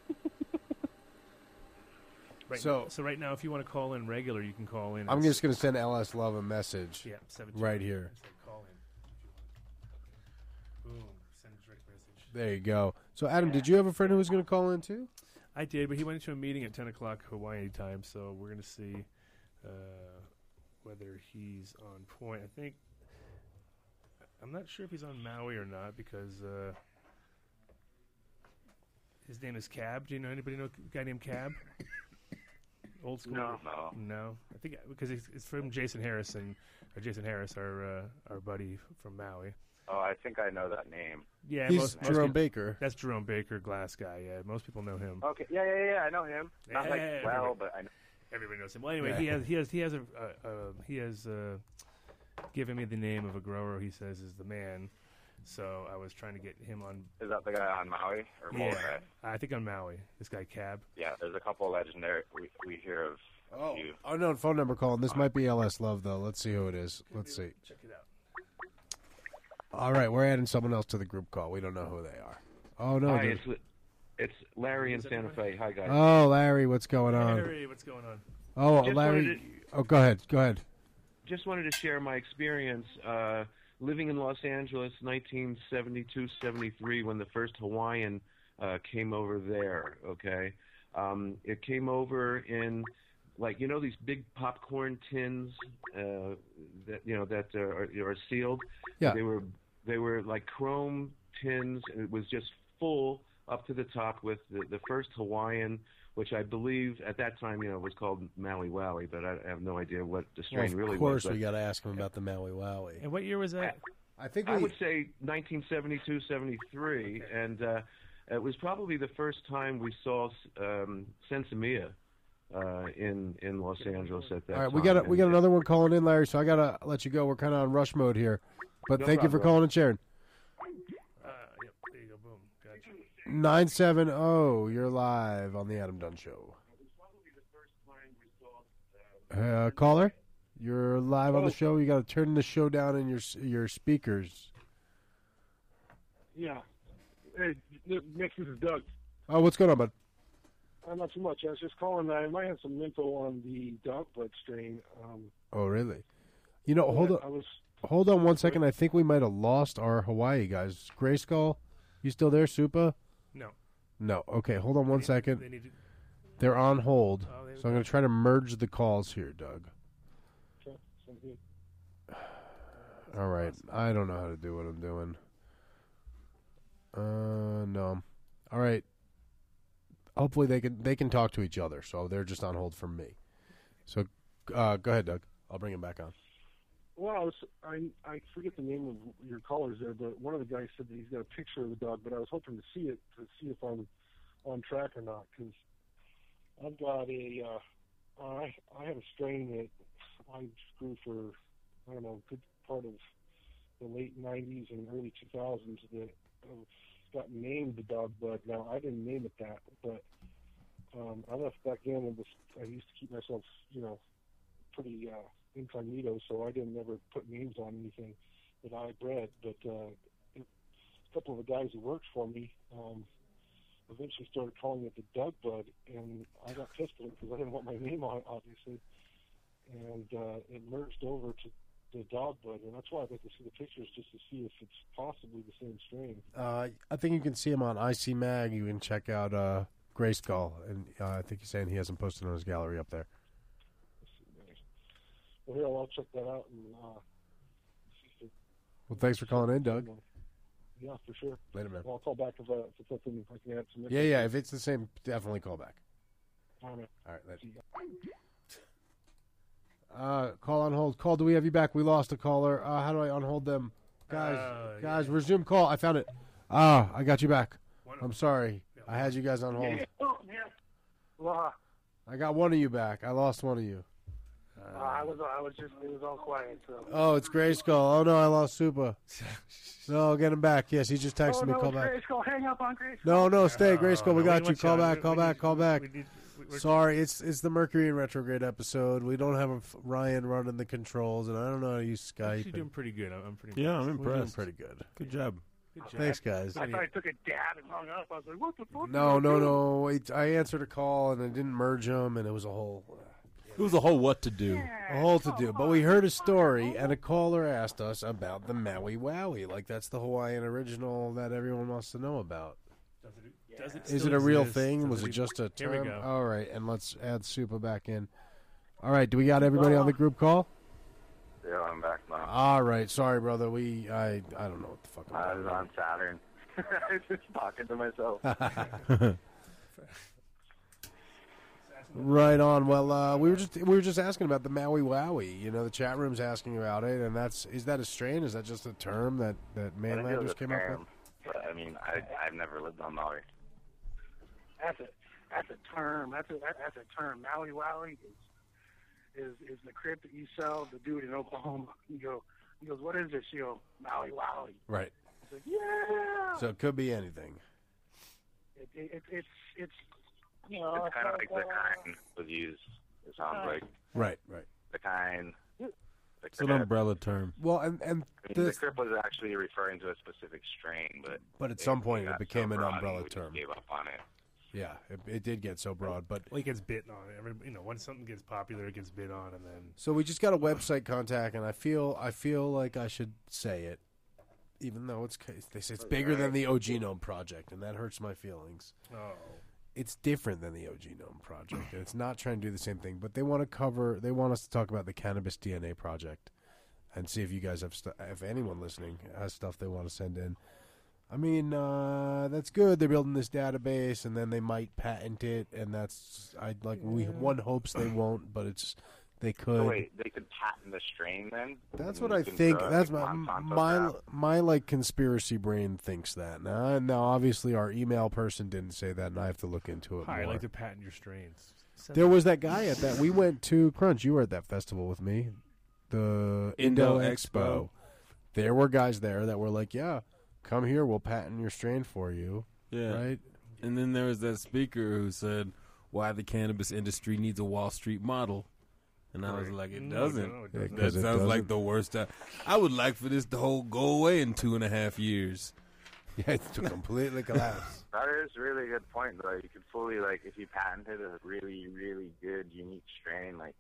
Right,
So-
so, so right now, if you want to call in regular, you can call in.
I'm
It's-
just going to send LS Love a message.
Yeah, 17.
right here.
Say call in. Boom. Send a direct message.
There you go. So Adam, did you have a friend who was going to call in too?
I did, but he went into a meeting at 10 o'clock Hawaii time, so we're going to see uh, whether he's on point. I think. I'm not sure if he's on Maui or not because uh, his name is Cab. Do you know anybody know a guy named Cab? Old school.
No.
no, I think because it's, it's from Jason Harrison, or Jason Harris, our uh, our buddy from Maui.
Oh, I think I know that name.
Yeah,
He's
most, most
Jerome
peop-
Baker.
That's Jerome Baker, glass guy. Yeah, most people know him.
Okay, yeah, yeah, yeah, I know him. Not
Yeah.
like well, but I know.
Everybody knows him. Well, anyway, he has he has he has a uh, uh, he has uh, given me the name of a grower. He says is the man. So I was trying to get him on.
Is that the guy on Maui or
Yeah,
Molokai?
I think on Maui. This guy Cab.
Yeah, there's a couple legendary we we hear of.
Oh, unknown phone number calling. This might be LS Love though. Let's see who it is. Let's see.
Check it out.
All right, we're adding someone else to the group call. We don't know who they are. Oh no.
Hi,
dude.
it's, it's Larry in Santa Fe. Hi, guys.
Oh, Larry, what's going on?
Larry,
what's going on?
Oh,
Just
Larry.
wanted
Oh, go ahead. Go ahead.
Just wanted to share my experience uh, living in Los Angeles, 1972-73, when the first Hawaiian uh, came over there. Okay, um, it came over in like you know these big popcorn tins uh, that you know that uh, are, are sealed.
Uh,
Yeah.
They were they were like chrome tins, and it was just full up to the top with the, the first Hawaiian, which I believe at that time you know was called Maui Wowie, but I, I have no idea what the strain
of
really was.
course,
but
we got to ask him about the Maui Wowie.
And what year was that?
I think
I
we-
would say 1972, 73, and uh, it was probably the first time we saw um, Sensimilla uh, in in Los Angeles at that.
All right,
time.
we got a, we
And-
got another one calling in, Larry. So I gotta let you go. We're kind of on rush mode here, but
No
thank you for
problem.
calling and sharing.
Uh, yep. There you go. Boom. Gotcha.
Nine seven zero. You're live on the Adam Dunn Show. Uh, caller, you're live
Oh.
on the show. You got to turn the show down in your s- your speakers.
Yeah. Hey, Nick, this is Doug.
Oh, what's going on, bud?
Uh, not too much. I was just calling. I might have some info on the dog blood strain. Um,
Oh, really? You know, hold
yeah,
on,
I was
hold on one second. I think we might have lost our Hawaii guys. Grayskull, you still there, Supa?
No.
No. Okay, hold on one second.
they need to-
They're on hold,
Oh, they-
so I'm going to try to merge the calls here, Doug.
okay, so good.
All right. I don't know how to do what I'm doing. Uh, no. All right. Hopefully they can they can talk to each other, so they're just on hold for me. So, uh, go ahead, Doug. I'll bring him back on.
Well, I, was, I I forget the name of your callers there, but one of the guys said that he's got a picture of the dog, but I was hoping to see it to see if I'm on track or not because I've got a uh, I I had a strain that I grew for I don't know a good part of the late '90s and early 2000s that uh, got named the dog bud. Now I didn't name it that, but um, I left back then and was, I used to keep myself you know pretty uh, incognito, so I didn't ever put names on anything that I bred. But uh, a couple of the guys who worked for me um, eventually started calling it the Doug Bud, and I got pissed at it because I didn't want my name on it, obviously. And uh, it merged over to the Dog Bud, and that's why I'd like to see the pictures just to see if it's possibly the same strain.
Uh, I think you can see him on IC Mag. You can check out uh, Grayskull, and uh, I think he's saying he hasn't posted on his gallery up there.
Well, here, I'll check that out and uh, see if it,
Well, thanks for calling in, Doug.
yeah, for sure.
Later, man.
I'll call back if, uh, if it's something I can add some.
Yeah, yeah. If it's the same, definitely call back.
All right.
All right, Uh, call on hold. Call. Do we have you back? We lost a caller. Uh, how do I unhold them, guys?
Uh,
Oh,
guys, resume call. I found it. Ah, I got you back. I'm sorry. I had you guys on hold.
oh,
I got one of you back. I lost one of you.
Uh, I was I was just it was all quiet. So.
Oh, it's Grayskull. Oh no, I lost Supa. No, get him back. Yes, he just texted
oh,
me.
no,
Call
it's
back.
Grayskull. Hang up on Grayskull.
No, no, stay, Grayskull.
no,
We
we
got you.
want
Call
Uh, you on.
back.
We-
Call
we
back. Call back.
need- we need- we- we're-
Sorry, it's it's the Mercury in retrograde episode. We don't have Ryan running the controls, and I don't know how to use Skype.
I'm actually
and-
doing pretty good. I'm, I'm pretty.
Yeah, I'm
impressed. We're doing
impressed.
pretty
good. Good job.
Good job.
Thanks, guys.
I thought I took a dab and hung up. I was like, what the fuck?
No, no, no. It, I answered a call and I didn't merge them, and it was a whole.
It was a whole what to do.
A whole to do. But we heard a story, and a caller asked us about the Maui Wowie. Like that's the Hawaiian original that everyone wants to know about.
Does it
Is
still
it a real
exist?
thing?
Does
Was it
re-
just a term? Uh,
Here we go.
All right, and let's add Supa back in. All right, do we got everybody on the group call?
Yeah, I'm back now.
All right, sorry, brother. We I I don't know what the fuck.
I was on Saturn. I was just talking to myself.
Right on. Well, uh, we were just we were just asking about the Maui Wowie. You know, the chat room's asking about it, and that's is that a strain? Is that just a term that that
I think it was
mainlanders
a
came up with?
term, But I mean, I, I've never lived on Maui.
That's a that's a term. That's a that, that's a term. Maui Wowie is is is the crib that you sell the dude in Oklahoma. You go. He goes, what is this? You go, Maui Wowie.
Right.
He's like, yeah.
So it could be anything.
it, it, it, it's it's you know
It's kind of like the
uh,
kind was used. It sounds like
Right. Right.
the kind. The
It's an umbrella term.
Well, and and
I mean, the
the,
crip was actually referring to a specific strain, but
but at
they-
some
they
point it
got
became
so
an
broad,
umbrella
we just
term.
Gave up on it.
Yeah, it, it did get so broad, but
Well, it gets bit on. Every you know, once something gets popular, it gets bit on, and then
So we just got a website contact, and I feel I feel like I should say it, even though it's ca- they say it's bigger than the Ogenome Project, and that hurts my feelings.
Oh.
It's different than the Ogenome Project, and it's not trying to do the same thing. But they want to cover. They want us to talk about the Cannabis DNA Project, and see if you guys have stu- if anyone listening has stuff they want to send in. I mean, uh, that's good. They're building this database, and then they might patent it, and that's I like. We one hopes they won't, but it's they could.
So wait, uh, they could patent the strain then?
That's
And
what I
you can
think.
grow it
That's
like
my
Monsanto
my,
crap.
my like conspiracy brain thinks that. Now, now obviously our email person didn't say that, and I have to look into it
hi, I
more.
like to patent your strains. Send
there
it.
was that guy at that we went to Crunch. You were at that festival with me, the
Indo
Indo
Expo.
Expo. There were guys there that were like, "Yeah, come here, we'll patent your strain for you."
Yeah.
Right?
And then there was that speaker who said why the cannabis industry needs a Wall Street model. And I was
Right.
like, it
No,
doesn't.
no, it
that
doesn't.
sounds
Yeah, 'cause it
like
doesn't.
the worst. I, I would like for this to whole go away in two and a half years.
Yeah, it's to completely collapse.
That is a really good point, though. You could fully, like, if you patented a really, really good, unique strain, like,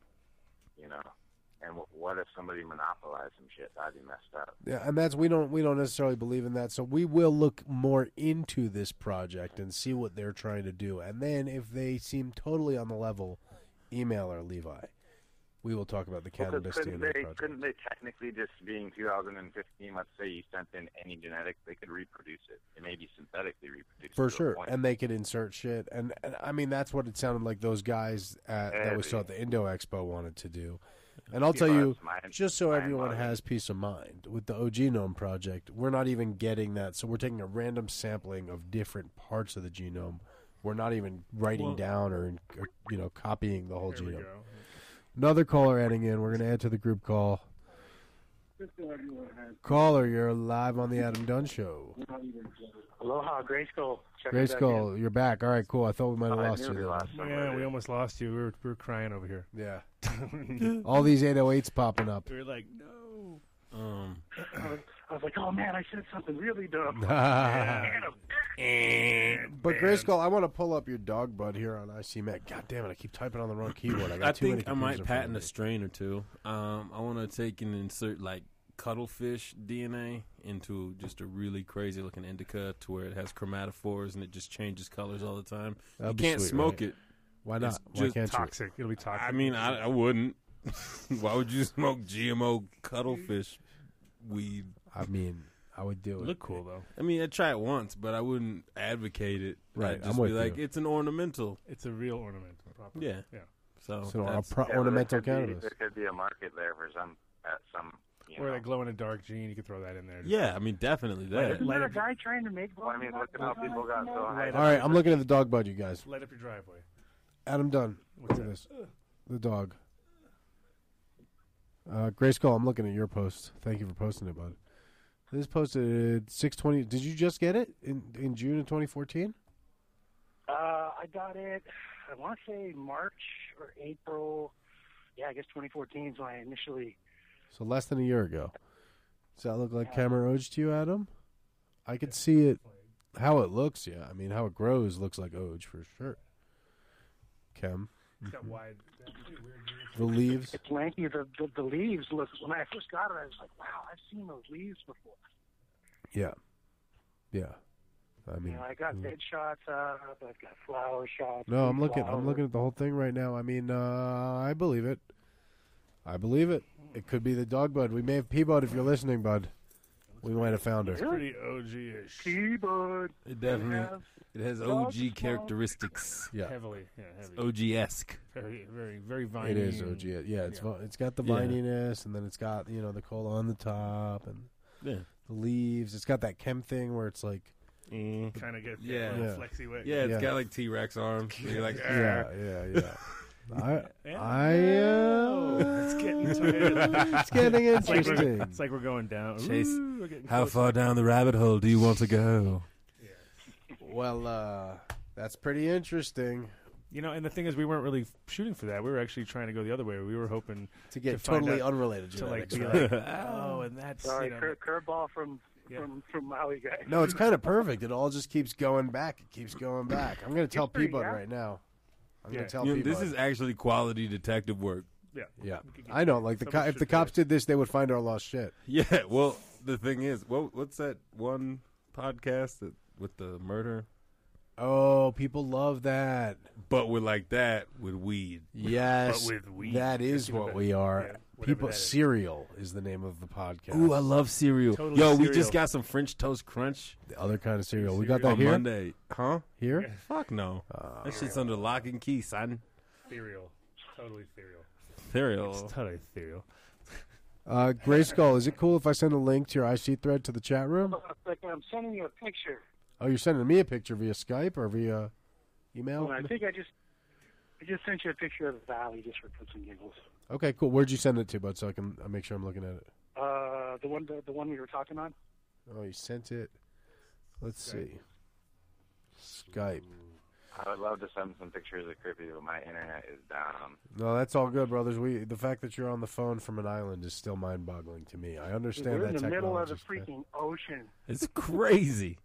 you know, and w- what if somebody monopolized some shit? That'd be messed up.
Yeah, and that's we don't we don't necessarily believe in that. So we will look more into this project and see what they're trying to do. And then if they seem totally on the level, email our Levi. We will talk about the
Well, 'cause
cannabis
couldn't
DNA
they,
project.
couldn't they technically just being 2015, let's say you sent in any genetic, they could reproduce it. It may be synthetically reproduced.
For
to a
sure,
point.
and they could insert shit, and, and I mean that's what it sounded like those guys at, that we saw at the Indo Expo wanted to do. And I'll
Yeah,
tell you,
that's mind-
just so
mind
everyone has peace of mind, with the OGenome project, we're not even getting that. So we're taking a random sampling of different parts of the genome. We're not even writing
Well-
down or, or you know copying the whole
There we
genome.
go.
Another caller adding in. We're going to add to the group call. Caller, you're live on the Adam Dunn Show.
Aloha, Grayskull. Check
Grace
it back
Cole, you're back. All right, cool. I thought we might have
Oh, I
lost
knew
you.
we
there.
lost Yeah, we almost lost you. We were, we were crying over here.
Yeah. All these 808s popping up.
We were like, no.
Um,
in. I was, I was like, oh man, I said something really dumb.
But Grayskull, I want to pull up your dog bud here on ICMac. God damn it! I keep typing on the wrong keyboard. I got
I
too many
think I
computers
might
in front of
patent a
me.
strain or two. Um, I want to take and insert like cuttlefish DNA into just a really crazy looking indica to where it has chromatophores and it just changes colors all the time.
That'd be
you can't
sweet,
smoke
right?
it.
Why not?
It's
Why
just
can't you?
Toxic. It'll be toxic.
I mean, I, I wouldn't. Why would you smoke GMO cuttlefish weed?
I mean, I would do it.
Look
cool though.
I mean, I try it once, but I wouldn't advocate it.
Right,
I'd
I'm
just
with
be like,
you.
it's an ornamental.
It's a real ornament. Proper.
Yeah.
Yeah.
So,
So uh,
that's-
pro-
Yeah, well, there
ornamental
could be-
cannabis.
There could be a market there for some, at some, you
Or
know.
that glow in the dark gene. You could throw that in there.
yeah, I mean, definitely
Light
that.
up- light
There
up
a guy trying to make.
Well, I mean, look at how people got so
All
high.
Light up
right,
your-
I'm looking at the dog bud, you guys.
Light up your driveway.
Adam Dunn.
What's
Look at
that?
this. The dog. Uh, Grace Cole, I'm looking at your post. Thank you for posting it, bud. This posted 620. Did you just get it in in June of 2014?
Uh, I got it. I want to say March or April. Yeah, I guess 2014 is when I initially.
So less than a year ago. Does that look like Cameron Oge to you, Adam? I could see it. How it looks, yeah. I mean, how it grows looks like Oge for sure. Chem.
It's got wide.
The leaves.
It's lanky. The, the the leaves look. When I first got it, I was like, "Wow, I've seen those leaves before."
Yeah. Yeah. I mean,
you know, I
Mm-hmm.
got dead shots up. I've got flower shots.
No, I'm
big
looking.
flowers.
I'm looking at the whole thing right now. I mean, uh, I believe it. I believe it. It could be the dog bud. We may have pea bud if you're listening, bud. We might have found her.
It's pretty OG ish.
Keyboard.
It definitely it has OG characteristics.
Yeah.
Heavily. Yeah, heavy.
OG esque.
Very, very, very viney.
It
"Eh,
is OG. Yeah, it's vi- it's got the
Yeah.
vininess, and then it's got you know the cola on the top, and
Yeah.
the leaves. It's got that chem thing where it's like
Kind of gets
Mm. Yeah.
yeah. little
Yeah.
flexy way.
Yeah, it's
Yeah.
got like T Rex arms. and You're like,
yeah,
"Arr."
yeah, yeah. I,
Yeah.
I,
Oh,
uh,
it's getting
it's getting
It's like we're-
interesting.
it's like we're going down.
Chase,
Ooh, we're getting
how
close.
far down the rabbit hole do you want to go?
Well, uh, that's pretty interesting.
You know, and the thing is, we weren't really shooting for that. We were actually trying to go the other way. We were hoping
To get
find
totally
out-
unrelated
To like,
genetics,
be
right?
like, oh, and that's
Sorry,
you know,
cur- curveball from from from Maui guy.
No, it's kind of perfect. It all just keeps going back. It keeps going back. I'm going to tell
pretty
Peabody
happy.
right now. I'm going
Yeah.
to tell
You know,
Peabody.
this is actually quality detective work.
Yeah.
yeah. I know. Like the co-
Someone
if the
should
cops did this, they would find our lost shit.
Yeah. Well, the thing is, what what's that one podcast that with the murder?
Oh, people love that.
But we're like that with weed.
Yes,
but with weed.
that is what we are. people,
that is.
cereal is the name of the podcast.
Ooh, I love cereal.
Totally
Yo, we
cereal.
just got some French toast crunch.
The other kind of cereal. We got that
on
here.
Monday, huh?
Here? Uh,
Fuck no. that shit's under lock and key, son.
ethereal, totally ethereal.
Cereal.
It's totally ethereal.
Uh, Grayskull, is it cool if I send a link to your IC thread to the chat room?
Like I'm sending you a picture.
Oh, you're sending me a picture via Skype or via email?
Well, I think I just I just sent you a picture of the valley just for puts and giggles.
Okay, cool. Where'd you send it to, bud? So I can I make sure I'm looking at it.
Uh, the one the, the one we were talking on.
Oh, you sent it. Let's see. Skype.
I would love to send some pictures of creepy, but my internet is down.
No, that's all good, brothers. We the fact that you're on the phone from an island is still mind-boggling to me. I understand
We're
that
in the middle of
technology.
the freaking ocean.
It's crazy.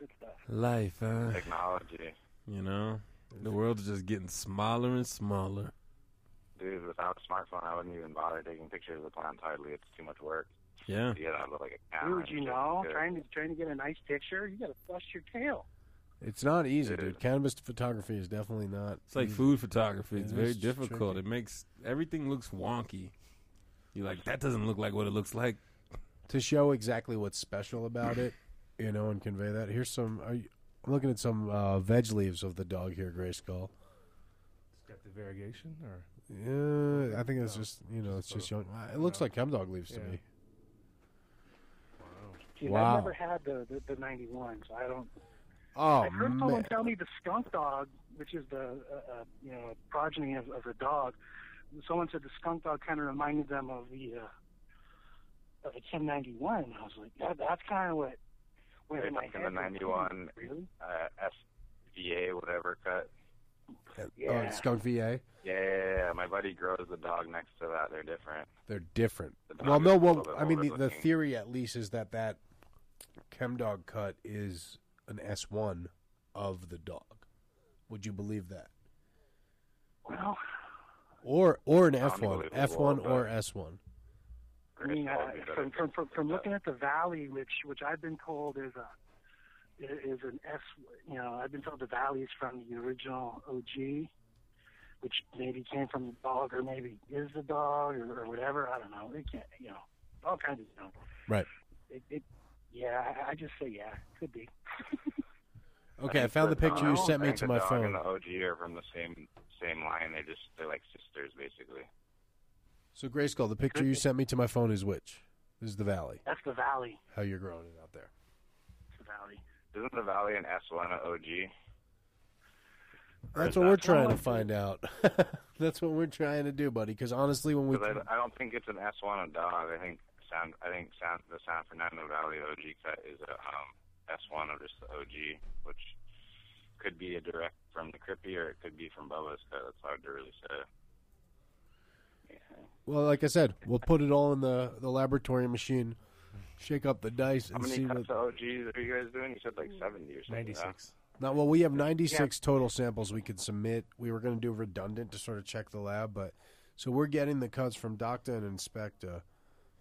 Good stuff.
Life, huh?
Technology.
You know, the world's just getting smaller and smaller.
Dude, without a smartphone, I wouldn't even bother taking pictures of the plants hardly. It's too much work.
Yeah.
You gotta look like a camera.
Dude, you know, trying to trying to get a nice picture, you gotta flush your tail.
It's not easy, dude. Canvas photography is definitely not.
It's like
easy.
food photography. It's
It
very
is
difficult. It makes everything looks wonky. You're like, that doesn't look like what it looks like.
to show exactly what's special about it, you know, and convey that. Here's some. Are you, I'm looking at some uh, veg leaves of the dog here, Gray Skull.
It's got the variegation, or
Yeah, I think it's just you know, it's just young. It looks like chem dog leaves to me.
Dude,
Wow.
I've never had the, the the 91, so I don't.
Oh
I heard someone
man,
tell me the skunk dog, which is the uh, uh, you know progeny of, of the dog. Someone said the skunk dog kind of reminded them of the uh, of the Kim 91. I was like, that, that's kind of what went in my
in
head.
the 91 uh, SVA, whatever cut.
oh, skunk VA.
Yeah, my buddy grows the dog next to that. They're different.
They're different.
The dog
Well,
is
no,
a little
well,
bit
I mean, the,
older
the
looking.
theory at least is that that chem dog cut is an S one of the dog. Would you believe that?
Well,
Or or an F one,
Unbelievable,
F one
but-
or S one.
I mean, uh, from, from from from looking at the valley, which which I've been told is a is an S. You know, I've been told the valley is from the original OG, which maybe came from the dog, or maybe is the dog, or, or whatever. I don't know. It can't. You know, all kinds of stuff.
Right.
It, it yeah, I, I just say yeah, could be.
Okay, I found the picture you
dog-
sent
I
me
think
to
the
my
dog
phone.
And the OG are from the same same line. They're just they're like sisters basically.
So, Grayskull, the picture you sent me to my phone is which? This is the valley.
That's the valley.
How you're growing it out there.
It's the valley.
Isn't the Valley an S one an OG?
That's what we're trying to find out. That's what we're trying to do, buddy. Because honestly, when we
'Cause I, I don't think it's an S one a dog. I think San I think San the San Fernando Valley OG cut is a um, S one or just the OG, which could be a direct from the Crippy or it could be from Bubba's. So it's hard to really say.
Well, like I said, we'll put it all in the, the laboratory machine, shake up the dice,
How
and
many
see
cups
what.
of OGs are you guys doing? You said like 70 or something. 96.
Now, well, we have 96 total samples we could submit. We were going to do redundant to sort of check the lab, but so we're getting the cuts from Docta and Inspecta,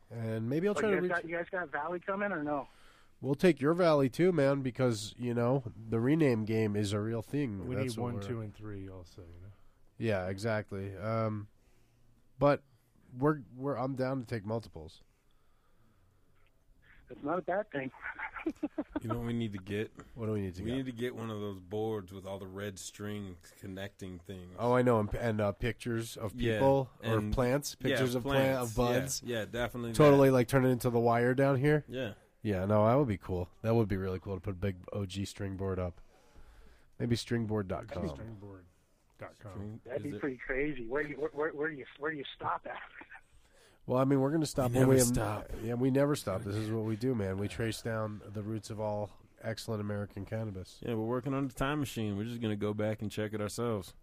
and maybe I'll
So
try
you
to
guys
reach.
Got, you guys got Valley coming or no?
We'll take your valley too, man, because you know the rename game is a real thing.
We
That's
need
what
one,
we're-
two, and three also. You know,
Yeah, exactly. Um, but we're we're I'm down to take multiples.
It's not a bad thing.
You know what we need to get?
What do we need to
we
get?
need to get one of those boards with all the red strings connecting things.
Oh, I know, and, and uh, pictures of
Yeah,
people or
and-
plants,
yeah,
pictures of plant of
plants, yeah,
buds.
yeah, definitely
Totally
that.
like turn it into the wire down here.
Yeah.
Yeah, no, that would be cool. That would be really cool to put a big OG string board up. Maybe stringboard.com.
Stringboard.com.
That'd be pretty crazy. Where do you where, where do you where do you stop at?
Well, I mean, we're going to stop
We
when we
never stop.
Yeah, we never stop. This is what we do, man. We trace down the roots of all excellent American cannabis
Yeah, we're working on the time machine. We're just going to go back and check it ourselves.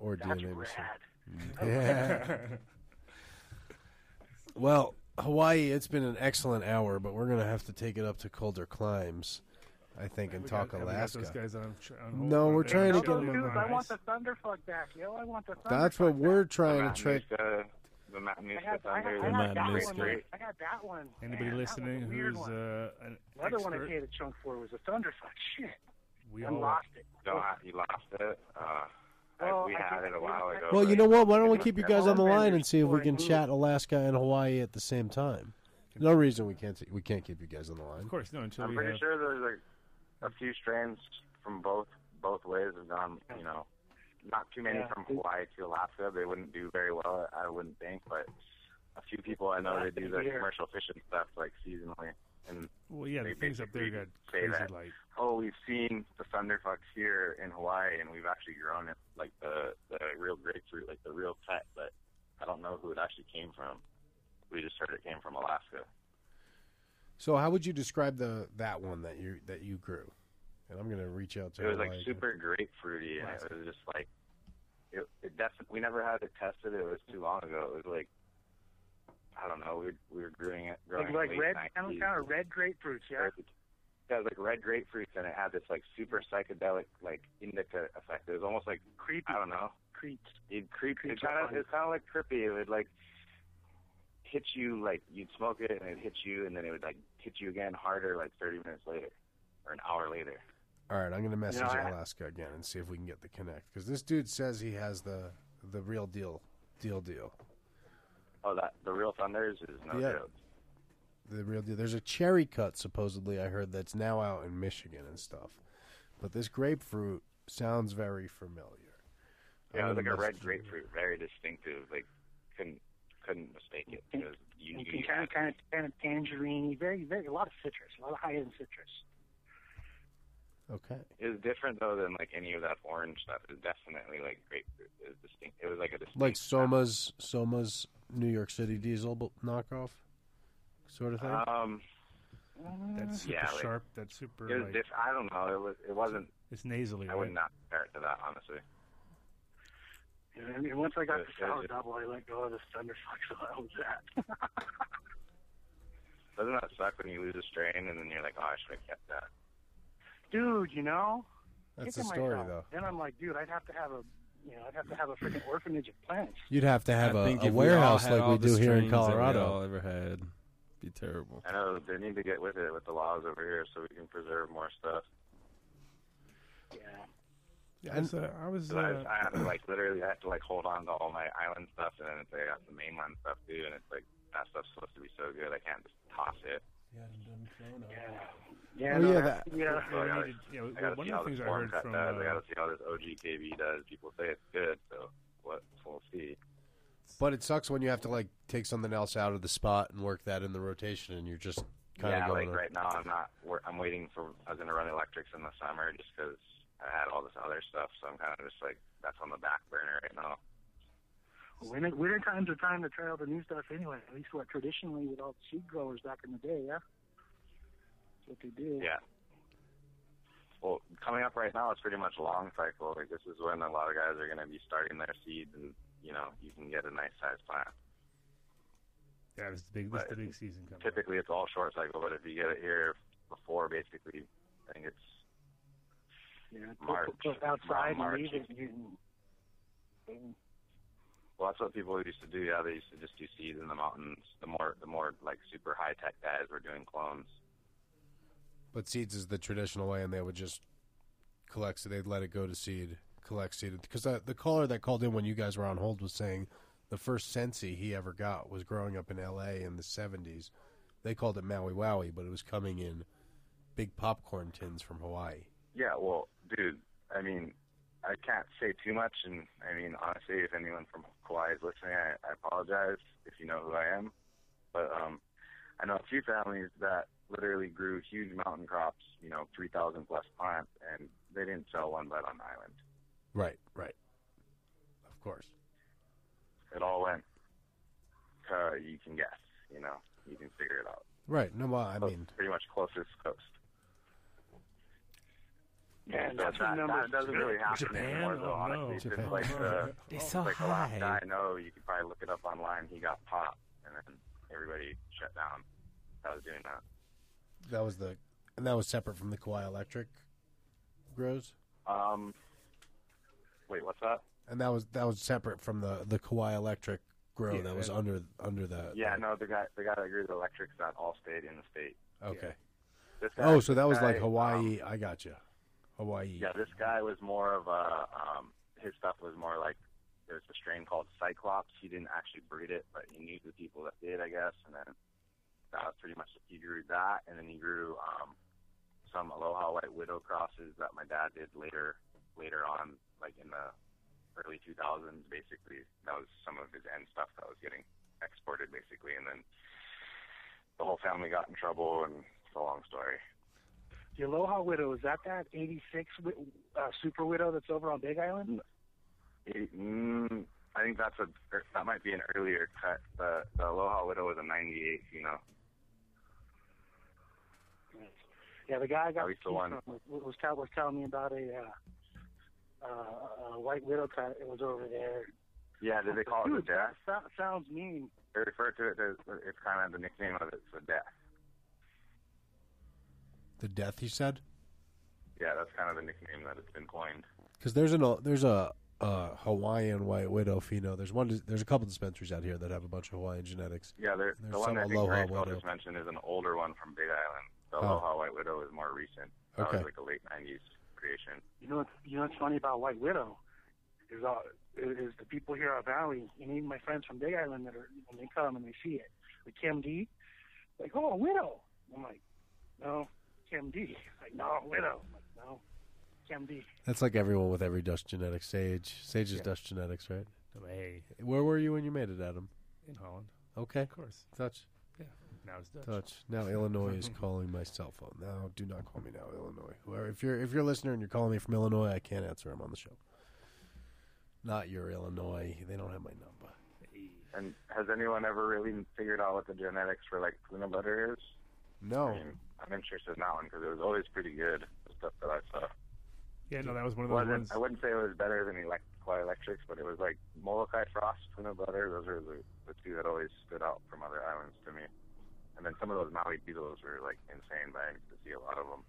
or DNA. machine.
rad.
Yeah. well, Hawaii, it's been an excellent hour, but we're going to have to take it up to colder climes, I think, and
We
talk
got- we got
Alaska.
those guys on- on hold
no,
on
we're
there.
trying to
No,
get
those
them.
dudes,
on
I
ice.
want the Thunderfuck back, yo! I want the Thunder.
That's what we're trying
Matt
to trick.
Niska, the Matt Niska
I had,
Thunder.
I had
the
that
great,
one.
great.
I got that one.
Anybody
Man, that was a
listening
weird
who's
one.
uh, an
Another one I
expert?
paid a chunk for was a Thunderfuck. Shit.
We
I
all-
lost it.
No, I- you lost it. Uh, I-
Well,
we
I
had
think-
it a while ago.
Well, you
but
know what? Why don't we
it
keep you
was-
guys on the line and see if we can chat Alaska and Hawaii at the same time? No reason we can't we can't keep you guys on the line.
Of course, no. Until
I'm
we
pretty
have
sure there's a, a few strands from both both ways have gone. You know, not too many
Yeah.
from Hawaii to Alaska. They wouldn't do very well, I wouldn't think. But a few people I know they do their
Here.
commercial fishing stuff like seasonally, and
Well, yeah,
they
the things up there
basically
got
say
crazy
that,
light.
Oh, we've seen the thunderfuck here in Hawaii, and we've actually grown it like the the real grapefruit, like the real pet. But I don't know who it actually came from. We just heard it came from Alaska.
So, how would you describe the that one that you that you grew? And I'm gonna reach out to.
It was like
Hawaii.
super grapefruity, and it was just like it. it definitely, we never had it tested. It was too long ago. It was like I don't know. We were, we were growing it, growing
Like, like
it late
red,
90s.
kind of kind of red grapefruits, yeah.
It had like red grapefruits, and it had this like super psychedelic like indica effect. It was almost like
creepy.
I don't know.
Creeps.
It creep. It
Creeps
kind
up
of
on
it's kind of like trippy. It would like hit you like you'd smoke it and it hit you, and then it would like hit you again harder like 30 minutes later or an hour later.
All right, I'm gonna message
You know, I-
Alaska again and see if we can get the connect because this dude says he has the the real deal, deal deal,
Oh, that the real thunders is no
Yeah.
joke.
the real deal. There's a cherry cut supposedly I heard that's now out in Michigan and stuff, but this grapefruit sounds very familiar.
Yeah, it was
I'm
like
gonna
a red
message-
grapefruit, very distinctive. Like couldn't couldn't mistake it. It was you,
You
you,
can kind of kind of kind of tangerine, very very a lot of citrus, a lot of high end citrus.
Okay.
it was different though than like any of that orange stuff. It was definitely like grapefruit. It was distinct. It was like a distinct.
Like Soma's Soma's New York City diesel bu- knockoff, sort of thing.
um,
that super
yeah, like-
sharp, that super.
it was
like,
diff- I don't know. It was. It wasn't.
It's nasally.
I would
right?
not compare it to that honestly.
And, and once I got the
Yeah, yeah,
sour
yeah.
double, I let go of the thunderfuck, so that was that.
Doesn't that suck when you lose a strain and then you're like, oh, I should have kept that.
Dude, you know,
That's
kicking
the story,
myself. Then I'm like, dude, I'd have to have a, you know, I'd have to have a freaking orphanage of plants.
You'd have to have
I
a-
think
a
if all
warehouse
had
like we
all the
do here in
strains that we
Colorado.
all ever had, be terrible.
I know they need to get with it with the laws over here so we can preserve more stuff.
Yeah, I was. Uh, I was
'Cause I,
uh,
I have to like literally I have to like hold on to all my island stuff and then it's like, I got the mainland stuff too and it's like that stuff's supposed to be so good I can't just toss it.
Yeah,
Oh,
no, uh,
yeah,
that-
that-
yeah.
So I gotta,
yeah,
I gotta
one
see
of the
how this
things I
foreign
heard
cut
from,
does. I
uh,
gotta see how this OGKB does. People say it's good, so what? We'll see.
But it sucks when you have to like take something else out of the spot and work that in the rotation, and you're just kind of
yeah,
going.
like right now I'm not. We're, I'm waiting for. I was gonna run electrics in the summer just 'cause I had all this other stuff. So I'm kind of just like that's on the back burner right now.
Winter, winter time's the time to try out the new stuff anyway. At least what traditionally with all the seed growers back in the day, yeah. That's what they did.
Yeah. well, coming up right now, it's pretty much long cycle. Like this is when a lot of guys are going to be starting their seeds, and you know you can get a nice sized plant.
Yeah, this is the big, this is the big season coming.
Typically, it's all short cycle, but if you get it here before, basically, I think it's
Yeah, put-
March,
put outside and
March.
leave it. You, can-
Well, that's what people used to do. Yeah, they used to just do seeds in the mountains. The more, the more like super high tech guys were doing clones.
But seeds is the traditional way, and they would just collect. So they'd let it go to seed, collect seed. Because the, the caller that called in when you guys were on hold was saying the first sensi he ever got was growing up in L.A. in the '70s. They called it Maui Wowie, but it was coming in big popcorn tins from Hawaii.
Yeah, well, dude, I mean, I can't say too much, and I mean, honestly, if anyone from Kauai is listening, I, I apologize if you know who I am, but um, I know a few families that literally grew huge mountain crops, you know, three thousand plus plants, and they didn't sell one bud on the island.
Right, right. Of course.
It all went. Uh, you can guess, you know, you can figure it out.
Right. No, well, I
Close-
mean,
pretty much closest coast.
Yeah,
So
that's
uh, that,
what numbers-
that doesn't really happen
Japan?
anymore, though.
Oh, no.
honestly,
Japan.
just like the
They're so
like the last guy
high.
I know, you could probably look it up online. He got popped, and then everybody shut down. I was doing that.
that was the, and that was separate from the Kauai Electric grows.
Um, wait, what's that?
and that was that was separate from the the Kauai Electric grow
Yeah,
that was
that-
under under the
yeah, no, the guy, the guy that grew the electrics that all stayed in the state.
okay.
This guy-
Oh, so that was
this
like
guy, um,
Hawaii. I got you, Hawaii.
Yeah, this guy was more of a. Um, his stuff was more like there's a strain called Cyclops. He didn't actually breed it, but he knew the people that did, I guess. And then that was pretty much he grew that, and then he grew um, some Aloha White Widow crosses that my dad did later, later on, like in the early 2000s. Basically, that was some of his end stuff that was getting exported, basically. And then the whole family got in trouble, and it's a long story.
the Aloha Widow is that that '86 uh, Super Widow that's over on Big Island?
Eight- Mm, I think that's a that might be an earlier cut. The the Aloha Widow was a '98 Fino.
Yeah, the guy I got the
At least the
keys
one.
from was, was, tell, was telling me about a, uh, uh, a White Widow cut. It was over there.
Yeah, did they call it the
Dude,
death?
that sou- sounds mean.
They refer to it as it's kind of the nickname of it, the death.
The death you said
Yeah, that's kind of the nickname that it's been coined.
because there's an there's a, a Hawaiian White Widow pheno. There's one. There's a couple dispensaries out here that have a bunch of Hawaiian genetics.
Yeah, there-
There's
the one
some
that I think
Aloha
Ray Cole
Widow.
just mentioned is an older one from Big Island. The
Oh.
Aloha White Widow is more recent. That
Okay.
was like a late '90s creation.
You know, what's- you know what's funny about White Widow is uh, is the people here at Valley and even my friends from Big Island that are when they come and they see it, like Kim D, like oh a widow. I'm like, no, Kim D. Like no widow. I'm like no, Kim D.
That's like everyone with every Dutch genetics. Sage, Sage is Dutch genetics, right?
Hey,
Where were you when you made it, Adam?
in Holland,
Okay,
of course.
Dutch.
Yeah, now it's Dutch.
Touch. Now Illinois is calling my cell phone. Now do not call me now, Illinois. Whoever, if you're if you're a listener and you're calling me from Illinois, I can't answer. I'm on the show. Not your Illinois. They don't have my number.
And has anyone ever really figured out what the genetics for like tuna butter is?
No.
I mean, I'm interested in that one because it was always pretty good. The stuff that I saw.
Yeah, no, that was one of those
wasn't,
ones.
I wouldn't say it was better than elect- Quad Electrics, but it was like Molokai Frost, Tuna Butter. Those are the, the two that always stood out from other islands to me. And then some of those Maui Beetles were like insane, but I used to see a lot of them.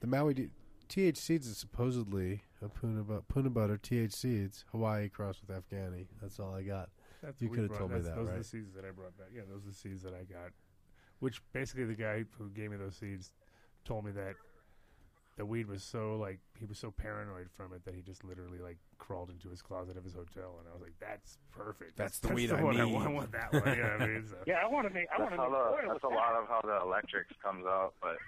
The Maui D- TH seeds is supposedly a puna, bu- puna butter TH seeds Hawaii cross with Afghani. That's all I got.
That's
you
what we
could have
brought-
told me
that's-
that,
Those are
right?
the seeds that I brought back. Yeah, those are the seeds that I got. Which basically, the guy who gave me those seeds told me that the weed was so like he was so paranoid from it that he just literally like crawled into his closet of his hotel, and I was like, "That's perfect.
That's the weed I
one I
need."
want, I want that one. You know what I mean? So,
Yeah, I want to make. I want
That's,
to
how
make
the,
oil
that's a
with
lot of how the electrics comes out, but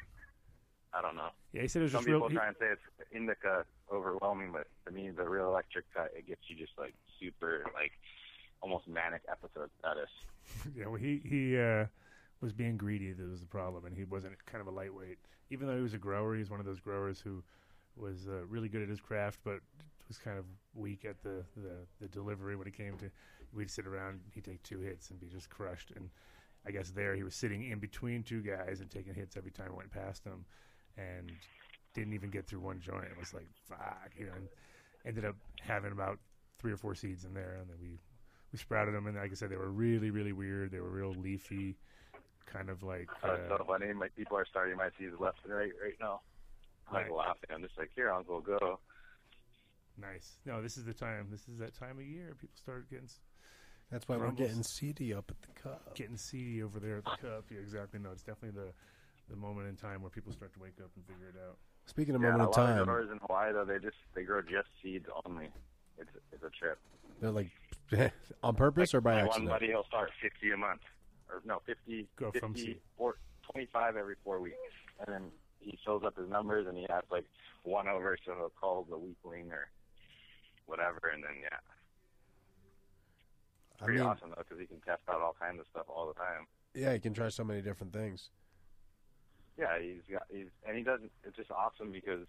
I don't know.
Yeah, he said it was
Some
just real-
people
he-
try and say it's indica overwhelming, but to me, the real electric cut it gets you just like super like almost manic episode status.
yeah, well, he he uh, was being greedy. That was the problem, and he wasn't kind of a lightweight. Even though he was a grower, he's one of those growers who was uh, really good at his craft, but was kind of weak at the, the the delivery when it came to. We'd sit around, he'd take two hits and be just crushed. And I guess there he was sitting in between two guys and taking hits every time it went past him, and didn't even get through one joint. It was like fuck, you know. And ended up having about three or four seeds in there, and then we we sprouted them. And like I said, they were really really weird. They were real leafy, kind of like
Oh, it's
uh,
so funny. My people are starting my seeds left and right right now. I'm like laughing. I'm just like, here, Uncle, go.
nice. No, this is the time. This is that time of year people start getting. s-
That's why we're
grumbles.
getting seedy up at the cup.
Getting seedy over there at the cup. Yeah, exactly. No, it's definitely the the moment in time where people start to wake up and figure it out.
Speaking of
yeah,
moment
a
of
lot
time,
of growers in Hawaii though, they just they grow just seeds only. It's it's a trip.
they're like on purpose or by
My
accident.
One buddy, he'll start 50 a month, or no, 50,
Grow from
50,
seed.
four- 25 every four weeks, and then he fills up his numbers, and he has like one over, so he'll call the weakling or whatever, and then yeah, it's
I
pretty
mean-
awesome though, because he can test out all kinds of stuff all the time.
Yeah, you can try so many different things.
Yeah, he's got he's and he doesn't. It's just awesome because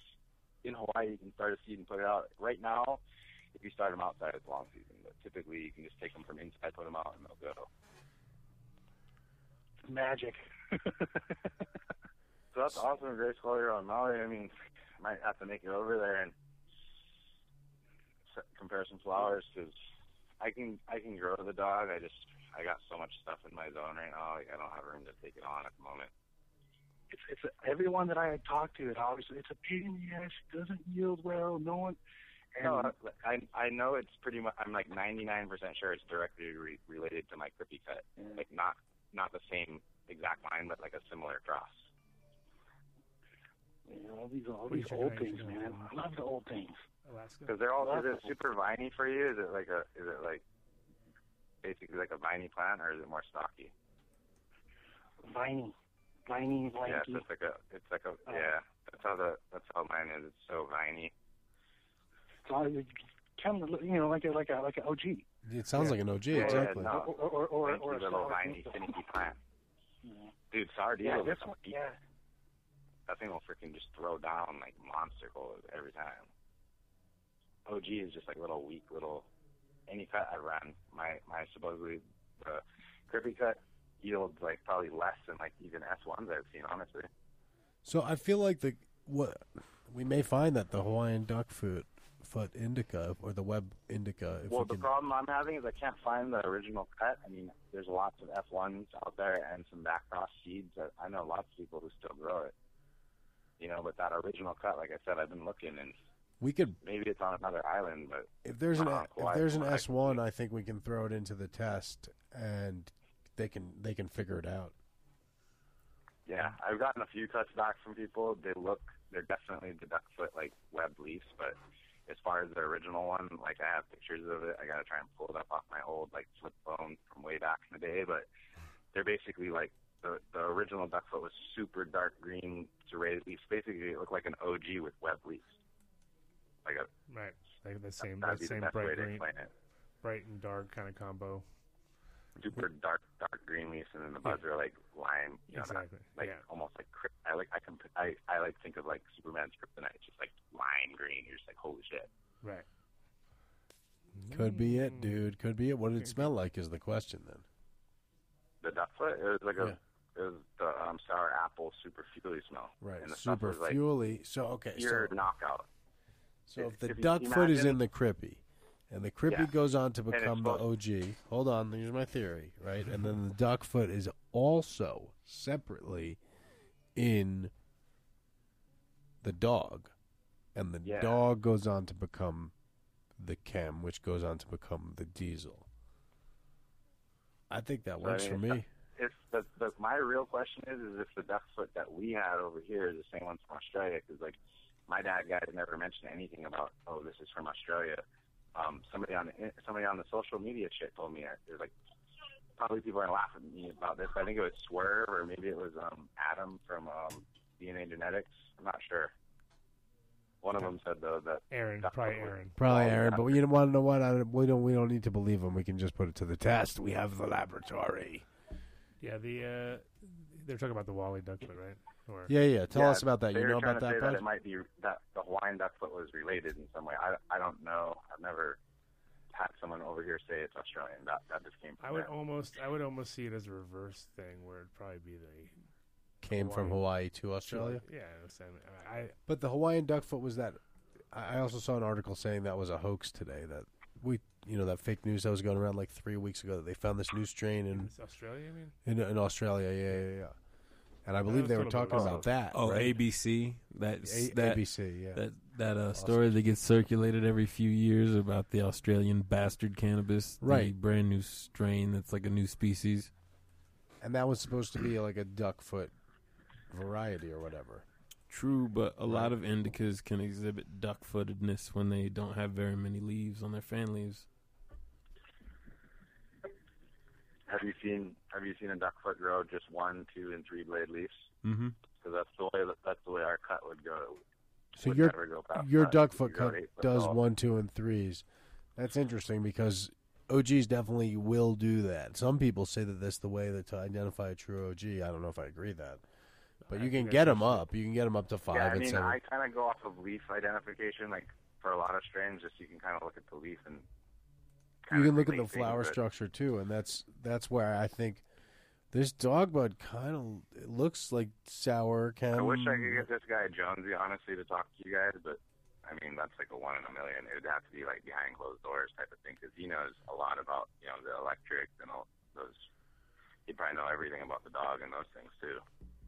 in Hawaii you can start a seed and put it out. Right now, if you start them outside, it's long season, but typically you can just take them from inside, put them out, and they'll go.
Magic.
So that's awesome, Grace while you're on Maui. I mean, might have to make it over there and s- compare some flowers because I can I can grow the dog. I just I got so much stuff in my zone right now. Like I don't have room to take it on at the moment.
it's it's a, everyone that I had talked to. It always it's a pain in the ass. It doesn't yield well. No one. And
No, I I know it's pretty much. I'm like 99% sure it's directly re- related to my crippy cut. Like not not the same exact line, but like a similar cross.
you know, all these all
What
these
is your
old
guys'
things, man. I love the old things.
Alaska.
Because they're all is it super viney for you? Is it like a is it like basically like a viney plant or is it more stocky?
viney, viney, lanky. Oh.
Yeah, so it's like a, it's like a, yeah. That's how the, that's how mine is. It's so viney.
It's all- it's kind of you know like a like a like a OG.
It sounds like an OG,
Yeah, yeah,
exactly.
no.
Or or or,
Thank
or
you,
a
little
solid
viney, finicky plant. Dude,
Yeah,
Sardella was
this
a
one-
beast.
yeah.
That thing will freaking just throw down like monster goals every time. OG is just like little weak little. Any cut I run, my my supposedly the crippy cut yields like probably less than like even S ones I've seen honestly.
So I feel like the what we may find that the Hawaiian duck foot foot indica or the web indica. If
well,
we
the
can,
problem I'm having is I can't find the original cut. I mean, there's lots of F1s out there and some backcross seeds. That I know lots of people who still grow it. You know, but that original cut, like I said, I've been looking, and
we could
maybe it's on another island, but
if there's an
Uh,
if
Hawaii-
there's an S one, I think we can throw it into the test and they can they can figure it out.
yeah, I've gotten a few cuts back from people. They look, they're definitely the duck foot like web leaves, but as far as the original one, like I have pictures of it. I gotta try and pull it up off my old like flip phone from way back in the day, but they're basically like the the original duck foot was super dark green serrated leaves. Basically, it looked like an OG with web leaves. Like a
Right. Like the same
that'd
that
be the
same
best way
bright
to
green,
explain it.
bright and dark kind of combo.
super dark dark green leaves, and then the buds are like lime, you know, that-
Exactly,
like
yeah.
almost like crypt- I like I can I I like think of like Superman's kryptonite, just like lime green. You're just like holy shit.
Right.
Could be it, dude. Could be it. What did it smell like is the question then.
The duck foot. It was like a it was the um, sour apple super fuely smell.
Right,
and the stuff
super
was, like,
fuely. So okay,
pure knockout.
So if the
you
duck foot is
imagine-
in the crippy, and the crippy
Yeah.
goes on to
And it's
become the OG. Hold on, here's my theory, right? And then the duck foot is also separately in the dog, and the
Yeah.
dog goes on to become the chem, which goes on to become the diesel. I think that
So, I
works
mean, uh,
for
it's-
me.
If the, the my real question is, is if the duck foot that we had over here is the same one from Australia? Because like my dad guys never mentioned anything about oh this is from Australia. Um, somebody on the, somebody on the social media shit told me that they're like probably people are laughing at me about this. but I think it was Swerve or maybe it was um, Adam from um, DNA Genetics. I'm not sure. One of them said though that
Aaron, probably Aaron.
Probably Aaron, but you don't want to know what? I, we don't. We don't need to believe him. We can just put it to the test. We have the laboratory.
Yeah, the uh, they're talking about the Wally Ducklet, right? Or
Yeah, yeah. Tell
Yeah,
us about that.
they
You
were
know
trying
about
to say
that,
that
bud?
it might be that the Hawaiian duck foot was related in some way. I, I don't know. I've never had someone over here say it's Australian. That that just came from
I would
there.
almost I would almost see it as a reverse thing where it'd probably be the
came from Hawaii to Australia.
Yeah, it's- I, I
But the Hawaiian duck foot was that. I I also saw an article saying that was a hoax today. That we, you know, that fake news that was going around like three weeks ago that they found this new strain in
It's Australia, I mean?
in, in Australia. Yeah, yeah, yeah. And I
No,
believe
it's
they were
not about
talking
that.
about that.
Oh,
right?
ABC. That's
A-
that,
ABC, yeah.
That that uh, story that gets circulated every few years about the Australian bastard cannabis, the
Right.
brand new strain that's like a new species.
and that was supposed to be like a duck foot variety or whatever.
True, but a lot of indicas can exhibit duck-footedness when they don't have very many leaves on their fan leaves.
Have you seen Have you seen a duckfoot grow just one, two, and three blade leaves?
Mm-hmm.
Because that's the way that, that's the way our cut would go. It
So
would
your
never go past
your
five.
duck
You
foot
grow
cut
eight foot
does
tall.
one, two, and threes. That's interesting because OGs definitely will do that. Some people say that that's the way that to identify a true OG. I don't know if I agree with that, but you can
think
get
that's
them up. You can get them up to five
Yeah, I
and
mean,
seven.
I kind of go off of leaf identification, like for a lot of strains. Just you can kind of look at the leaf and
you can look at the
relate things,
flower
but-
structure too, and that's that's where I think this dog bud kind of it looks like sour. Can
I wish I
Um,
could get this guy Jonesy honestly to talk to you guys, but I mean that's like a one in a million. It would have to be like behind closed doors type of thing because he knows a lot about you know the electrics and all those. He'd probably know everything about the dog and those things too.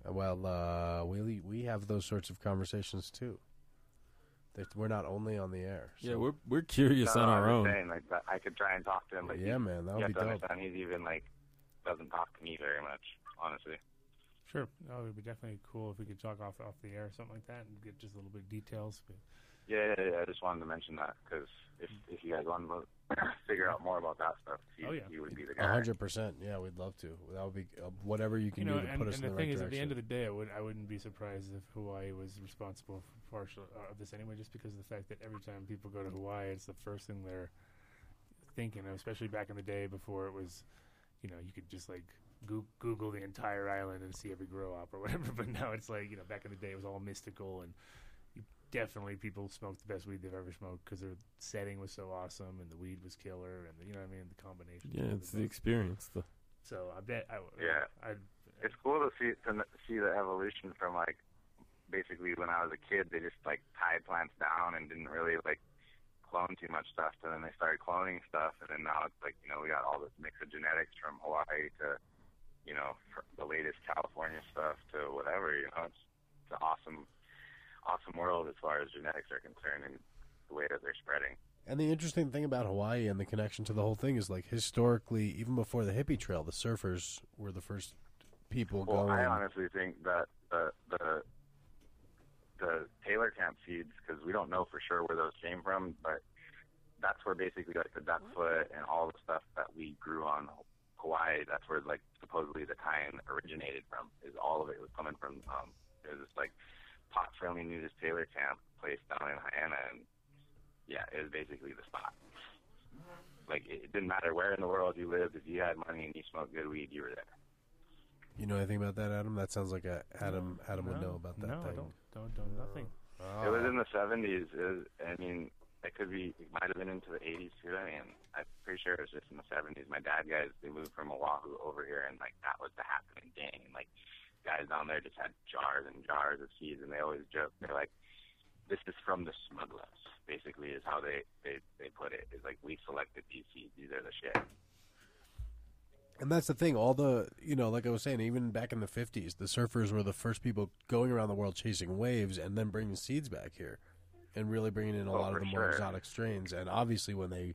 Well, uh, we we have those sorts of conversations too. That we're not only on the air.
Yeah, we're we're curious
No,
on
no,
our
I'm
own.
just Saying, like that I could try and talk to him, but
Yeah,
he-
man, that
you
would
have
be
to
dope.
Understand, he's even like doesn't talk to me very much, honestly.
Sure. Oh, it would be definitely cool if we could talk off off the air or something like that and get just a little bit of details. But
Yeah, yeah, yeah, I just wanted to mention that because if if you guys want to figure out more about that stuff, he,
Oh, yeah.
he would be the guy.
hundred percent. Yeah, we'd love to. That would be uh, whatever you
you
can
know,
do to
and,
put us
and
in
the,
the,
thing
right
is, at the
direction.
end of the day, I would I wouldn't be surprised if Hawaii was responsible for partial uh, of this anyway, just because of the fact that every time people go to Hawaii, it's the first thing they're thinking of, especially back in the day before it was, you know, you could just like. Goo- Google the entire island and see every grow up or whatever. But now it's like you know, back in the day it was all mystical and you definitely people smoked the best weed they've ever smoked because their setting was so awesome and the weed was killer and the, you know what I mean the combination.
Yeah, it's the experience. The
So I bet I
Yeah.
I
It's cool to see to n- see the evolution from like basically when I was a kid, they just like tied plants down and didn't really like clone too much stuff. So then they started cloning stuff, and then now it's like you know we got all this mix of genetics from Hawaii to you know fr the latest California stuff to whatever. You know, it's, it's an awesome awesome world as far as genetics are concerned and the way that they're spreading.
And the interesting thing about Hawaii and the connection to the whole thing is like historically, even before the hippie trail, the surfers were the first people
Well,
going.
I honestly think that the the the Taylor Camp seeds, because we don't know for sure where those came from, but that's where basically like the duckfoot and all the stuff that we grew on Hawaii. That's where like supposedly the time originated from. Is all of it was coming from um, there's this like pot friendly nudist Taylor Camp place down in Havana, and yeah, it was basically the spot. Like it, it didn't matter where in the world you lived, if you had money and you smoked good weed, you were there.
You know anything about that, Adam? That sounds like a Adam. Adam would
No,
know about that
no, I
thing.
don't don't don't nothing.
It
Oh.
was in the seventies. I mean, it could be. It might have been into the eighties too. I mean, I'm pretty sure it was just in the seventies. My dad guys they moved from Oahu over here, and like that was the happening thing. And like guys down there just had jars and jars of seeds, and they always joke they're like, "This is from the smugglers." Basically, is how they they they put it. It's like we selected these seeds. These are the shit.
And that's the thing. All the you know, like I was saying, even back in the fifties, the surfers were the first people going around the world chasing waves and then bringing seeds back here, and really bringing in a
Oh,
lot of
for
the more
sure.
exotic strains. And obviously, when they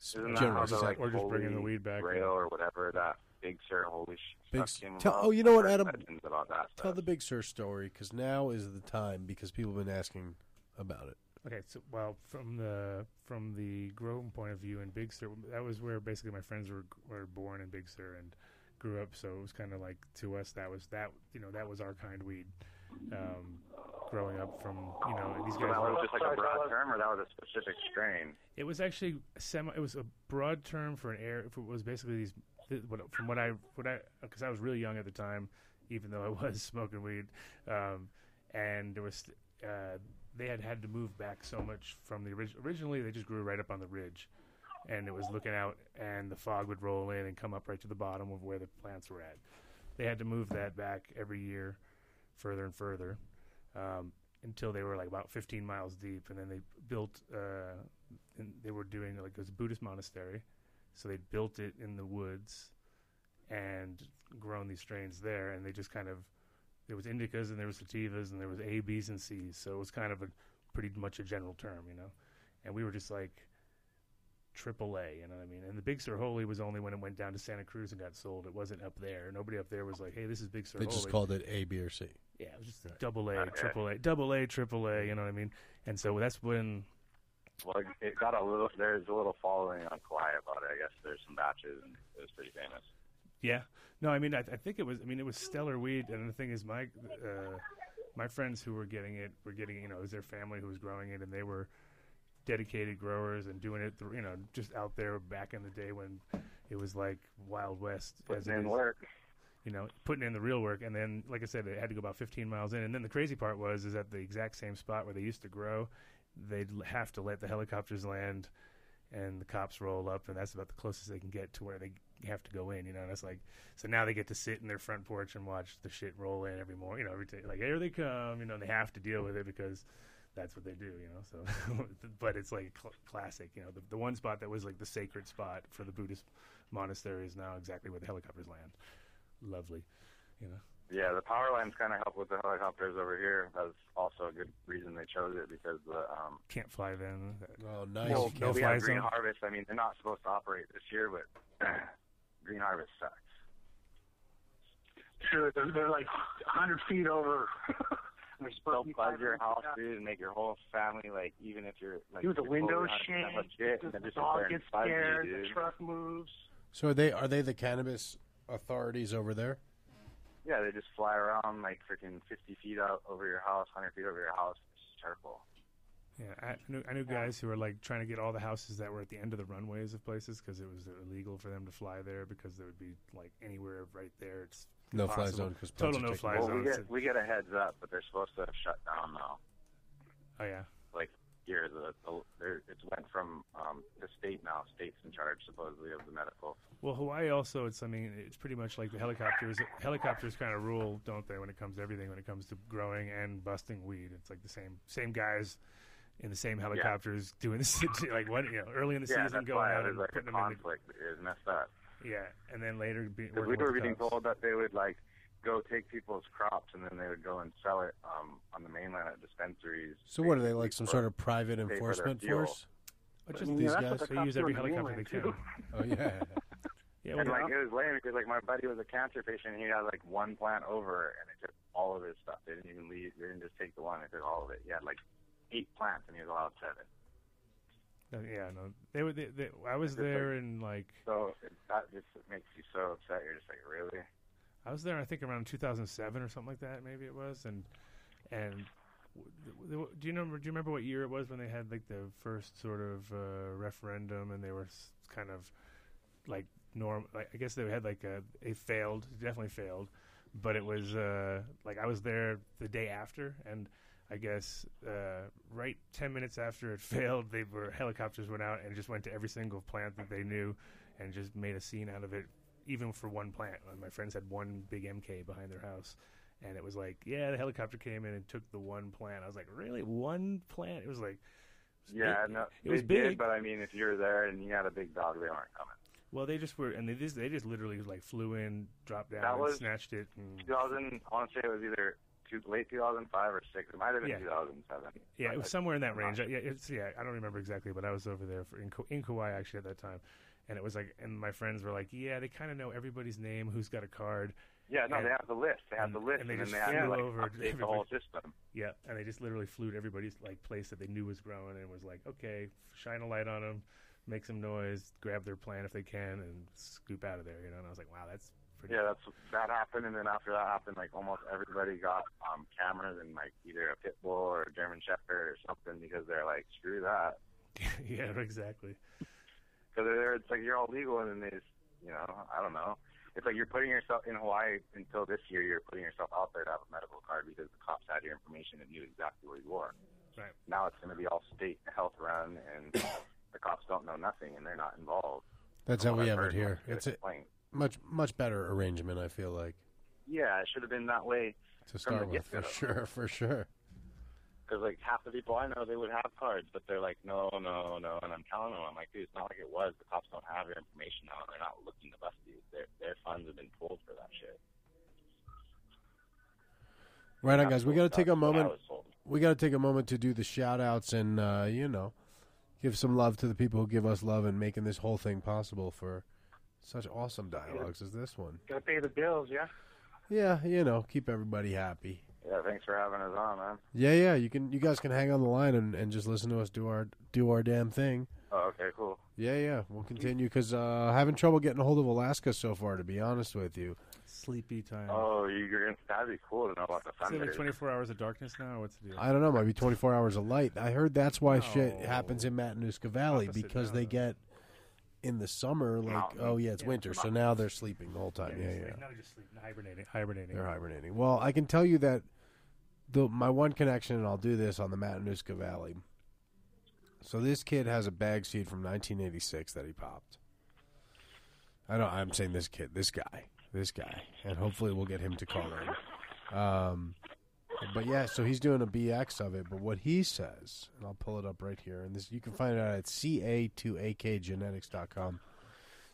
s-
Isn't that how
generally
the,
just
like,
like,
Holy Grail or whatever that Big Sur holy sh-
Big
stuff
S-
came
tell-
about?
oh, you know what,
There's
Adam?
legends about that stuff.
tell the Big Sur story because now is the time because people have been asking about it.
Okay, so well, from the from the growing point of view in Big Sur, that was where basically my friends were were born in Big Sur and grew up. So it was kind of like to us that was that you know that was our kind weed. Um, growing up from you know and these
So
guys.
that
were-
was just like a broad term, or that was a specific strain.
It was actually a semi. It was a broad term for an air. It was basically these. th- What, from what I what I because I was really young at the time, even though I was smoking weed, um, and there was uh, they had had to move back so much from the original. Originally, they just grew right up on the ridge, and it was looking out, and the fog would roll in and come up right to the bottom of where the plants were at. they had to move that back every year, further and further, um, until they were like about 15 miles deep, and then they built. Uh, and they were doing like it was a Buddhist monastery, so they built it in the woods, and grown these strains there, and they just kind of there was indicas and there was sativas and there was A, B's, and C's. So it was kind of a pretty much a general term, you know. And we were just like triple A, you know what I mean? And the Big Holy was only when it went down to Santa Cruz and got sold. It wasn't up there. Nobody up there was like, hey, this is Big Holy.
They just called it A, B, or C.
Yeah, it was just double A, triple A, double A, triple A, you know what I mean? And so that's when
Well, it got a little. There's a little following on Kauai about it. I guess there's some batches, and it was pretty famous.
Yeah. No, I mean, I, I think it was. I mean, it was stellar weed. And the thing is, my uh, my friends who were getting it were getting. You know, it was their family who was growing it, and they were dedicated growers and doing it. Through, you know, just out there back in the day when it was like Wild West.
Putting
it
in
is.
work.
You know, putting in the real work, and then, like I said, it had to go about 15 miles in. And then the crazy part was, is at the exact same spot where they used to grow, they'd l- have to let the helicopters land, and the cops roll up, and that's about the closest they can get to where they have to go in. You know, and it's like so now they get to sit in their front porch and watch the shit roll in every morning. You know, every day like here they come. You know, and they have to deal with it because that's what they do. You know, so but it's like a cl- classic. You know, the, the one spot that was like the sacred spot for the Buddhist monastery is now exactly where the helicopters land. Lovely, you know.
Yeah, the power lines kind of help with the helicopters over here. That was also a good reason they chose it because the um,
Can't fly then.
Oh,
Well, we have Green Harvest. I mean, they're not supposed to operate this year, but Green Harvest sucks.
Sure, they're, they're like 100 feet over. They're
They'll
supposed to be
flood your
500
house,
feet.
dude, and make your whole family like, even if you're like,
Dude, the
you're
window
totally 100%
shakes.
legit, and
The
they're just
dog
declaring
gets
flood you,
scared.
dude.
The truck moves.
So are they are they the cannabis authorities over there?
Yeah, they just fly around like freaking 50 feet out over your house, 100 feet over your house. It's just terrible.
Yeah, I knew, I knew guys who were like trying to get all the houses that were at the end of the runways of places because it was illegal for them to fly there because there would be like anywhere right there. It's
No fly
impossible.
zone 'cause planes
total
are
no
taking
fly
well,
zone.
we get we get a heads up, but they're supposed to have shut down now.
Oh yeah.
Like here, the, the there, it's went from um, the state now. State's in charge supposedly of the medical.
Well, Hawaii also it's I mean it's pretty much like the helicopters. helicopters kind of rule, don't they? When it comes to everything, when it comes to growing and busting weed, it's like the same same guys in the same helicopters doing this like what you know early in the
yeah,
season
that's
going
why
out
there's
and
like
putting
a
them in the
conflict. It was messed up.
Yeah, and then later be,
Because we
working
were
with the
being
cops.
told that they would like go take people's crops and then they would go and sell it um, on the mainland at dispensaries.
So what are they like some
for-
sort of private
pay for their
enforcement
fuel.
force?
But
I
just
mean,
these
that's
guys
what the
who use
cops
every
do in
helicopter they can.
Greenland,
Oh yeah.
Yeah,
and
well,
like it was lame because like my buddy was a cancer patient. He had like one plant over, and it took all of his stuff. They didn't even leave. They didn't just take the one. They took all of it. He had like eight plants, and he was allowed seven.
no, Uh, yeah, no, they were. They, they, I was
Just like-
there in like
So it, that just makes you so upset. You're just like, really?
I was there, I think, around 2007 or something like that. Maybe it was, and and w- th- w- do you remember? Do you remember what year it was when they had like the first sort of uh, referendum, and they were s- kind of like norm. Like, I guess they had like a it failed, definitely failed, but it was uh, like I was there the day after, and I guess uh, right 10 minutes after it failed, they were helicopters went out and just went to every single plant that they knew, and just made a scene out of it even for one plant. Like, My friends had one big MK behind their house, and it was like, yeah, the helicopter came in and took the one plant. I was like, really, one plant? It was like, it was
Yeah,
big-
no,
it was
they
big.
did, but I mean, if you're there and you had a big dog, they aren't coming.
well, they just were, and they just they just literally like flew in, dropped down,
That
and
was
snatched it. And,
2000, I want to say it was either two, late 2005 or six. It might have been
Yeah.
2007.
yeah, it was somewhere in that range. I, yeah, it's yeah, I don't remember exactly, but I was over there for, in, Ka- in Kauai actually at that time, and it was like, and my friends were like, yeah, they kind of know everybody's name, who's got a card.
Yeah, no,
and-
they have the list. They have the list,
and
and,
they
then
just
they have
flew
to like
over
update the whole
everybody.
system.
Yeah, and they just literally flew to everybody's like place that they knew was growing and was like, okay, shine a light on them, make some noise, grab their plant if they can, and scoop out of there. You know, and I was like, wow, that's pretty.
Yeah, that's that happened, and then after that happened, like almost everybody got um cameras and like either a pit bull or a German shepherd or something because they're like screw that
yeah, exactly.
because they're there, it's like you're all legal, and then they just you know I don't know. It's like you're putting yourself in Hawaii until this year. You're putting yourself out there to have a medical card because the cops had your information and knew exactly where you were.
Right.
Now it's going to be all state health run, and the cops don't know nothing, and they're not involved.
That's how we have it here.
Good
It's a
complaint.
much much better arrangement. I feel like
yeah, it should have been that way
to
from the
start with, for
get-go.
sure, for sure.
Because like half the people I know, they would have cards, but they're like, no, no, no. And I'm telling them, I'm like, dude, it's not like it was. The cops don't have your information now, and they're not looking to bust you. Their their funds have been pulled for that shit.
Right on, guys. We got to take a
That's what I
moment.
was told.
We got to take a moment to do the shout outs and, uh, you know, give some love to the people who give us love and making this whole thing possible for such awesome dialogues as this one.
Gotta pay the bills, yeah.
Yeah, you know, keep everybody happy.
Yeah, thanks for having us on, man.
Yeah, yeah. You can, you guys can hang on the line and, and just listen to us do our do our damn thing.
Oh, okay, cool.
Yeah, yeah. We'll continue because uh, having trouble getting a hold of Alaska so far. To be honest with you,
Sleepy time.
Oh, you're gonna that'd be cool to know about the
Is it
thunder.
like 24 hours of darkness now? or What's the deal?
I don't know. Might be twenty four hours of light. I heard that's why shit happens in Matanuska Valley
Opposite
because they get in the summer like oh yeah it's winter so now they're sleeping the whole time. Yeah, yeah.
Not just sleeping, hibernating, hibernating.
They're hibernating. Well, I can tell you that the my one connection, and I'll do this on the Matanuska Valley. So this kid has a bag seed from 1986 that he popped. I don't. I'm saying this kid, this guy, this guy, and hopefully we'll get him to call in. Um, but yeah, so he's doing a BX of it. But what he says, and I'll pull it up right here, and this you can find it out at ca2akgenetics.com.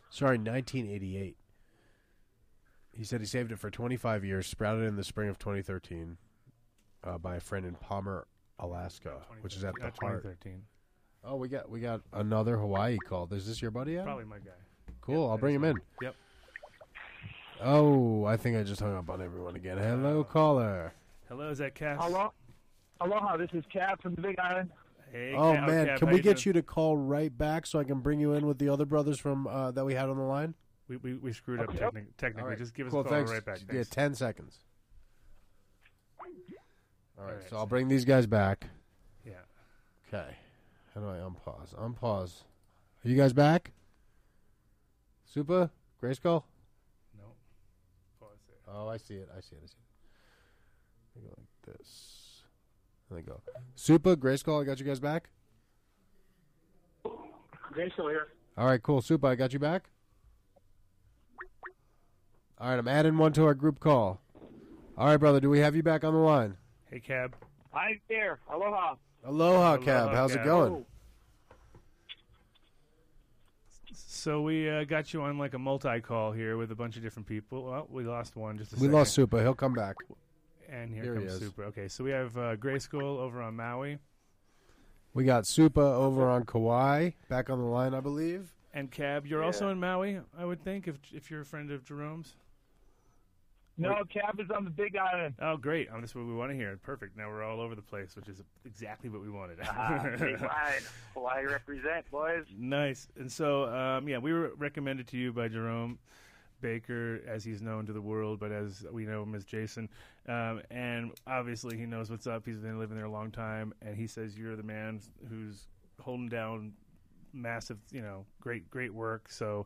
Sorry, 1988. He said he saved it for 25 years, sprouted in the spring of 2013 uh, by a friend in Palmer, Alaska, which is at the
Not
heart.
2013.
Oh, we got we got another Hawaii call. Is this your buddy? Adam?
Probably my guy.
Cool. I'll bring him in.
Yep.
Oh, I think I just hung up on everyone again.
Uh,
Hello, caller.
Hello, is that Cass?
Hello, aloha. This is Cap from the Big Island.
Hey,
oh man, can we get you to call right back so I can bring you in with the other brothers from uh, that we had on the line?
We, we, we screwed up
Okay.
techni- technically.
All right.
Just give us
Cool,
a call
thanks.
right back.
Yeah,
Thanks.
ten seconds. All right,
All right,
so I'll bring these guys back.
Yeah.
Okay. How do I unpause? Unpause. Are you guys back? Super? Grayskull? Oh, I see it. I see it. I see it. I go like this. And I go. Super, Grayskull, I got you guys back?
Jay still here.
All right, cool. Super, I got you back? All right, I'm adding one to our group call. All right, brother, do we have you back on the line?
Hey, Cab.
I'm there. Aloha.
Aloha, Cab. How's it going?
So we uh, got you on like a multi call here with a bunch of different people. Well, we lost one just a
We
second.
lost Super. He'll come back.
And here,
Here he
comes
is.
Super. Okay, so we have uh, Gray School over on Maui
We got Super over on Kauai, back on the line, I believe.
and Cab. You're also in Maui, I would think, if if you're a friend of Jerome's.
No, Cap is on the Big Island.
Oh, great! Um, that's what we want to hear. Perfect. Now we're all over the place, which is exactly what we wanted.
Ah,
uh,
big wide. Hawaii represent, boys.
Nice. And so, um, yeah, we were recommended to you by Jerome Baker, as he's known to the world, but as we know him as Jason. Um, and obviously, he knows what's up. He's been living there a long time, and he says you're the man who's holding down massive, you know, great, great work. So,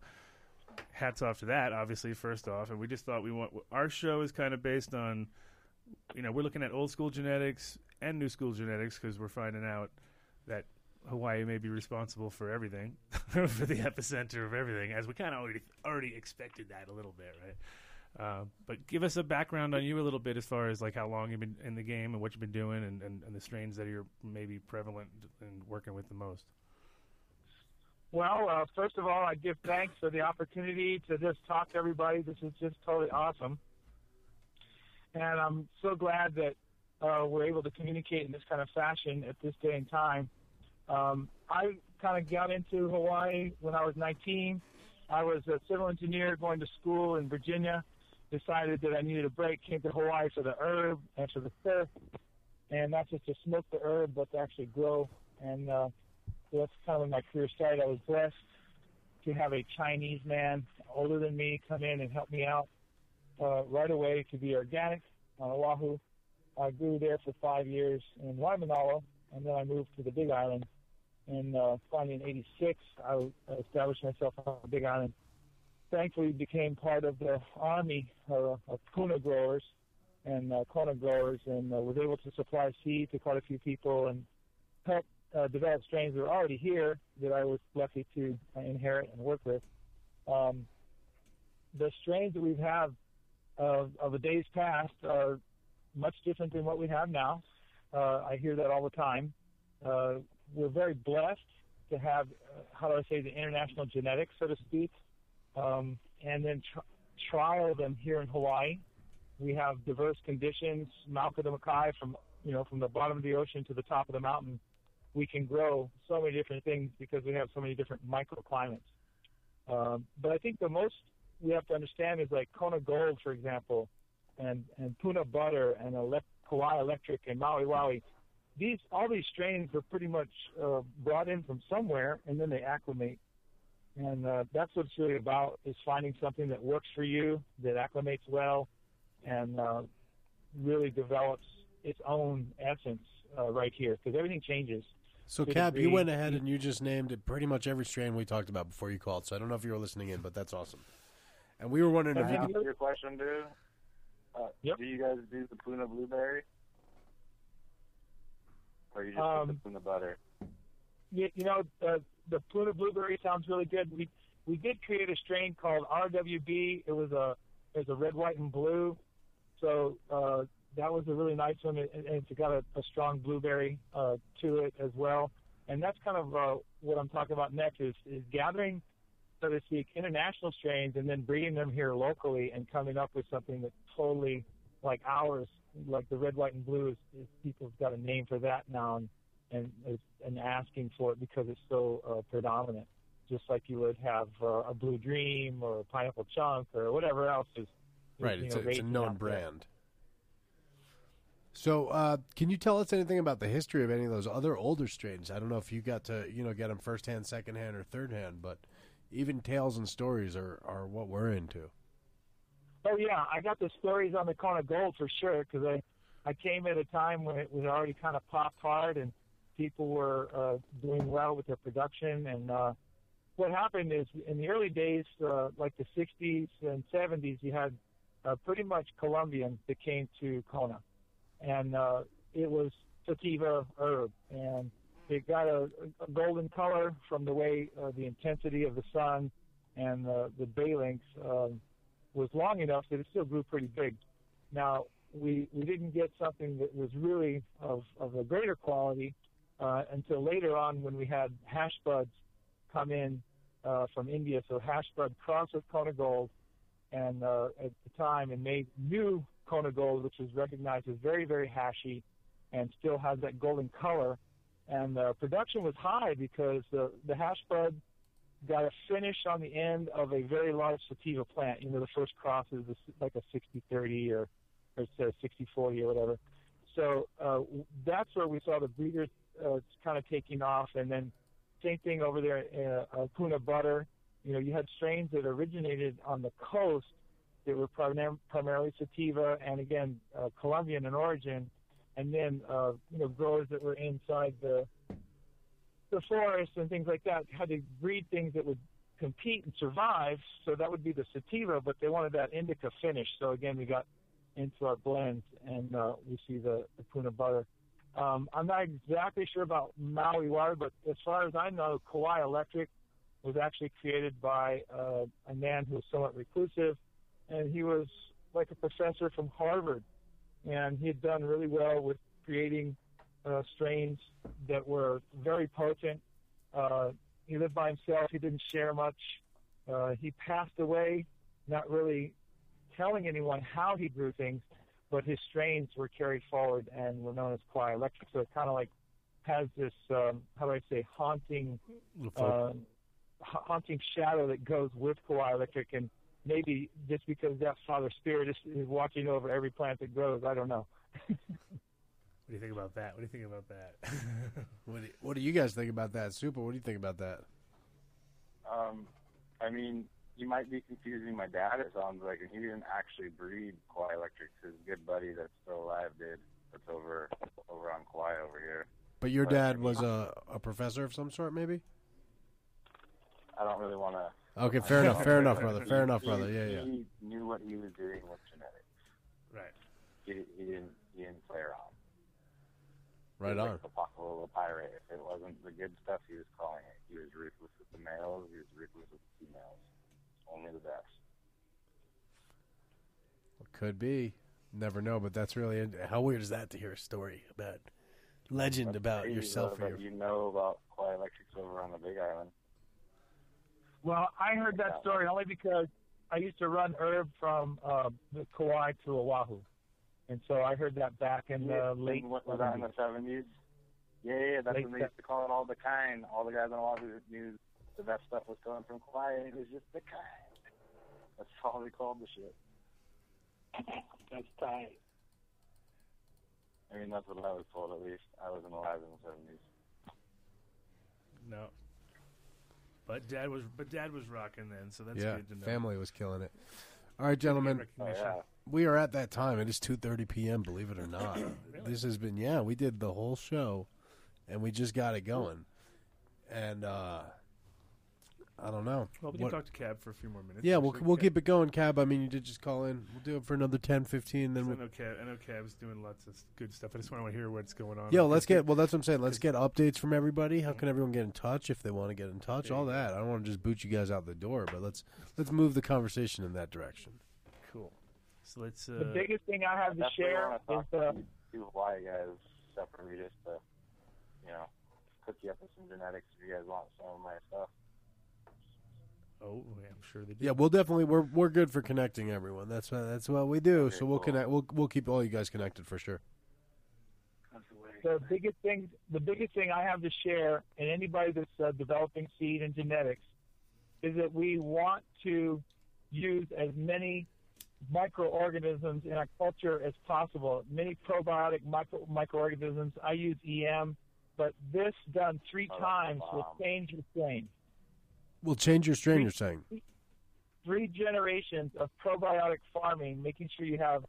hats off to that. Obviously, first off, and we just thought we want our show is kind of based on, you know, we're looking at old school genetics and new school genetics because we're finding out that Hawaii may be responsible for everything, for the epicenter of everything, as we kind of already already expected that a little bit, right? Uh, but give us a background on you a little bit as far as like how long you've been in the game and what you've been doing and, and, and the strains that are maybe prevalent and working with the most.
Well, uh, first of all, I give thanks for the opportunity to just talk to everybody. This is just totally awesome. And I'm so glad that uh, we're able to communicate in this kind of fashion at this day and time. Um, I kind of got into Hawaii when I was 19. I was a civil engineer going to school in Virginia. Decided that I needed a break, came to Hawaii for the herb and for the surf. And not just to smoke the herb, but to actually grow. And uh, so that's kind of when my career started. I was blessed to have a Chinese man older than me come in and help me out uh, right away to be organic on Oahu. I grew there for five years in Waimanalo, and then I moved to the Big Island. And uh, finally, in '86, I established myself on the Big Island. Thankfully, became part of the army uh, of puna growers and uh, kona growers, and uh, was able to supply seed to quite a few people and help uh, develop strains that were already here that I was lucky to uh, inherit and work with. Um, the strains that we have of, of the days past are much different than what we have now. Uh, I hear that all the time. Uh, we're very blessed to have, uh, how do I say, the international genetics, so to speak, um, and then tr- trial them here in Hawaii. We have diverse conditions. Makai from you know from the bottom of the ocean to the top of the mountain, we can grow so many different things because we have so many different microclimates. Um, but I think the most we have to understand is like Kona Gold, for example, and, and Puna Butter and Ele- Kauai Electric and Maui Waui. These all these strains were pretty much uh, brought in from somewhere, and then they acclimate. And uh, that's what it's really about: is finding something that works for you, that acclimates well, and uh, really develops its own essence uh, right here because everything changes.
So,
To
Cap, you
degree-
went ahead and you just named it pretty much every strain we talked about before you called. So I don't know if you were listening in, but that's awesome. And we were wondering
Can
if
I
you
ask
could
you a question, dude? Uh, Do you guys do the Puna blueberry? Or you just
Um,
put the Puna butter?
you, you know, the, the Puna blueberry sounds really good. We we did create a strain called RWB. It was a it was a red, white, and blue. So uh, that was a really nice one, and and it's got a, a strong blueberry uh, to it as well. And that's kind of uh, what I'm talking about next is, is gathering, so to speak, international strains and then breeding them here locally and coming up with something that's totally like ours, like the red, white, and blue. Is, is people's got a name for that now, and and and asking for it because it's so uh, predominant, just like you would have uh, a Blue Dream or a Pineapple Chunk or whatever else is. is,
Right,
you
it's
know,
a, it's a
raging
known
out there.
brand. So, uh, can you tell us anything about the history of any of those other older strains? I don't know if you got to, you know, get them firsthand, secondhand, or thirdhand, but even tales and stories are, are what we're into.
Oh yeah, I got the stories on the Kona Gold for sure because I I came at a time when it was already kind of popped hard and people were uh, doing well with their production and uh, what happened is in the early days, uh, like the 60s and 70s, you had uh, pretty much Colombians that came to Kona, and uh, it was sativa herb and it got a, a golden color from the way uh, the intensity of the sun and uh, the bay links. Um, was long enough that it still grew pretty big. Now we we didn't get something that was really of of a greater quality uh, until later on when we had hash buds come in uh, from India. So hash bud crossed with Kona Gold, and uh, at the time and made new Kona Gold, which was recognized as very very hashy, and still has that golden color. And uh, production was high because the the hash bud got a finish on the end of a very large sativa plant. You know, the first cross is a s like a 60-30 or, or sorry, 60-40 or whatever. So uh, w- that's where we saw the breeders uh, kind of taking off. And then same thing over there, uh, uh, Puna Butter. You know, you had strains that originated on the coast that were primar- primarily sativa and, again, uh, Colombian in origin. And then, uh, you know, growers that were inside the the forests and things like that had to breed things that would compete and survive. So that would be the sativa, but they wanted that indica finish. So again, we got into our blends and uh, we see the, the puna butter. Um, I'm not exactly sure about Maui water, but as far as I know, Kauai Electric was actually created by uh, a man who was somewhat reclusive, and he was like a professor from Harvard, and he had done really well with creating uh, strains that were very potent. Uh, he lived by himself. He didn't share much. Uh, he passed away, not really telling anyone how he grew things, but his strains were carried forward and were known as Kauai Electric. So it kind of like has this, um, how do I say, haunting,
Look for-
um, ha- haunting shadow that goes with Kauai Electric. And maybe just because that father spirit is, is watching over every plant that grows, I don't know.
do you think about that? What do you think about that?
What do, what do you guys think about that? Super, what do you think about that?
Um, I mean, you might be confusing my dad, it sounds like, and he didn't actually breed Kauai Electrics. His good buddy that's still alive did. That's over over on Kauai over here.
But your
But, I
dad
mean,
was a, a professor of some sort, maybe?
I don't really want to.
Okay, fair enough, fair enough, brother, fair enough, brother, yeah, yeah.
He knew what he was doing with genetics.
Right.
He, he didn't he didn't play around.
Right
He was
on.
Like the Paco little pirate. If it wasn't the good stuff, he was calling it. He was ruthless with the males. He was ruthless with the females. Only the best.
Could be. Never know, but that's really how weird is that to hear a story about legend
That's
about
crazy,
Uh, yourself
though,
or
that
your
you know about Quiet Electrics over on the Big Island.
Well, I heard that story only because I used to run herb from uh, the Kauai to Oahu, and so I heard that back in
Yeah,
the late.
what was that in the
70s.
seventies? Yeah, yeah, that's
Late
when they used to call it all the kind. All the guys on Oahu knew the best stuff was coming from Kauai, and it was just the kind. That's all they called the shit.
That's tight.
I mean, that's what I was told at least. I wasn't alive in the seventies.
No. But dad was but dad was rocking then, so that's
yeah,
good to know.
family was killing it. All right, gentlemen,
recognition. Oh, yeah.
we are at that time. It is two thirty p.m. Believe it or not, this has been yeah. We did the whole show, and we just got it going. And uh I don't know.
Well, we can
What-
talk to Cab for a few more minutes.
yeah, we'll
actually.
we'll
Cab-
keep it going, Cab. I mean, you did just call in. We'll do it for another 10, 15, then
I
we'll
know Cab. I know Cab's doing lots of good stuff. I just want to hear what's going on.
Yo,
Like,
let's
it's-
get well. That's what I'm saying. Let's get updates from everybody. How can everyone get in touch if they want to get in touch? All that. I don't want to just boot you guys out the door, but let's let's move the conversation in that direction.
cool. So let's. Uh,
The biggest thing I have to
Definitely
share
wanna
is
talk
uh,
Two Hawaii guys separate just to, you know, hook you up with some genetics if you guys want some of my stuff.
Oh, yeah, I'm sure they do.
Yeah, we'll definitely we're we're good for connecting everyone. That's what that's what we do. So we'll connect. We'll we'll keep all you guys connected for sure.
the biggest thing. The biggest thing I have to share, and anybody that's uh, developing seed and genetics, is that we want to use as many microorganisms in our culture as possible. Many probiotic micro, microorganisms. I use EM, but this done three
Oh,
times will
wow.
change your strain.
We'll change your strain. You're saying
three generations of probiotic farming, making sure you have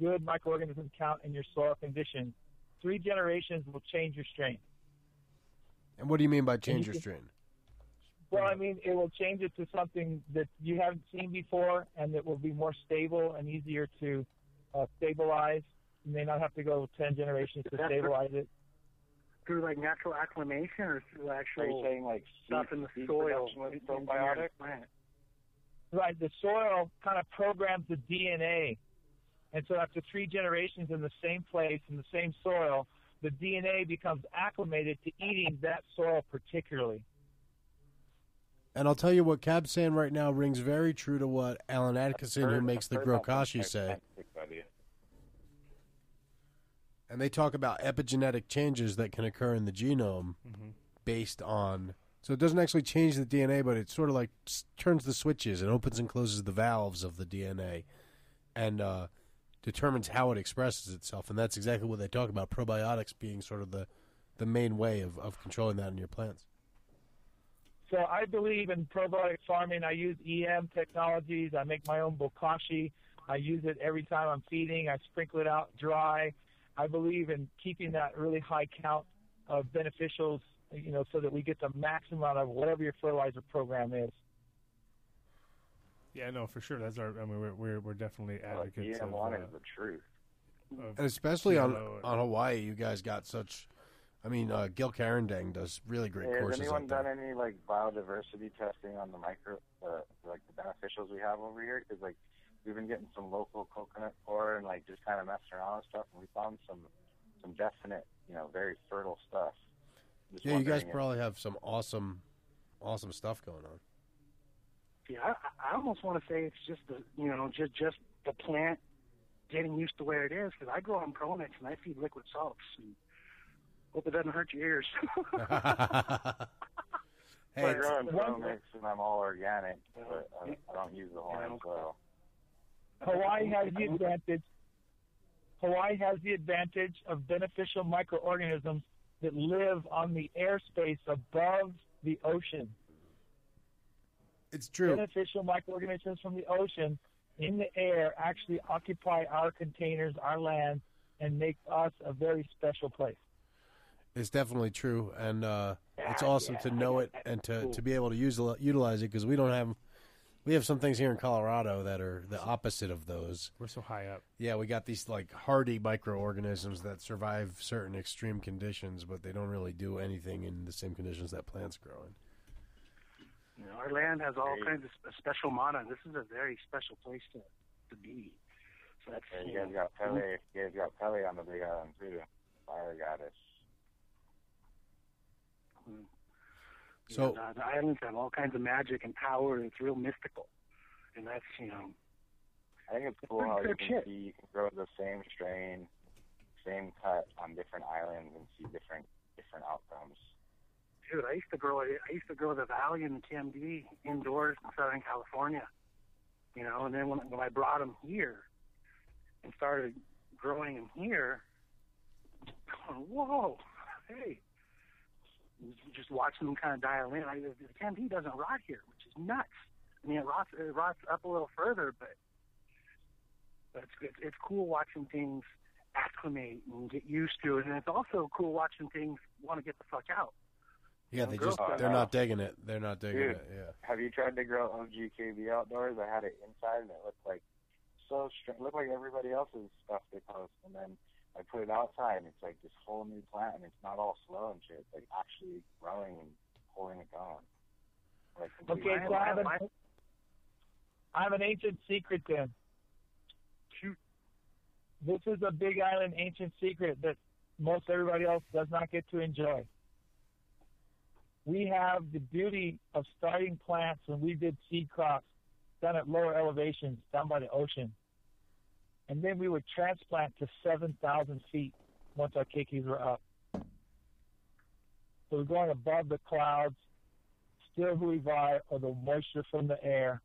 good microorganism count in your soil condition. Three generations will change your strain.
And what do you mean by
And
change
you
your
can-
strain?
Well, I mean, it will change it to something that you haven't seen before and that will be more stable and easier to uh, stabilize. You may not have to go 10 generations to
That's-
stabilize it.
Through like natural acclimation or through actual
Are you saying, like,
stuff
seed-
in the
seed
soil?
production with
in- in
probiotics?
the plant?
Right, the soil kind of programs the DNA. And so after three generations in the same place, in the same soil, the DNA becomes acclimated to eating that soil particularly.
And I'll tell you what Cab's saying right now rings very true to what Alan Atkinson, who makes the eh? Grokashi, say. And they talk about epigenetic changes that can occur in the genome
Mhm.
based on. So it doesn't actually change the DNA, but it sort of like s- turns the switches and opens and closes the valves of the DNA and uh, determines how it expresses itself. And that's exactly what they talk about probiotics being sort of the, the main way of, of controlling that in your plants.
So I believe in probiotic farming. I use EM technologies. I make my own bokashi. I use it every time I'm feeding. I sprinkle it out dry. I believe in keeping that really high count of beneficials, you know, so that we get the maximum out of whatever your fertilizer program is.
Yeah, no, for sure. That's our. I mean, we're we're, we're definitely advocates
yeah,
of.
one
Uh,
is the truth.
of
And especially on,
GMO and-
on Hawaii, you guys got such. I mean, uh, Gil Carandang does really great
Hey, has
courses.
anyone
out
done any like biodiversity testing on the micro, uh, like the beneficials we have over here? Because like we've been getting some local coconut core and like just kind of messing around with stuff, and we found some some definite, you know, very fertile stuff. Just
there. Yeah, you guys
wondering if-
probably have some awesome, awesome stuff going on.
Yeah, I, I almost want to say it's just the you know just just the plant getting used to where it is because I grow on Pronix and I feed liquid salts and hope it doesn't hurt your ears.
Hey, I grow in grow mix and I'm all organic, but I, I don't use the Hawaiian soil.
Hawaii has the advantage. Hawaii has the advantage of beneficial microorganisms that live on the airspace above the ocean.
It's true.
Beneficial microorganisms from the ocean in the air actually occupy our containers, our land, and make us a very special place.
It's definitely true, and uh, it's awesome to know it and to, to be able to use utilize it because we don't have we have some things here in Colorado that are the opposite of those.
We're so high up.
Yeah, we got these like hardy microorganisms that survive certain extreme conditions, but they don't really do anything in the same conditions that plants grow in.
You know, our land has all kinds of sp- special mana. This is a very special place to to be. So that's
Yeah, you guys got Pele. You guys got Pele on the big island too. Fire goddess.
So uh, Hmm. the islands have all kinds of magic and power, and it's real mystical. And that's you know,
I think it's cool how you
good
can
shit.
see you can grow the same strain, same cut on different islands and see different different outcomes.
dude, I used to grow it. I used to grow the Valley and the TMD indoors in Southern California. You know, and then when when I brought them here and started growing them here, going, whoa, hey, just watching them kind of dial in. I, the TMD doesn't rot here, which is nuts. I mean, it rots it rots up a little further, but but it's it's, it's cool watching things acclimate and get used to it, and it's also cool watching things want to get the fuck out.
Yeah, they
Girl
just
power.
they're not digging it. They're not digging
Dude,
it. Yeah.
have you tried to grow OGKB outdoors? I had it inside and it looked like so strange. Looked like everybody else's stuff they post,
Oh,
and then I put it outside and it's like this whole new plant, and it's not all slow and shit. It's like actually growing and holding its own. Like
Okay,
completely-
so I have, an, I have an ancient secret then.
Shoot.
This is a Big Island ancient secret that most everybody else does not get to enjoy. We have the beauty of starting plants when we did seed crops down at lower elevations, down by the ocean. And then we would transplant to 7,000 feet once our kikis were up. So we're going above the clouds still huivi or the moisture from the air,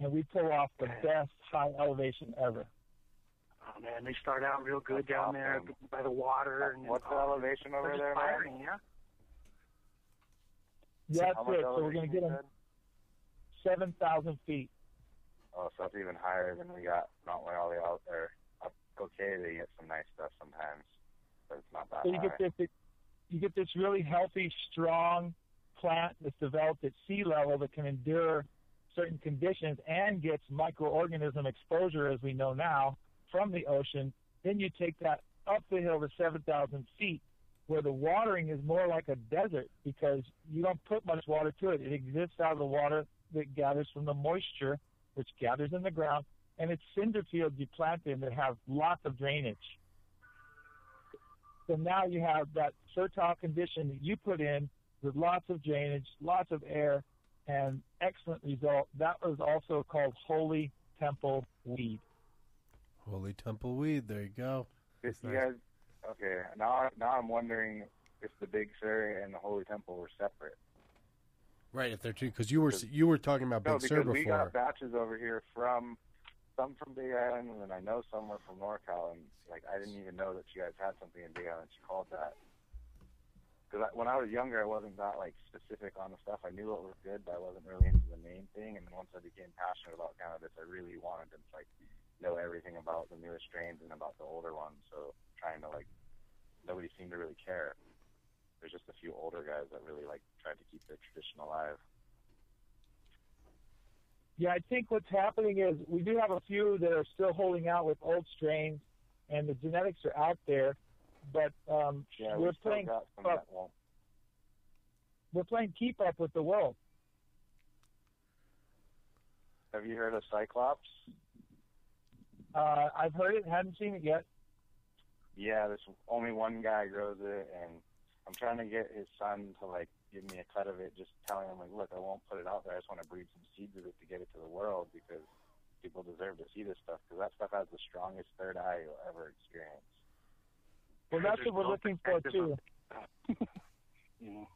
and we pull off the best high elevation ever.
Oh man, they start out real good down there b- by the water. And
What's the elevation over
They're
there,
just
man?
firing, yeah.
Yeah, that's
how much
it. So we're going
elevation
to get them 7,000 feet.
Oh, so that's even higher than we got. Not when all the out there. Up- Okay, they get some nice stuff sometimes, but it's not that
So you
high.
get this, you get this really healthy, strong plant that's developed at sea level that can endure certain conditions and gets microorganism exposure, as we know now, from the ocean. Then you take that up the hill to 7,000 feet, where the watering is more like a desert because you don't put much water to it. It exists out of the water that gathers from the moisture, which gathers in the ground, and it's cinder fields you plant in that have lots of drainage. So now you have that fertile condition that you put in with lots of drainage, lots of air, and excellent result. That was also called holy temple weed.
Holy temple weed. There you go.
If you guys, okay, now now I'm wondering if the Big Sur and the Holy Temple were separate.
Right, if they're two, because you were you were talking about
no,
Big Sur
because we
before.
got batches over here from some from Big Island, and then I know some were from NorCal, and like I didn't even know that you guys had something in Big Island. You called that. Because when I was younger, I wasn't that like specific on the stuff. I knew what was good, but I wasn't really into the name thing. And then once I became passionate about cannabis, I really wanted to like know everything about the newer strains and about the older ones. So trying to like nobody seemed to really care. There's just a few older guys that really like tried to keep their tradition alive.
Yeah, I think what's happening is we do have a few that are still holding out with old strains, and the genetics are out there, but um,
Yeah,
we're
we still
playing
got some
up.
that won't.
We're playing keep up with the world.
Have you heard of Cyclops?
Uh, I've heard it, hadn't seen it yet.
Yeah, this only one guy grows it, and I'm trying to get his son to like give me a cut of it, just telling him like, look, I won't put it out there. I just want to breed some seeds of it to get it to the world because people deserve to see this stuff because that stuff has the strongest third eye you'll ever experience.
Well, that's what we're looking for too.
You know,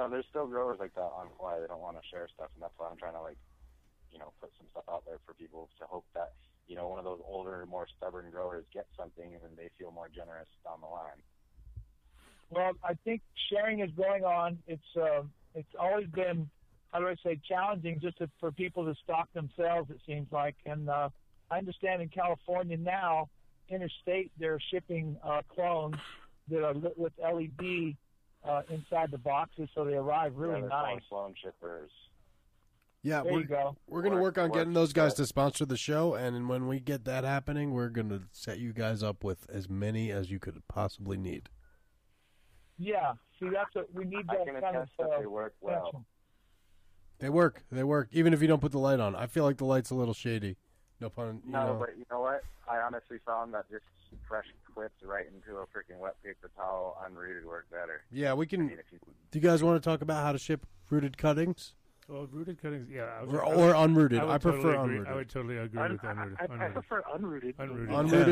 No, there's still growers like that on fly. They don't want to share stuff, and that's why I'm trying to like, you know, put some stuff out there for people to hope that you know one of those older, more stubborn growers gets something, and then they feel more generous down the line.
Well, I think sharing is going on. It's uh, it's always been how do I say challenging just to, for people to stock themselves. It seems like, and uh, I understand in California now, interstate they're shipping uh, clones that are lit with LED uh, inside the boxes, so they arrive really
yeah,
nice.
Sloan shippers.
Yeah,
There you
we're,
go.
we're gonna work,
Work-
on
work,
getting those guys to sponsor the show, and when we get that happening, we're gonna set you guys up with as many as you could possibly need.
Yeah, see that's what we need.
I
That
can
kind of
attest that
uh,
they work well.
connection.
They work. They work. Even if you don't put the light on, I feel like the light's a little shady. No pun. You
No,
know.
but you know what? I honestly found that just fresh clips right into a freaking wet paper towel unrooted work better.
yeah, we
I
can.
mean, if you,
Do you guys want to talk about how to ship rooted cuttings?
Well, rooted cuttings, yeah. I
Or- or unrooted.
would
I prefer
totally agree-
unrooted.
I would totally agree
Un-
with unrooted.
I- I
unrooted.
prefer
unrooted. Unrooted,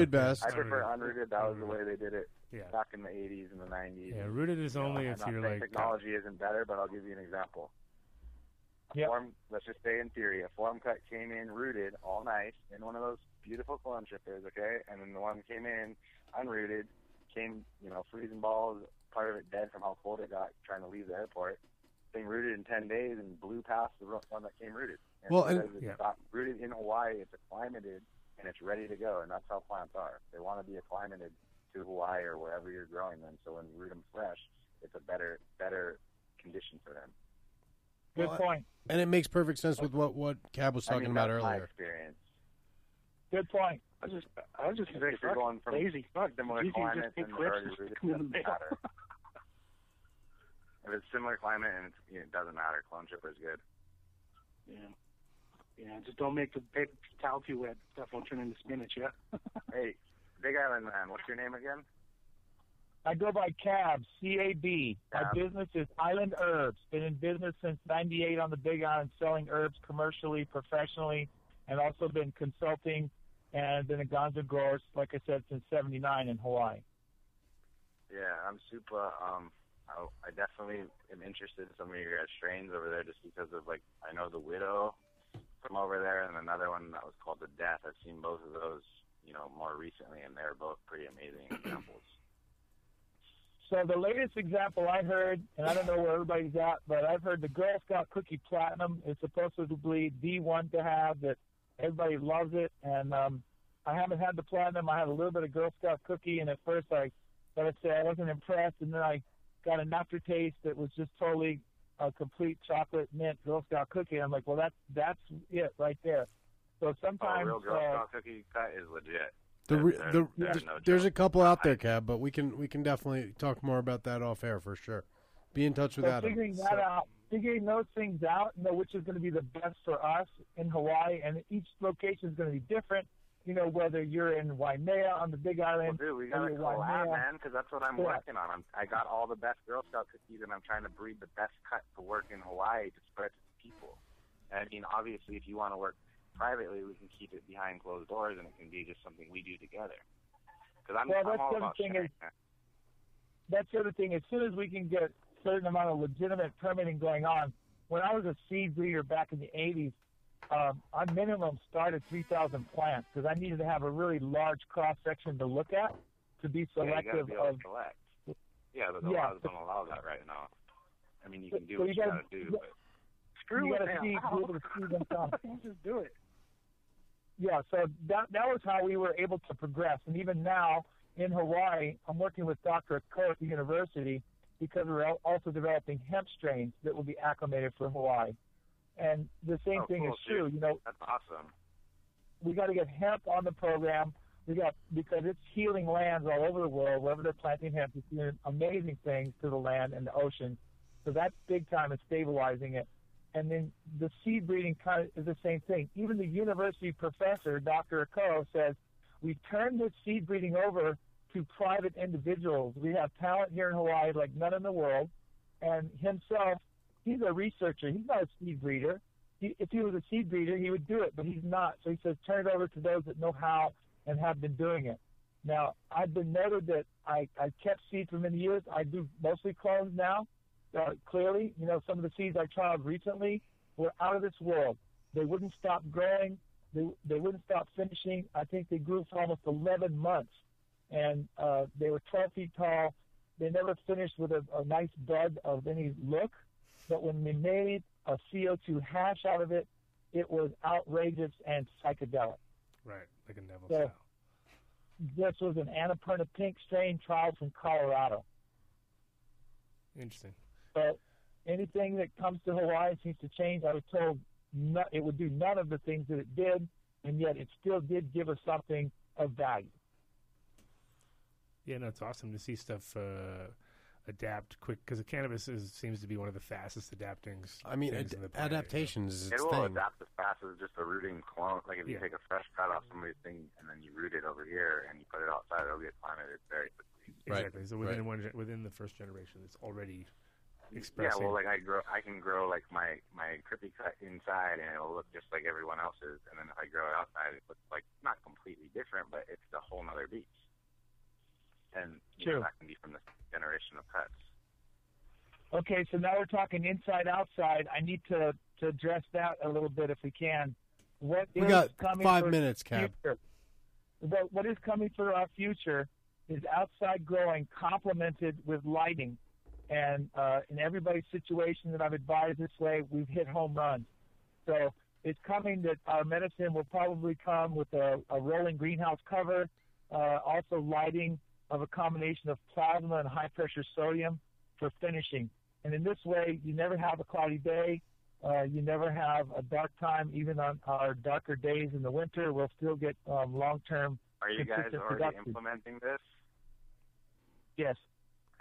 Unrooted best.
I prefer unrooted. That was the way they did it
Mm-hmm. Yeah.
back in the 80s and the 90s.
Yeah, rooted is
You know,
only
I'm
if
not
you're,
saying
like, uh,
Technology isn't better, but I'll give you an example. A Form, let's just stay in theory. A form cut came in rooted, all nice, in one of those beautiful clone shippers, okay? And then the one came in unrooted, came, you know, freezing balls, part of it dead from how cold it got trying to leave the airport. Thing rooted in 10 days and blew past the ro- one that came rooted. And
Well, and-
because it's
Yeah.
got rooted in Hawaii, it's acclimated and it's ready to go. And that's how plants are. They want to be acclimated to Hawaii or wherever you're growing them. So when you root them fresh, it's a better better condition for them.
Good
Well,
point.
And it makes perfect sense with what what Cab was
I
talking
mean,
about
that's my
earlier.
experience.
Good point.
I
just, I was just
If you're going from
lazy. Fuck,
similar
you can
climates
just
and
take clips
already
and
rooted,
stick
it
them in the
doesn't
mail.
matter. if it's similar climate and it's, you know, it doesn't matter, clone chipper is good.
Yeah. Yeah, just don't make the paper towel too wet. Stuff won't turn into spinach, yeah?
hey, Big Island Man, what's your name again?
I go by Cab, C A B. My
Cab.
business is Island Herbs. Been in business since '98 on the Big Island, selling herbs commercially, professionally, and also been consulting and been a ganja grower, like I said, since '79 in Hawaii.
Yeah, I'm super. Um, I, I definitely am interested in some of your guys' strains over there, just because of like I know the widow from over there, and another one that was called the death. I've seen both of those, you know, more recently, and they're both pretty amazing examples.
So the latest example I heard, and I don't know where everybody's at, but I've heard the Girl Scout Cookie Platinum is supposedly the one to have that everybody loves it. And um, I haven't had the platinum. I had a little bit of Girl Scout Cookie, and at first I, but I said I wasn't impressed, and then I got an aftertaste that was just totally a complete chocolate mint Girl Scout cookie. And I'm like, well, that's that's it right there. So
Oh,
sometimes
real Girl
uh,
Scout cookie cut is legit.
The,
They're-
re-
they're-
the,
they're
th-
no
there's
joke.
a couple out there, Cab, but we can we can definitely talk more about that off air for sure. Be in touch with
So
Adam.
figuring that out, figuring those things out, know which is going to be the best for us in Hawaii, and each location is going to be different. You know, whether you're in Waimea on the Big Island,
Dude, we
or
gotta
you're
collab,
Waimea.
man, because that's what I'm
Yeah.
working on. I'm, I got all the best Girl Scout cookies, and I'm trying to breed the best cut to work in Hawaii to spread to the people. And I mean, obviously, if you want to work privately, we can keep it behind closed doors, and it can be just something we do together. Because I'm,
Well,
I'm
that's
all
the
about
thing
sharing.
is- that's the other thing. As soon as we can get certain amount of legitimate permitting going on, when I was a seed breeder back in the 80s, um, I minimum started 3,000 plants because I needed to have a really large cross section to look at to be
yeah, you gotta
selective
be able
of
to collect. Yeah, but the
Yeah,
laws don't allow that right now. I mean, you
So-
can do
so
what
you
you
gotta-
gotta do, but
Screw
you
it
gotta
now.
see, be able to see themselves.
Just do it.
yeah, so that that was how we were able to progress. And even now in Hawaii, I'm working with Dr. Ko at the university because we're al- also developing hemp strains that will be acclimated for Hawaii. And the same
Oh,
thing
cool,
is true.
dude.
You know,
that's awesome.
we got to get hemp on the program. We got because it's healing lands all over the world. Wherever they're planting hemp, it's doing amazing things to the land and the ocean. So that's big time in stabilizing it. And then the seed breeding kind of is the same thing. Even the university professor, Dr. Ako, says we turn this seed breeding over to private individuals. We have talent here in Hawaii like none in the world. And himself, he's a researcher. He's not a seed breeder. He, if he was a seed breeder, he would do it, but he's not. So he says, turn it over to those that know how and have been doing it. Now, I've been noted that I, I kept seeds for many years. I do mostly clones now. Uh, clearly, you know, some of the seeds I trialed recently were out of this world. They wouldn't stop growing. They, they wouldn't stop finishing. I think they grew for almost 11 months and uh, they were 12 feet tall. They never finished with a, a nice bud of any look, but when they made a CO2 hash out of it, it was outrageous and psychedelic.
Right, like a Neville
Yeah.
style.
This was an Annapurna pink strain trial from Colorado.
Interesting.
But anything that comes to Hawaii seems to change. I was told no, it would do none of the things that it did, and yet it still did give us something of value.
Yeah, no, it's awesome to see stuff uh, adapt quick because cannabis is, seems to be one of the fastest adapting.
I mean,
things
ad-
on the planet.
adaptations is
it
its
will
thing.
adapt as fast as just a rooting clone. Like if you
Yeah.
take a fresh cut off somebody's thing and then you root it over here and you put it outside, it'll get climated very quickly.
Exactly. So within one gen- within the first generation, it's already expressing.
Yeah, well, like I grow, I can grow like my my crippy cut inside, and it'll look just like everyone else's. And then if I grow it outside, it looks like not completely different, but it's a whole nother beast. And you know,
True.
that can be from the generation of cuts.
Okay, so now we're talking inside outside. I need to, to address that a little bit if we can. What
We
is
got
coming
five
for
minutes, Cab.
future- What, what is coming for our future is outside growing complemented with lighting. And uh, in everybody's situation that I've advised this way, we've hit home runs. So it's coming that our medicine will probably come with a, a rolling greenhouse cover, uh, also lighting of a combination of plasma and high pressure sodium for finishing. And in this way, you never have a cloudy day. Uh, you never have a dark time. Even on our darker days in the winter, we'll still get um, long term.
Are you guys
consistent
already
production.
implementing this?
Yes.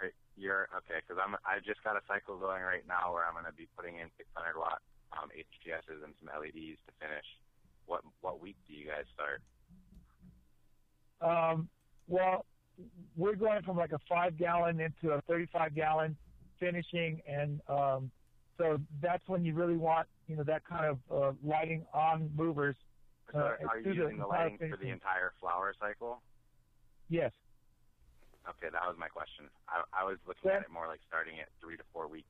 Are- You're okay because I'm. I just got a cycle going right now where I'm going to be putting in 600 watt um, HGSs and some LEDs to finish. What what week do you guys start?
Um, well, we're going from like a five gallon into a 35 gallon finishing. And um, so that's when you really want, you know, that kind of uh, lighting on movers.
So
uh,
are you
through
using the
entire
lighting for the
finishing.
entire flower cycle?
Yes.
Okay, that was my question. I, I was looking at it more like starting at three to four week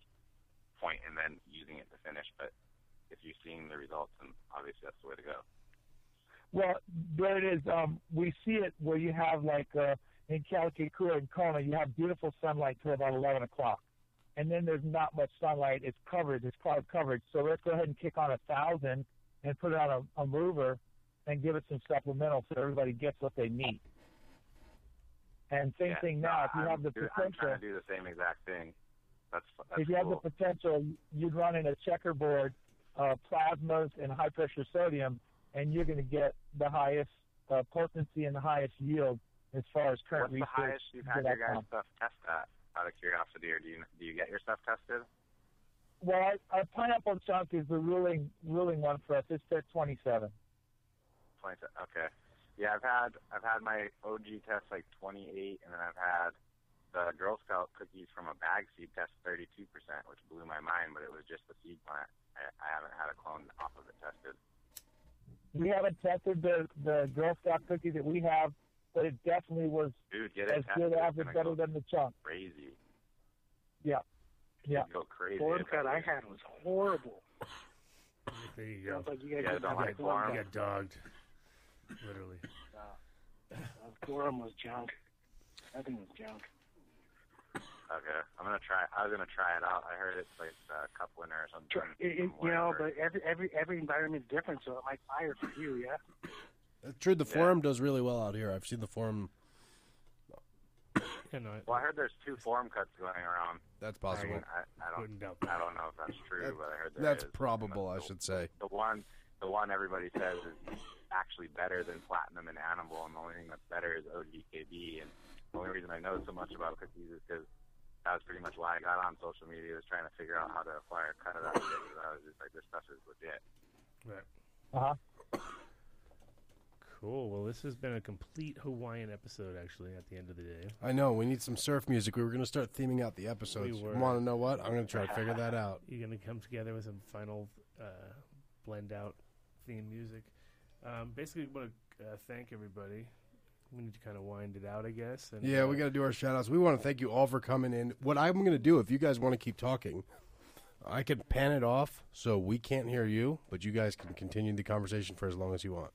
point and then using it to finish. But if you're seeing the results, then obviously that's the way to go.
Well, there it is. Um, we see it where you have like uh, in Kalikakura and Kona, you have beautiful sunlight till about 11 o'clock, and then there's not much sunlight. It's covered. It's cloud covered. So let's go ahead and kick on a thousand and put it on a, a mover and give it some supplemental so everybody gets what they need. And same
Yeah,
thing
no,
now. If you
I'm
have the
do- I'm
potential,
trying to do the same exact thing. That's fu- that's
if you have
cool.
the potential, you'd run in a checkerboard, uh, plasmas and high pressure sodium, and you're going to get the highest uh, potency and the highest yield as far as current
What's the
research.
highest you've had
that
your
I've
guys'
found.
stuff test at? Out of curiosity, or do you do you get your stuff tested?
Well, our, our pineapple chunk is the ruling ruling one for us. It's at 27.
20, okay. Yeah, I've had I've had my OG test like 28, and then I've had the Girl Scout cookies from a bag seed test 32 percent, which blew my mind. But it was just the seed plant. I, I haven't had a clone off of it tested.
We haven't tested the the Girl Scout cookie that we have, but it definitely was
Dude, get it
as
tested.
good
It's
average,
gonna
better
go
than the chunk.
crazy.
Yeah, yeah.
Go crazy.
Corn cut I had was horrible.
there you go.
Sounds like you guys
got
didn't have a corn
You
cut.
got dogged. Literally.
Uh, Quorum was junk. Nothing was junk.
Okay, I'm gonna try. I was gonna try it out. I heard it's like uh, cup winner or something.
Tr- It, it, you know, but every every every environment's different, so it might fire for you, yeah.
That's true. The forum does really well out here. I've seen the forum.
Well, I heard there's two form cuts going around.
That's possible.
I, mean, I, I don't. I don't know if that's true, but I heard there
That's
is.
probable, I should say.
the one the one everybody says is actually better than platinum and animal and the only thing that's better is OGKB and the only reason I know so much about cookies is because that was pretty much why I got on social media was trying to figure out how to acquire cut of that shit 'cause I was just like this stuff is legit.
Right.
Uh huh.
uh-huh.
Cool. Well, this has been a complete Hawaiian episode, actually, at the end of the day.
I know. We need some surf music. We were going to start theming out the episodes.
were.
Want to know what? I'm going to try to figure that out.
You're going to come together with some final uh, blend out theme music. Um, basically, want to uh, thank everybody. We need to kind of wind it out, I guess. And,
Yeah, we
uh,
got to do our shout outs. We want to thank you all for coming in. What I'm going to do, if you guys want to keep talking, I can pan it off so we can't hear you, but you guys can continue the conversation for as long as you want.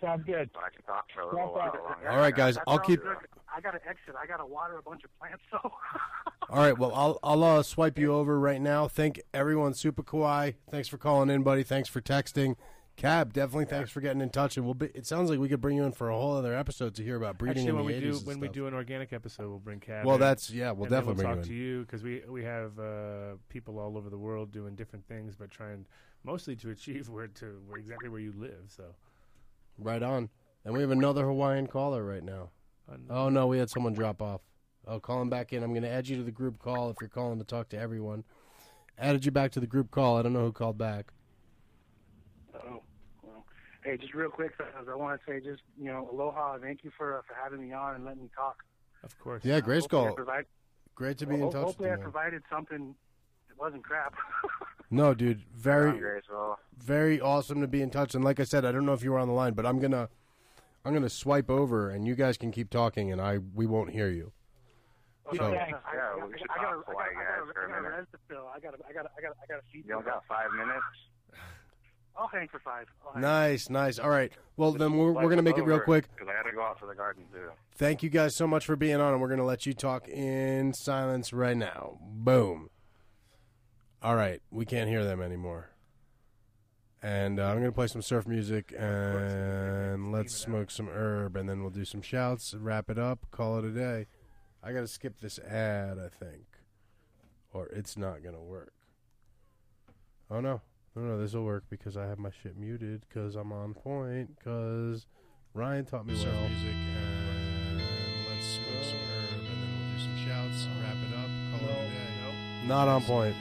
Sounds good.
So I can talk for a
Sounds
little while
awesome.
longer.
All right, guys, I'll keep-
I gotta exit. I gotta water a bunch of plants. So
All right, well, I'll, I'll uh, swipe you over right now. Thank everyone, super kawaii. Thanks for calling in, buddy. Thanks for texting. Cab, definitely thanks for getting in touch. And we'll be, it sounds like we could bring you in for a whole other episode to hear about breeding
Actually, when
in the 80s
we do
and
when we
stuff.
do an organic episode, we'll bring Cab.
Well,
in,
that's- yeah, we'll
and then
definitely
we'll
bring
talk to
you
you because we we have uh, people all over the world doing different things, but trying mostly to achieve where to where exactly where you live. So
Right on. And we have another Hawaiian caller right now.
Another-
Oh, no, we had someone drop off. Oh, calling back in. I'm going to add you to the group call if you're calling to talk to everyone. Added you back to the group call. I don't know who called back.
Oh, well. Hey, just real quick, fellas, I want to say just, you know, aloha. and Thank you for, uh, for having me on and letting me talk.
Of course.
Yeah, Grace
Hopefully I
call.
provide-
Great to be
Well,
in touch with
Hopefully,
you.
I
man.
provided something that wasn't crap.
No, dude, very,
Grace, well.
very awesome to be in touch. And like I said, I don't know if you were on the line, but I'm gonna, I'm gonna swipe over, and you guys can keep talking, and I we won't hear you. So-
Yeah, we should
I gotta-
talk to Hawaii
I gotta-
guys for a
I gotta
minute.
res to fill. I got I got I got I got to feed.
You don't
people.
got five minutes?
I'll hang for five. I'll hang.
Nice, nice. All right. Well, then we're, we're gonna make it real
Over,
quick.
'cause I had to go out to the garden, too.
Thank you guys so much for being on, and we're gonna let you talk in silence right now. Boom. All right, we can't hear them anymore. And uh, I'm gonna play some surf music, and let's smoke some herb, and then we'll do some shouts, wrap it up, call it a day. I gotta skip this ad, I think, or it's not gonna work. Oh no, no, no, this will work because I have my shit muted because I'm on point because Ryan taught me surf well. music, and let's smoke some herb, and then we'll do some shouts, wrap it up, call it a day. Not on point.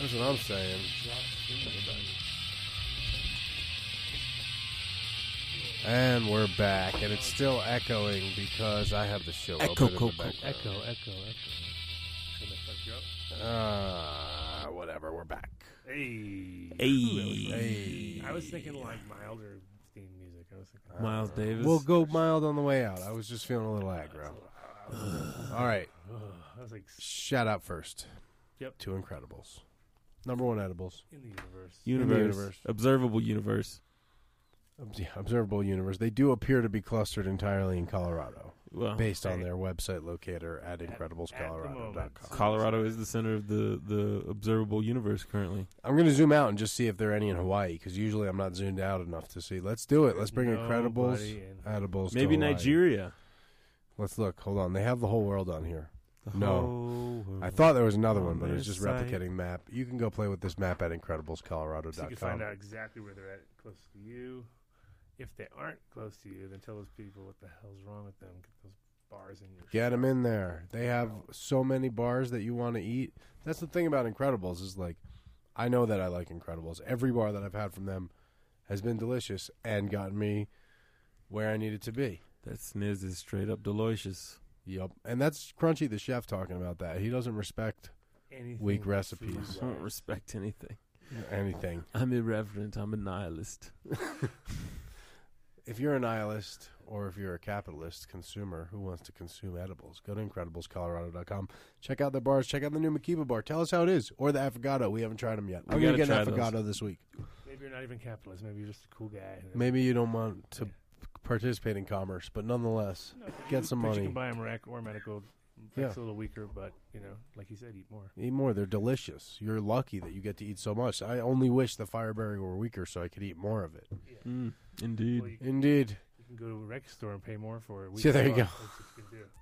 That's what I'm saying. And we're back, and it's still echoing because I have the show
Echo,
open in the
co- co-
background.
echo,
echo, echo.
Uh, whatever. We're back.
Hey.
Hey.
Hey. I was thinking like milder theme music. I was thinking uh,
Miles Davis.
We'll go mild on the way out. I was just feeling a little aggro. All right.
I was like,
Shout out first.
Yep.
Two Incredibles. Number one edibles.
In the universe.
In
Universe.
the universe.
Observable universe.
Ob- yeah, Observable universe. They do appear to be clustered entirely in Colorado,
Well,
based on their website locator at incrediblescolorado.com.
Colorado is the center of the, the observable universe currently.
I'm going to zoom out and just see if there are any in Hawaii because usually I'm not zoomed out enough to see. Let's do it. Let's bring Incredibles,
Nobody in-
edibles. to
Maybe
Hawaii.
Nigeria.
Let's look. Hold on. They have the whole world on here.
The
no.
whole world
I thought there was another
on
one, but it was
their
just
site.
replicating map. You can go play with this map at
So you can
incrediblescolorado.com.
find out exactly where they're at close to you. If they aren't close to you, then tell those people what the hell's wrong with them. Get those bars in your.
Get them in there. They have so many bars that you want to eat. That's the thing about Incredibles is like, I know that I like Incredibles. Every bar that I've had from them has been delicious and gotten me where I needed to be.
That sniz is straight up delicious.
Yep. And that's Crunchy the chef talking about that. He doesn't respect
anything.
Weak
but
recipes.
food.
I
don't respect anything.
Yeah, anything.
I'm irreverent. I'm a nihilist.
If you're a nihilist or if you're a capitalist consumer who wants to consume edibles, go to IncrediblesColorado.com. Check out the bars. Check out the new Makiba bar. Tell us how it is. Or the affogato. We haven't tried them yet.
We
I'm going to
gotta
get an
try
affogato
those.
this week.
Maybe you're not even capitalist. Maybe you're just a cool guy.
Maybe you don't want to participate in commerce, but nonetheless, get some
But You
money.
can buy him rack or medical.
Yeah.
It's a little weaker, but you know, like you said, eat more.
Eat more. They're delicious. You're lucky that you get to eat so much. I only wish the fireberry were weaker so I could eat more of it.
indeed.
Indeed.
You can go to a rec store and pay more for it.
Yeah, there you go.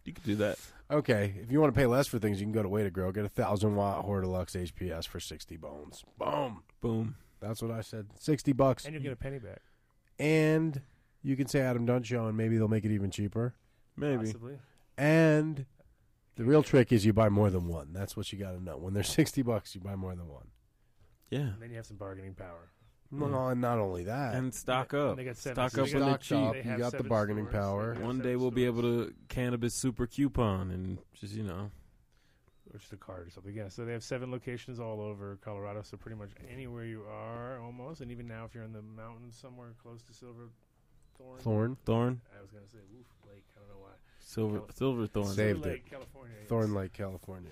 You could do that.
Okay, if you want to pay less for things, you can go to Way to Grow. Get a thousand watt Hordelux HPS for sixty bones. Boom,
boom.
That's what I said. Sixty bucks,
And you'll get a penny back.
And you can say Adam Dunn Show, and maybe they'll make it even cheaper.
Maybe.
Possibly.
And the real trick is you buy more than one. That's what you got to know. When they're sixty bucks, you buy more than one.
Yeah.
And then you have some bargaining power.
Well, and not only that,
And stock up.
they got seven
stock up
stores.
when they're
Stock up.
cheap.
They You have got the seven bargaining stores. power. They got
One day we'll be able to cannabis super coupon and just you know.
or just a card or something. Yeah, so they have seven locations all over Colorado. So pretty much anywhere you are, almost, and even now if you're in the mountains somewhere close to Silver Thorn.
Thorn? Thorn.
I was gonna say Woof Lake. I don't know why.
Silver-
Calif-
Silver Thorn.
saved
Silver
it.
Lake, California. yes.
Thorn Lake, California.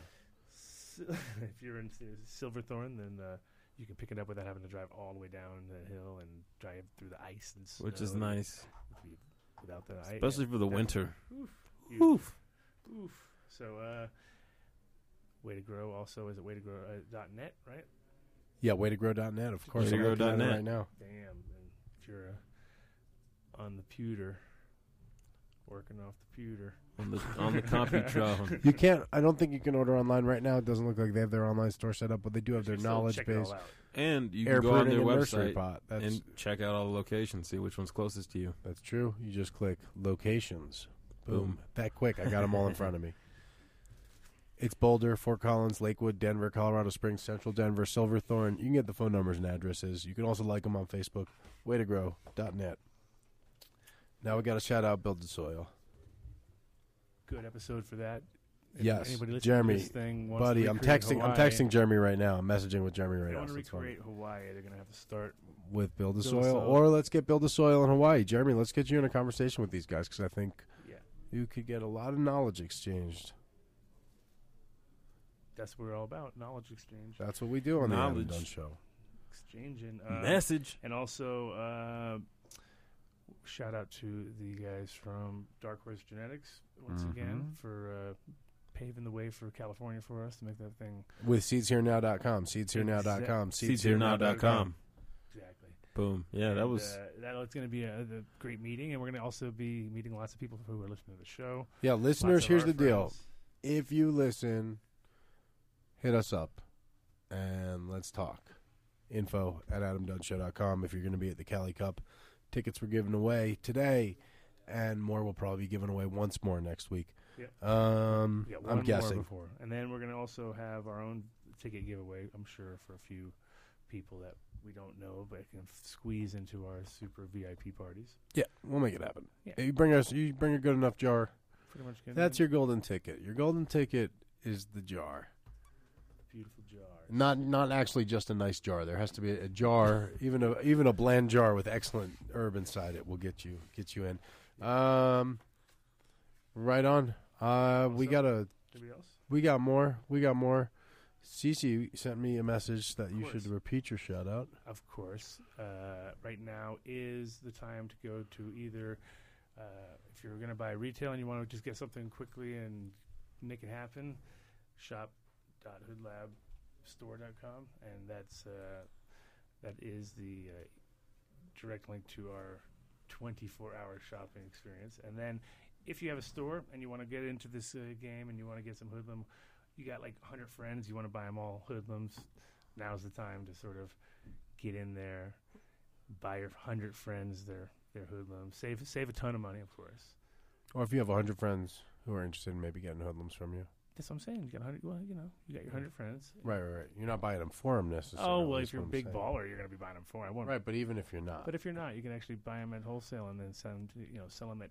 S- if you're in Sil- Silver Thorn, then uh, you can pick it up without having to drive all the way down the hill and drive through the ice and snow.
Which is nice.
Without the ice,
Especially for the winter.
Oof. You-
Oof.
Oof. So, uh, Way to Grow also is at waytogrow.net, right?
Yeah, waytogrow.net, of course. I'm looking at it
waytogrow.net.
right now.
Damn. And if you're uh, on the pewter, working off the pewter.
On the, on the Computron.
You can't. I don't think you can order online right now. It doesn't look like they have their online store set up, but they do have their
can still
knowledge
check it all
base.
out.
And you
Air
can go on their
printing and nursery
website
pot. That's
and check out all the locations, see which one's closest to you.
That's true. You just click locations. Boom.
Boom.
That quick. I got them all in front of me. It's Boulder, Fort Collins, Lakewood, Denver, Colorado Springs, Central Denver, Silverthorne. You can get the phone numbers and addresses. You can also like them on Facebook, waytogrow.net. Now we got to shout out Build the Soil.
Good episode for that. If
Yes,
anybody listening to
Jeremy,
this thing wants to
buddy, I'm
recreate
texting. I'm
Hawaii,
texting Jeremy right now. I'm messaging with Jeremy
If
right
they
now.
want to
so it's fun.
recreate Hawaii, they're going to have to start
with Build the
Build a
Soil,
Soil.
or let's get Build the Soil in Hawaii. Jeremy, let's get you in a conversation with these guys because I think
Yeah.
you could get a lot of knowledge exchanged.
That's what we're all about. Knowledge exchange.
That's what we do on the
Knowledge.
Adam Dunn Show.
Exchanging uh,
Message.
and also uh, shout out to the guys from Dark Horse Genetics once
Mm-hmm.
again for uh, paving the way for California for us to make that thing
With seedsherenow.com, seedsherenow.com,
Exact- seedsherenow.com.
exactly.
Boom. Yeah, that
And,
was
uh, that. It's going to be a, a great meeting, and we're going to also be meeting lots of people who are listening to the show.
Yeah,
Lots
listeners,
of
here's
our
the deal.
friends.
If you listen, hit us up and let's talk. Info at adamdunshow.com if you're going to be at the Cali Cup. Tickets were given away today, and more will probably be given away once more next week.
Yep.
Um,
We got one
I'm guessing.
More before. And then we're going to also have our own ticket giveaway, I'm sure, for a few people that we don't know but can f- squeeze into our super VIP parties.
Yeah, we'll make it happen.
Yeah.
You bring us, you bring a good enough jar.
Pretty much good
That's your golden ticket. Your golden ticket is the jar.
Beautiful jar.
Not not actually just a nice jar. There has to be a jar, even a even a bland jar with excellent herb inside it will get you get you in. Um, right on. Uh, we got a
Anybody else?
we got more. We got more. Cece sent me a message that you should
course.
repeat your shout out.
Of course, uh, right now is the time to go to either uh, if you're going to buy retail and you want to just get something quickly and make it happen, shop.hoodlabstore.com, and that's uh, that is the uh, direct link to our 24-hour shopping experience. And then if you have a store and you want to get into this uh, game and you want to get some hoodlum, you got like 100 friends, you want to buy them all hoodlums. Now's the time to sort of get in there, buy your 100 friends their their hoodlums, save save a ton of money, of course.
Or if you have hundred friends who are interested in maybe getting hoodlums from you.
That's what I'm saying. You got 100, well, you know, you got your 100 friends.
Right, right, right. You're not buying them for them necessarily.
oh well,
is
if you're a
what I'm
big
saying.
baller, you're going to be buying them for. I won't.
Right, but even if you're not,
But if you're not, you can actually buy them at wholesale and then sell them to you know sell them at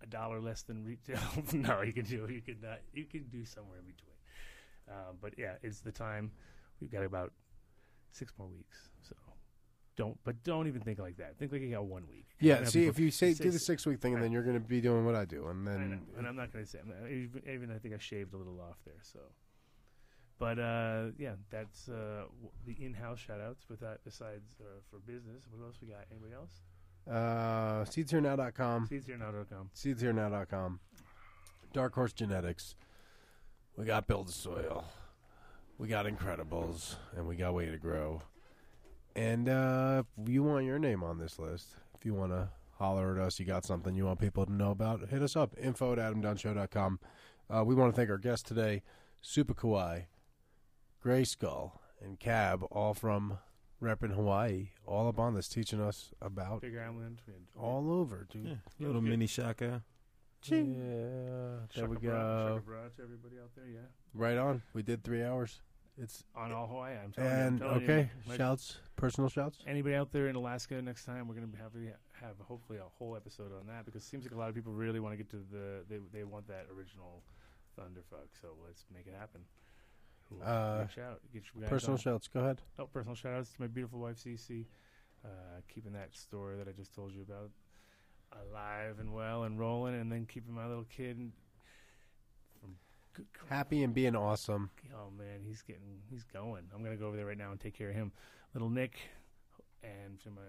a dollar less than retail. no, you can do you could not you can do somewhere in between. Uh, but yeah, it's the time. We've got about six more weeks, so don't. But don't even think like that. Think like you got one week.
Yeah,
Don't have
see,
people-
if you say do
six-
the six week thing, and then you're going to be doing what I do, and
I
then
know, and I'm not going to say. I'm not- even, even I think I shaved a little off there. So, but uh, yeah, that's uh, w- the in-house shout-outs. With that, besides uh, for business, what else we got? Anybody else?
uh, seedsherenow.com.
Seedsherenow.com.
Seedsherenow.com. Dark Horse Genetics. We got Build the Soil. We got Incredibles, and we got Way to Grow. And uh, if you want your name on this list, if you want to holler at us, you got something you want people to know about, hit us up. Info at adamdunshow.com. Uh, we want to thank our guests today, Super Kawaii, Gray Skull, and Cab, all from Reppin' Hawaii, all up on this, teaching us about
Big Island. we had-
all over, dude.
Yeah,
Little
okay. Uh,
mini shaka.
Yeah, there
Shaka
we
bra-
go.
Shaka bra to everybody out there, yeah.
Right on. We did three hours. It's
On all Hawaii, I'm telling
and
you. I'm telling you,
okay,
like,
shouts, personal shouts.
Anybody out there in Alaska next time? We're going to have have hopefully a whole episode on that because it seems like a lot of people really want to get to the they they want that original thunderfuck. So let's make it happen. Cool.
Uh,
Reach out, get your guys
personal
on.
shouts. Go ahead.
Oh, personal shout outs to my beautiful wife Cece, uh, keeping that store that I just told you about alive and well and rolling, and then keeping my little kid. And
Happy and being awesome.
oh man, he's getting he's going. I'm gonna go over there right now and take care of him, little Nick, and to my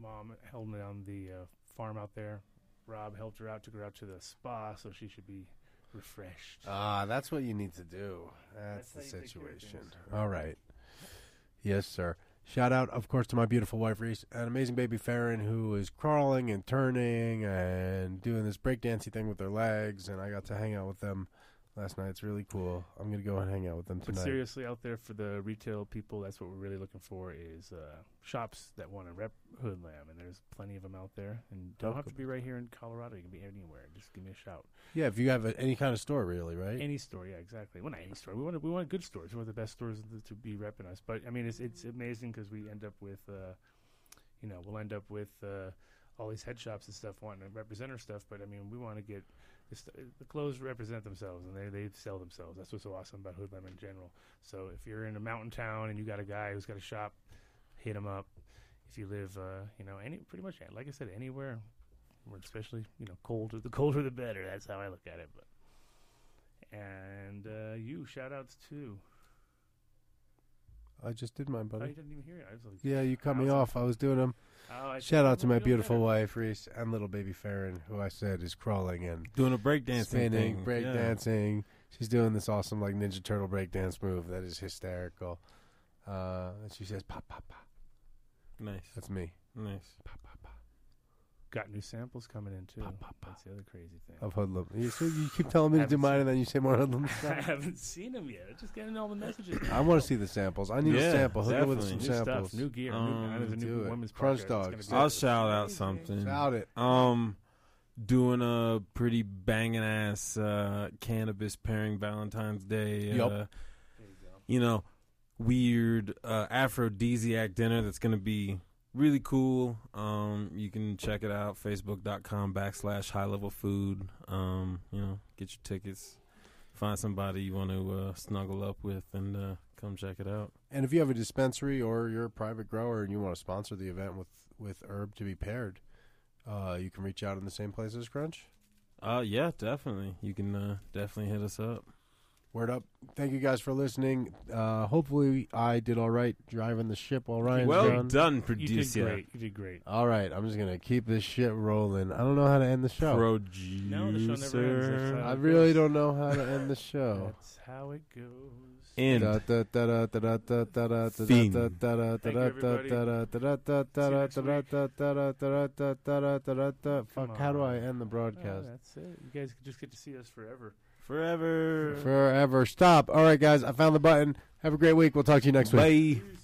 mom held me on the uh, farm out there. Rob helped her out, took her out to the spa, so she should be refreshed.
Ah, that's what you need to do. That's,
That's
the
how you take care of
situation.
things.
All right. Yes, sir. Shout out, of course, to my beautiful wife Reese, an amazing baby Farron who is crawling and turning and doing this breakdancey thing with their legs, and I got to hang out with them last night. It's really cool. I'm gonna go and hang out with them
But
tonight.
seriously, out there for the retail people, that's what we're really looking for is uh, shops that want to rep Hood Lamb, and there's plenty of them out there. And don't
Talk
have to be right here in Colorado; you can be anywhere. Just give me a shout.
Yeah, if you have a, any kind of store, really, right?
Any store, yeah, exactly. Well, not any store. We want we want good stores. We want the best stores th- to be repping us. But I mean, it's it's amazing because we end up with, uh, you know, we'll end up with uh, all these head shops and stuff wanting to represent our stuff. But I mean, we want to get the, st- the clothes represent themselves and they they sell themselves. That's what's so awesome about Hoodlum in general. So if you're in a mountain town and you got a guy who's got a shop, hit him up. If you live, uh, you know, any pretty much like I said, anywhere, especially you know, colder the colder the better. That's how I look at it. But and uh, you, shout outs too.
I just did mine, buddy.
Oh, you didn't even hear it. I was like,
Yeah, you cut me off. I was doing them.
Oh, I
Shout
think
out to
I'm
my
feeling
beautiful
better.
wife Reese and little baby Farron, who I said is crawling and
Doing a breakdancing
spinning,
thing, yeah.
breakdancing. She's doing this awesome like Ninja Turtle breakdance move that is hysterical. Uh, and she says, "Pop, pop, pop."
Nice.
That's me.
Nice.
Got new samples coming in too. That's the other crazy thing.
Of hoodlum. You, so you keep telling me to do mine, and then you say more hoodlum
I
stuff.
haven't seen them yet. I'm just getting all the messages.
I want to see the samples. I need a
Yeah,
sample. Hook me with some
definitely.
New stuff,
samples.
new gear, new- I know there's a new
do it.
women's
Crunch
podcast. It's
Dogs.
gonna be-
I'll shout out something.
Shout it.
Um, doing a pretty banging ass uh, cannabis pairing Valentine's Day.
Yup.
Uh, you know, weird uh, aphrodisiac dinner that's going to be really cool. Um, you can check it out. Facebook.com backslash high level food. Um, you know, get your tickets. Find somebody you want to uh, snuggle up with and uh, come check it out.
And if you have a dispensary or you're a private grower and you want to sponsor the event with with herb to be paired, uh, you can reach out in the same place as Crunch.
Uh, yeah, definitely. You can uh, definitely hit us up.
Word up! Thank you guys for listening. Uh, hopefully, I did all right driving the ship while Ryan's
Well
gone.
done,
You did
producer.
great. You did great.
All right, I'm just gonna keep this shit rolling. I don't know how to end the show.
Producer.
No, the show never ends. That's how
I
it
really
goes.
don't know how to end the show.
That's how it goes.
End.
Fuck! How do I end the
Oh,
broadcast?
that's it. You guys just get to see us forever.
Forever.
Forever. Stop. All right, guys. I found the button. Have a great week. We'll talk to you next week.
Bye.